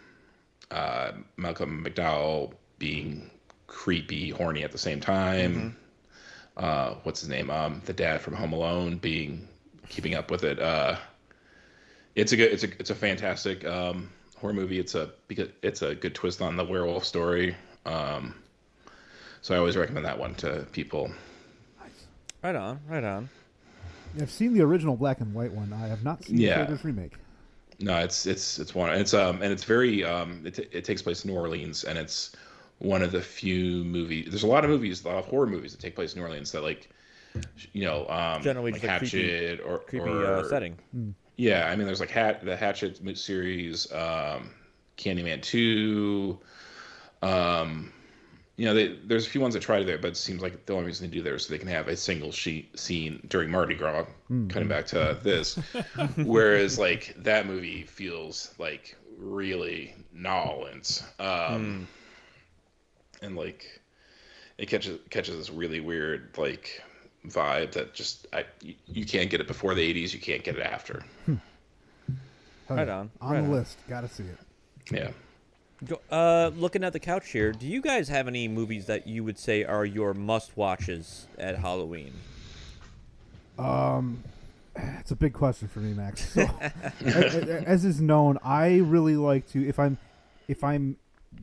S4: uh, Malcolm McDowell being creepy, horny at the same time. Uh, what's his name? Um, the dad from Home Alone being keeping up with it. Uh, it's a good it's a it's a fantastic um horror movie it's a because it's a good twist on the werewolf story um so i always recommend that one to people
S1: Right on. Right on.
S2: I've seen the original black and white one. I have not seen
S4: Yeah.
S2: the remake.
S4: no it's it's it's one it's um and it's very um it, t- it takes place in new orleans and it's one of the few movies there's a lot of movies a lot of horror movies that take place in new orleans that like you know um
S1: Generally
S4: like
S1: just a creepy-
S4: hatchet or
S1: Creepy
S4: or,
S1: uh, setting.
S4: Yeah, I mean, there's like Hat the Hatchet mo- series, um, Candyman two. Um, you know, they, there's a few ones that try to do it, but it seems like the only reason they do there is so they can have a single sheet scene during Mardi Gras. Cutting back to this, whereas like that movie feels like really gnarled, um, and like it catches catches this really weird like vibe that just I you, you can't get it before the 80s, you can't get it after.
S2: Hell
S1: Right
S2: yeah.
S1: on,
S2: On
S1: right
S2: the
S1: on.
S2: list. Gotta see it.
S4: Yeah.
S1: Go- Uh, looking at the couch here, do you guys have any movies that you would say are your must watches at Halloween?
S2: That's a big question for me, Max. So, as, as is known, I really like to if I'm if I'm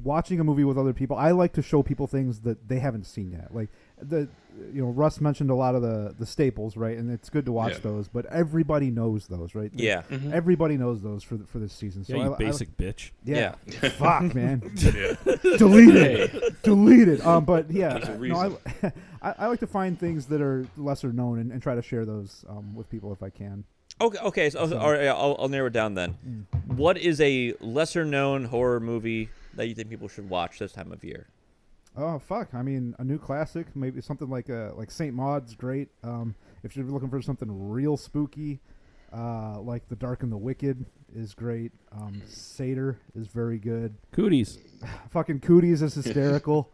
S2: watching a movie with other people, I like to show people things that they haven't seen yet. Like the you know Russ mentioned a lot of the the staples, right? And it's good to watch
S4: Yeah.
S2: those, but everybody knows those, right?
S1: Yeah.
S2: Everybody knows those for the, for this season. So
S3: yeah,
S2: I,
S3: you
S2: I-
S3: basic bitch.
S2: yeah. Fuck, man.
S4: Yeah.
S2: Delete it. Delete it. Um, but
S4: There's
S2: yeah,
S4: a
S2: no, I, I, I like to find things that are lesser known and, and try to share those um, with people if I can.
S1: Okay. Okay. So, all right, I'll, I'll narrow it down then. What is a lesser-known horror movie that you think people should watch this time of year?
S2: Oh fuck! I mean, a new classic, maybe something like uh like Saint Maud's great. Um, if you're looking for something real spooky, uh, like The Dark and the Wicked is great. Um, Seder is very good.
S3: Cooties.
S2: Fucking Cooties is hysterical.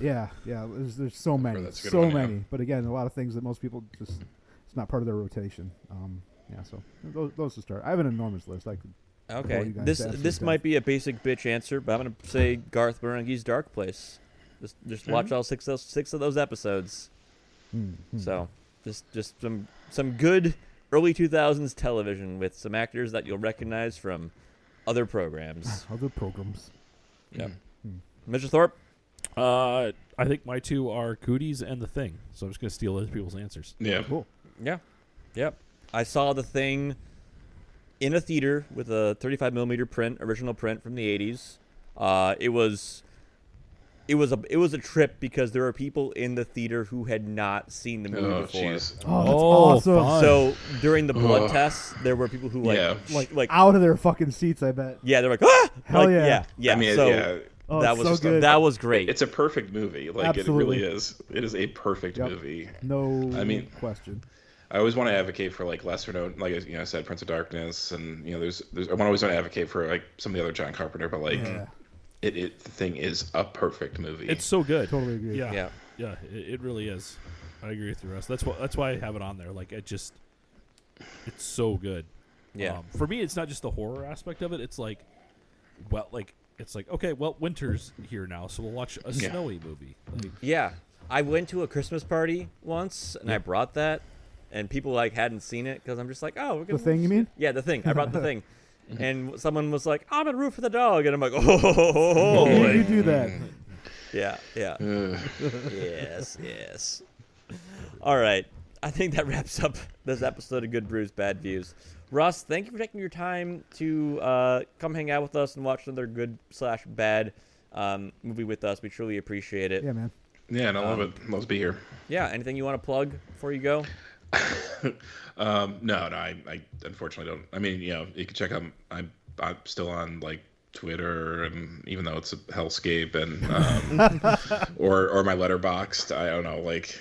S2: yeah, yeah. There's there's so many,
S4: that's a good
S2: so
S4: one, yeah.
S2: many. But again, a lot of things that most people just it's not part of their rotation. Um, yeah. So those, those to start. I have an enormous list. I could.
S1: Okay.
S2: you guys
S1: This
S2: to absolute
S1: this
S2: death.
S1: might be a basic bitch answer, but I'm gonna say Garth Marenghi's Dark Place. Just just watch all six of, six of those episodes.
S2: hmm,
S1: So just just some some good early 2000s television with some actors that you'll recognize from other programs.
S2: Other programs.
S1: yep. Mr. Thorpe.
S3: Uh, I think my two are Cooties and The Thing. So I'm just gonna steal other people's answers.
S4: Yeah.
S2: Cool.
S1: Yeah. Yep. I saw the thing in a theater with a 35 millimeter print, original print from the 80s. Uh, it was it was a it was a trip because there were people in the theater who had not seen the movie
S4: Oh,
S1: before.
S4: jeez.
S2: Oh, that's
S3: Oh,
S2: awesome.
S3: fun.
S1: So during the blood
S4: Ugh.
S1: tests, there were people who like
S4: Yeah.
S1: like like
S2: Out of their fucking seats, I bet.
S1: yeah, they're like ah,
S2: Hell
S1: Like,
S2: yeah.
S1: yeah, yeah.
S4: I mean, it-
S1: so
S4: yeah.
S2: Oh,
S1: that
S2: it's
S1: was
S2: so good.
S1: that was great.
S4: It's a perfect movie. Like
S2: Absolutely.
S4: it really is. It is a perfect
S2: Yep.
S4: movie.
S2: No
S4: I mean-
S2: question.
S4: I always want to advocate for like lesser known, like you know, I said Prince of Darkness, and you know, there's, there's I want always want to advocate for like some of the other John Carpenter, but like,
S2: Yeah.
S4: it, it the thing is a perfect movie.
S3: It's so good.
S2: Totally agree.
S3: Yeah.
S1: Yeah.
S3: Yeah. it, it really is. I agree with the rest. That's why. That's why I have it on there. Like it just, it's so good.
S1: yeah,
S3: Um, for me, it's not just the horror aspect of it. It's like, well, like it's like okay, well, winter's here now, so we'll watch a
S4: Yeah.
S3: snowy movie. Like,
S1: yeah. I went to a Christmas party once, and I brought that, and people like hadn't seen it because I'm just like, oh, we're
S2: The
S1: gonna
S2: thing you mean?
S1: Yeah, the thing. I brought the thing. And someone was like, I'm gonna root for the dog, and I'm like, oh, ho, ho, ho, ho,"
S2: You- you
S1: like,
S2: do that.
S4: Mm.
S1: yeah, yeah,
S4: Ugh.
S1: yes, yes. All right, I think that wraps up this episode of Good Brews, Bad Views. Russ, thank you for taking your time to uh, come hang out with us and watch another good slash bad um, movie with us. We truly appreciate it.
S2: Yeah, man.
S4: yeah, and I love it. Love to be here.
S1: Yeah, anything you want to plug before you go?
S4: Um, no, no, I, I unfortunately don't. I mean, you know, you can check out. I'm, I'm still on like Twitter, and even though it's a hellscape, and um, or or my letterboxed. I don't know. Like,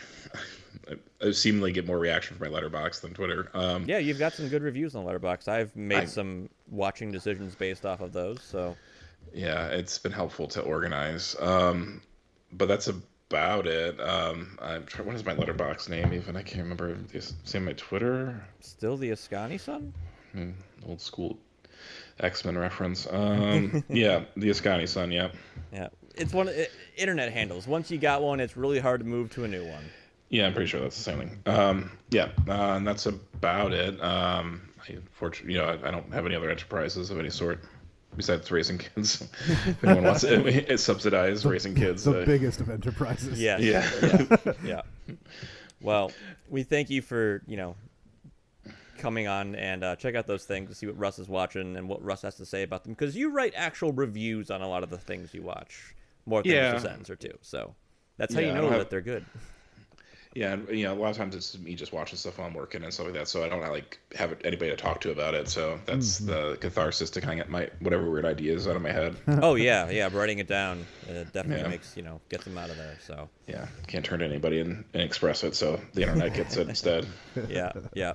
S4: I, I seemingly get more reaction from my letterbox than Twitter. Um,
S1: Yeah, you've got some good reviews on Letterboxd. I've made
S4: I-
S1: some watching decisions based off of those, so.
S4: yeah it's been helpful to organize um but that's about it um i'm trying what is my letterbox name even i can't remember Is it my twitter
S1: Still the Ascani son?
S4: old school x-men reference um yeah the Ascani son yeah
S1: Yeah, it's one of i internet handles. Once you got one, it's really hard to move to a new one.
S4: yeah i'm pretty sure that's the same thing um yeah uh, and that's about it um i unfortunately you know I, I don't have any other enterprises of any sort besides raising kids if anyone wants it, it's subsidized raising kids
S2: The
S4: uh,
S2: biggest of enterprises.
S1: Yes.
S4: yeah
S1: Yeah. Well, we thank you for you know coming on and uh, check out those things to see what Russ is watching and what Russ has to say about them because you write actual reviews on a lot of the things you watch, more than
S4: Yeah.
S1: just a sentence or two. So that's how
S4: Yeah,
S1: you
S4: I
S1: know
S4: don't
S1: that
S4: have-
S1: they're good.
S4: Yeah, and you know, a lot of times it's me just watching stuff while I'm working and stuff like that. So I don't like have anybody to talk to about it. So that's
S2: Mm-hmm.
S4: the catharsis to kind of get my whatever weird ideas out of my head.
S1: oh yeah, yeah. Writing it down uh definitely
S4: Yeah.
S1: makes you know gets them out of there. So.
S4: yeah, can't turn to anybody and, and express it. So the internet gets it instead.
S1: yeah, yeah.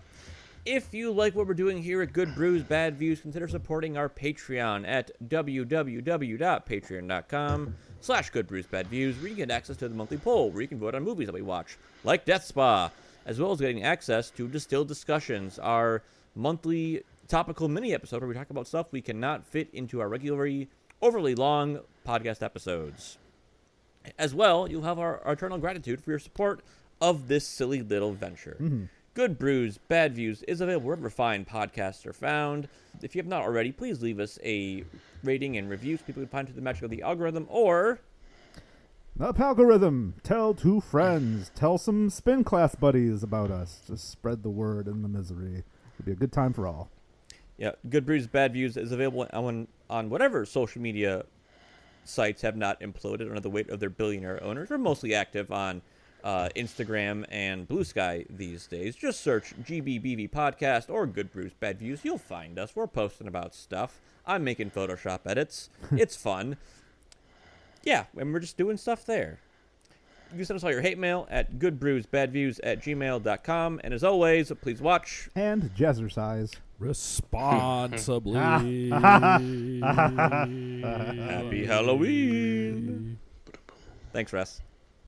S1: If you like what we're doing here at Good Brews Bad Views, consider supporting our Patreon at www.patreon.com slash Good Brews Bad Views, where you can get access to the monthly poll, where you can vote on movies that we watch, like Death Spa, as well as getting access to Distilled Discussions, our monthly topical mini episode where we talk about stuff we cannot fit into our regularly overly long podcast episodes. As well, you'll have our, our eternal gratitude for your support of this silly little venture. Good Brews, Bad Views is available wherever fine podcasts are found. If you have not already, please leave us a rating and review so people can find to the magic of the algorithm, or
S2: Up algorithm. Tell two friends. Tell some spin class buddies about us. Just spread the word and the misery. It'd be a good time for all.
S1: Yeah, Good Brews, Bad Views is available on on whatever social media sites have not imploded under the weight of their billionaire owners. We're mostly active on uh, Instagram and Blue Sky these days. Just search GBBV Podcast or Good Brews, Bad Views. You'll find us. We're posting about stuff. I'm making Photoshop edits. it's fun. Yeah, and we're just doing stuff there. You can send us all your hate mail at goodbrewsbadviews at gmail.com. And as always, please watch,
S2: And jazzercise.
S3: Responsibly.
S1: Happy Halloween. Thanks, Russ.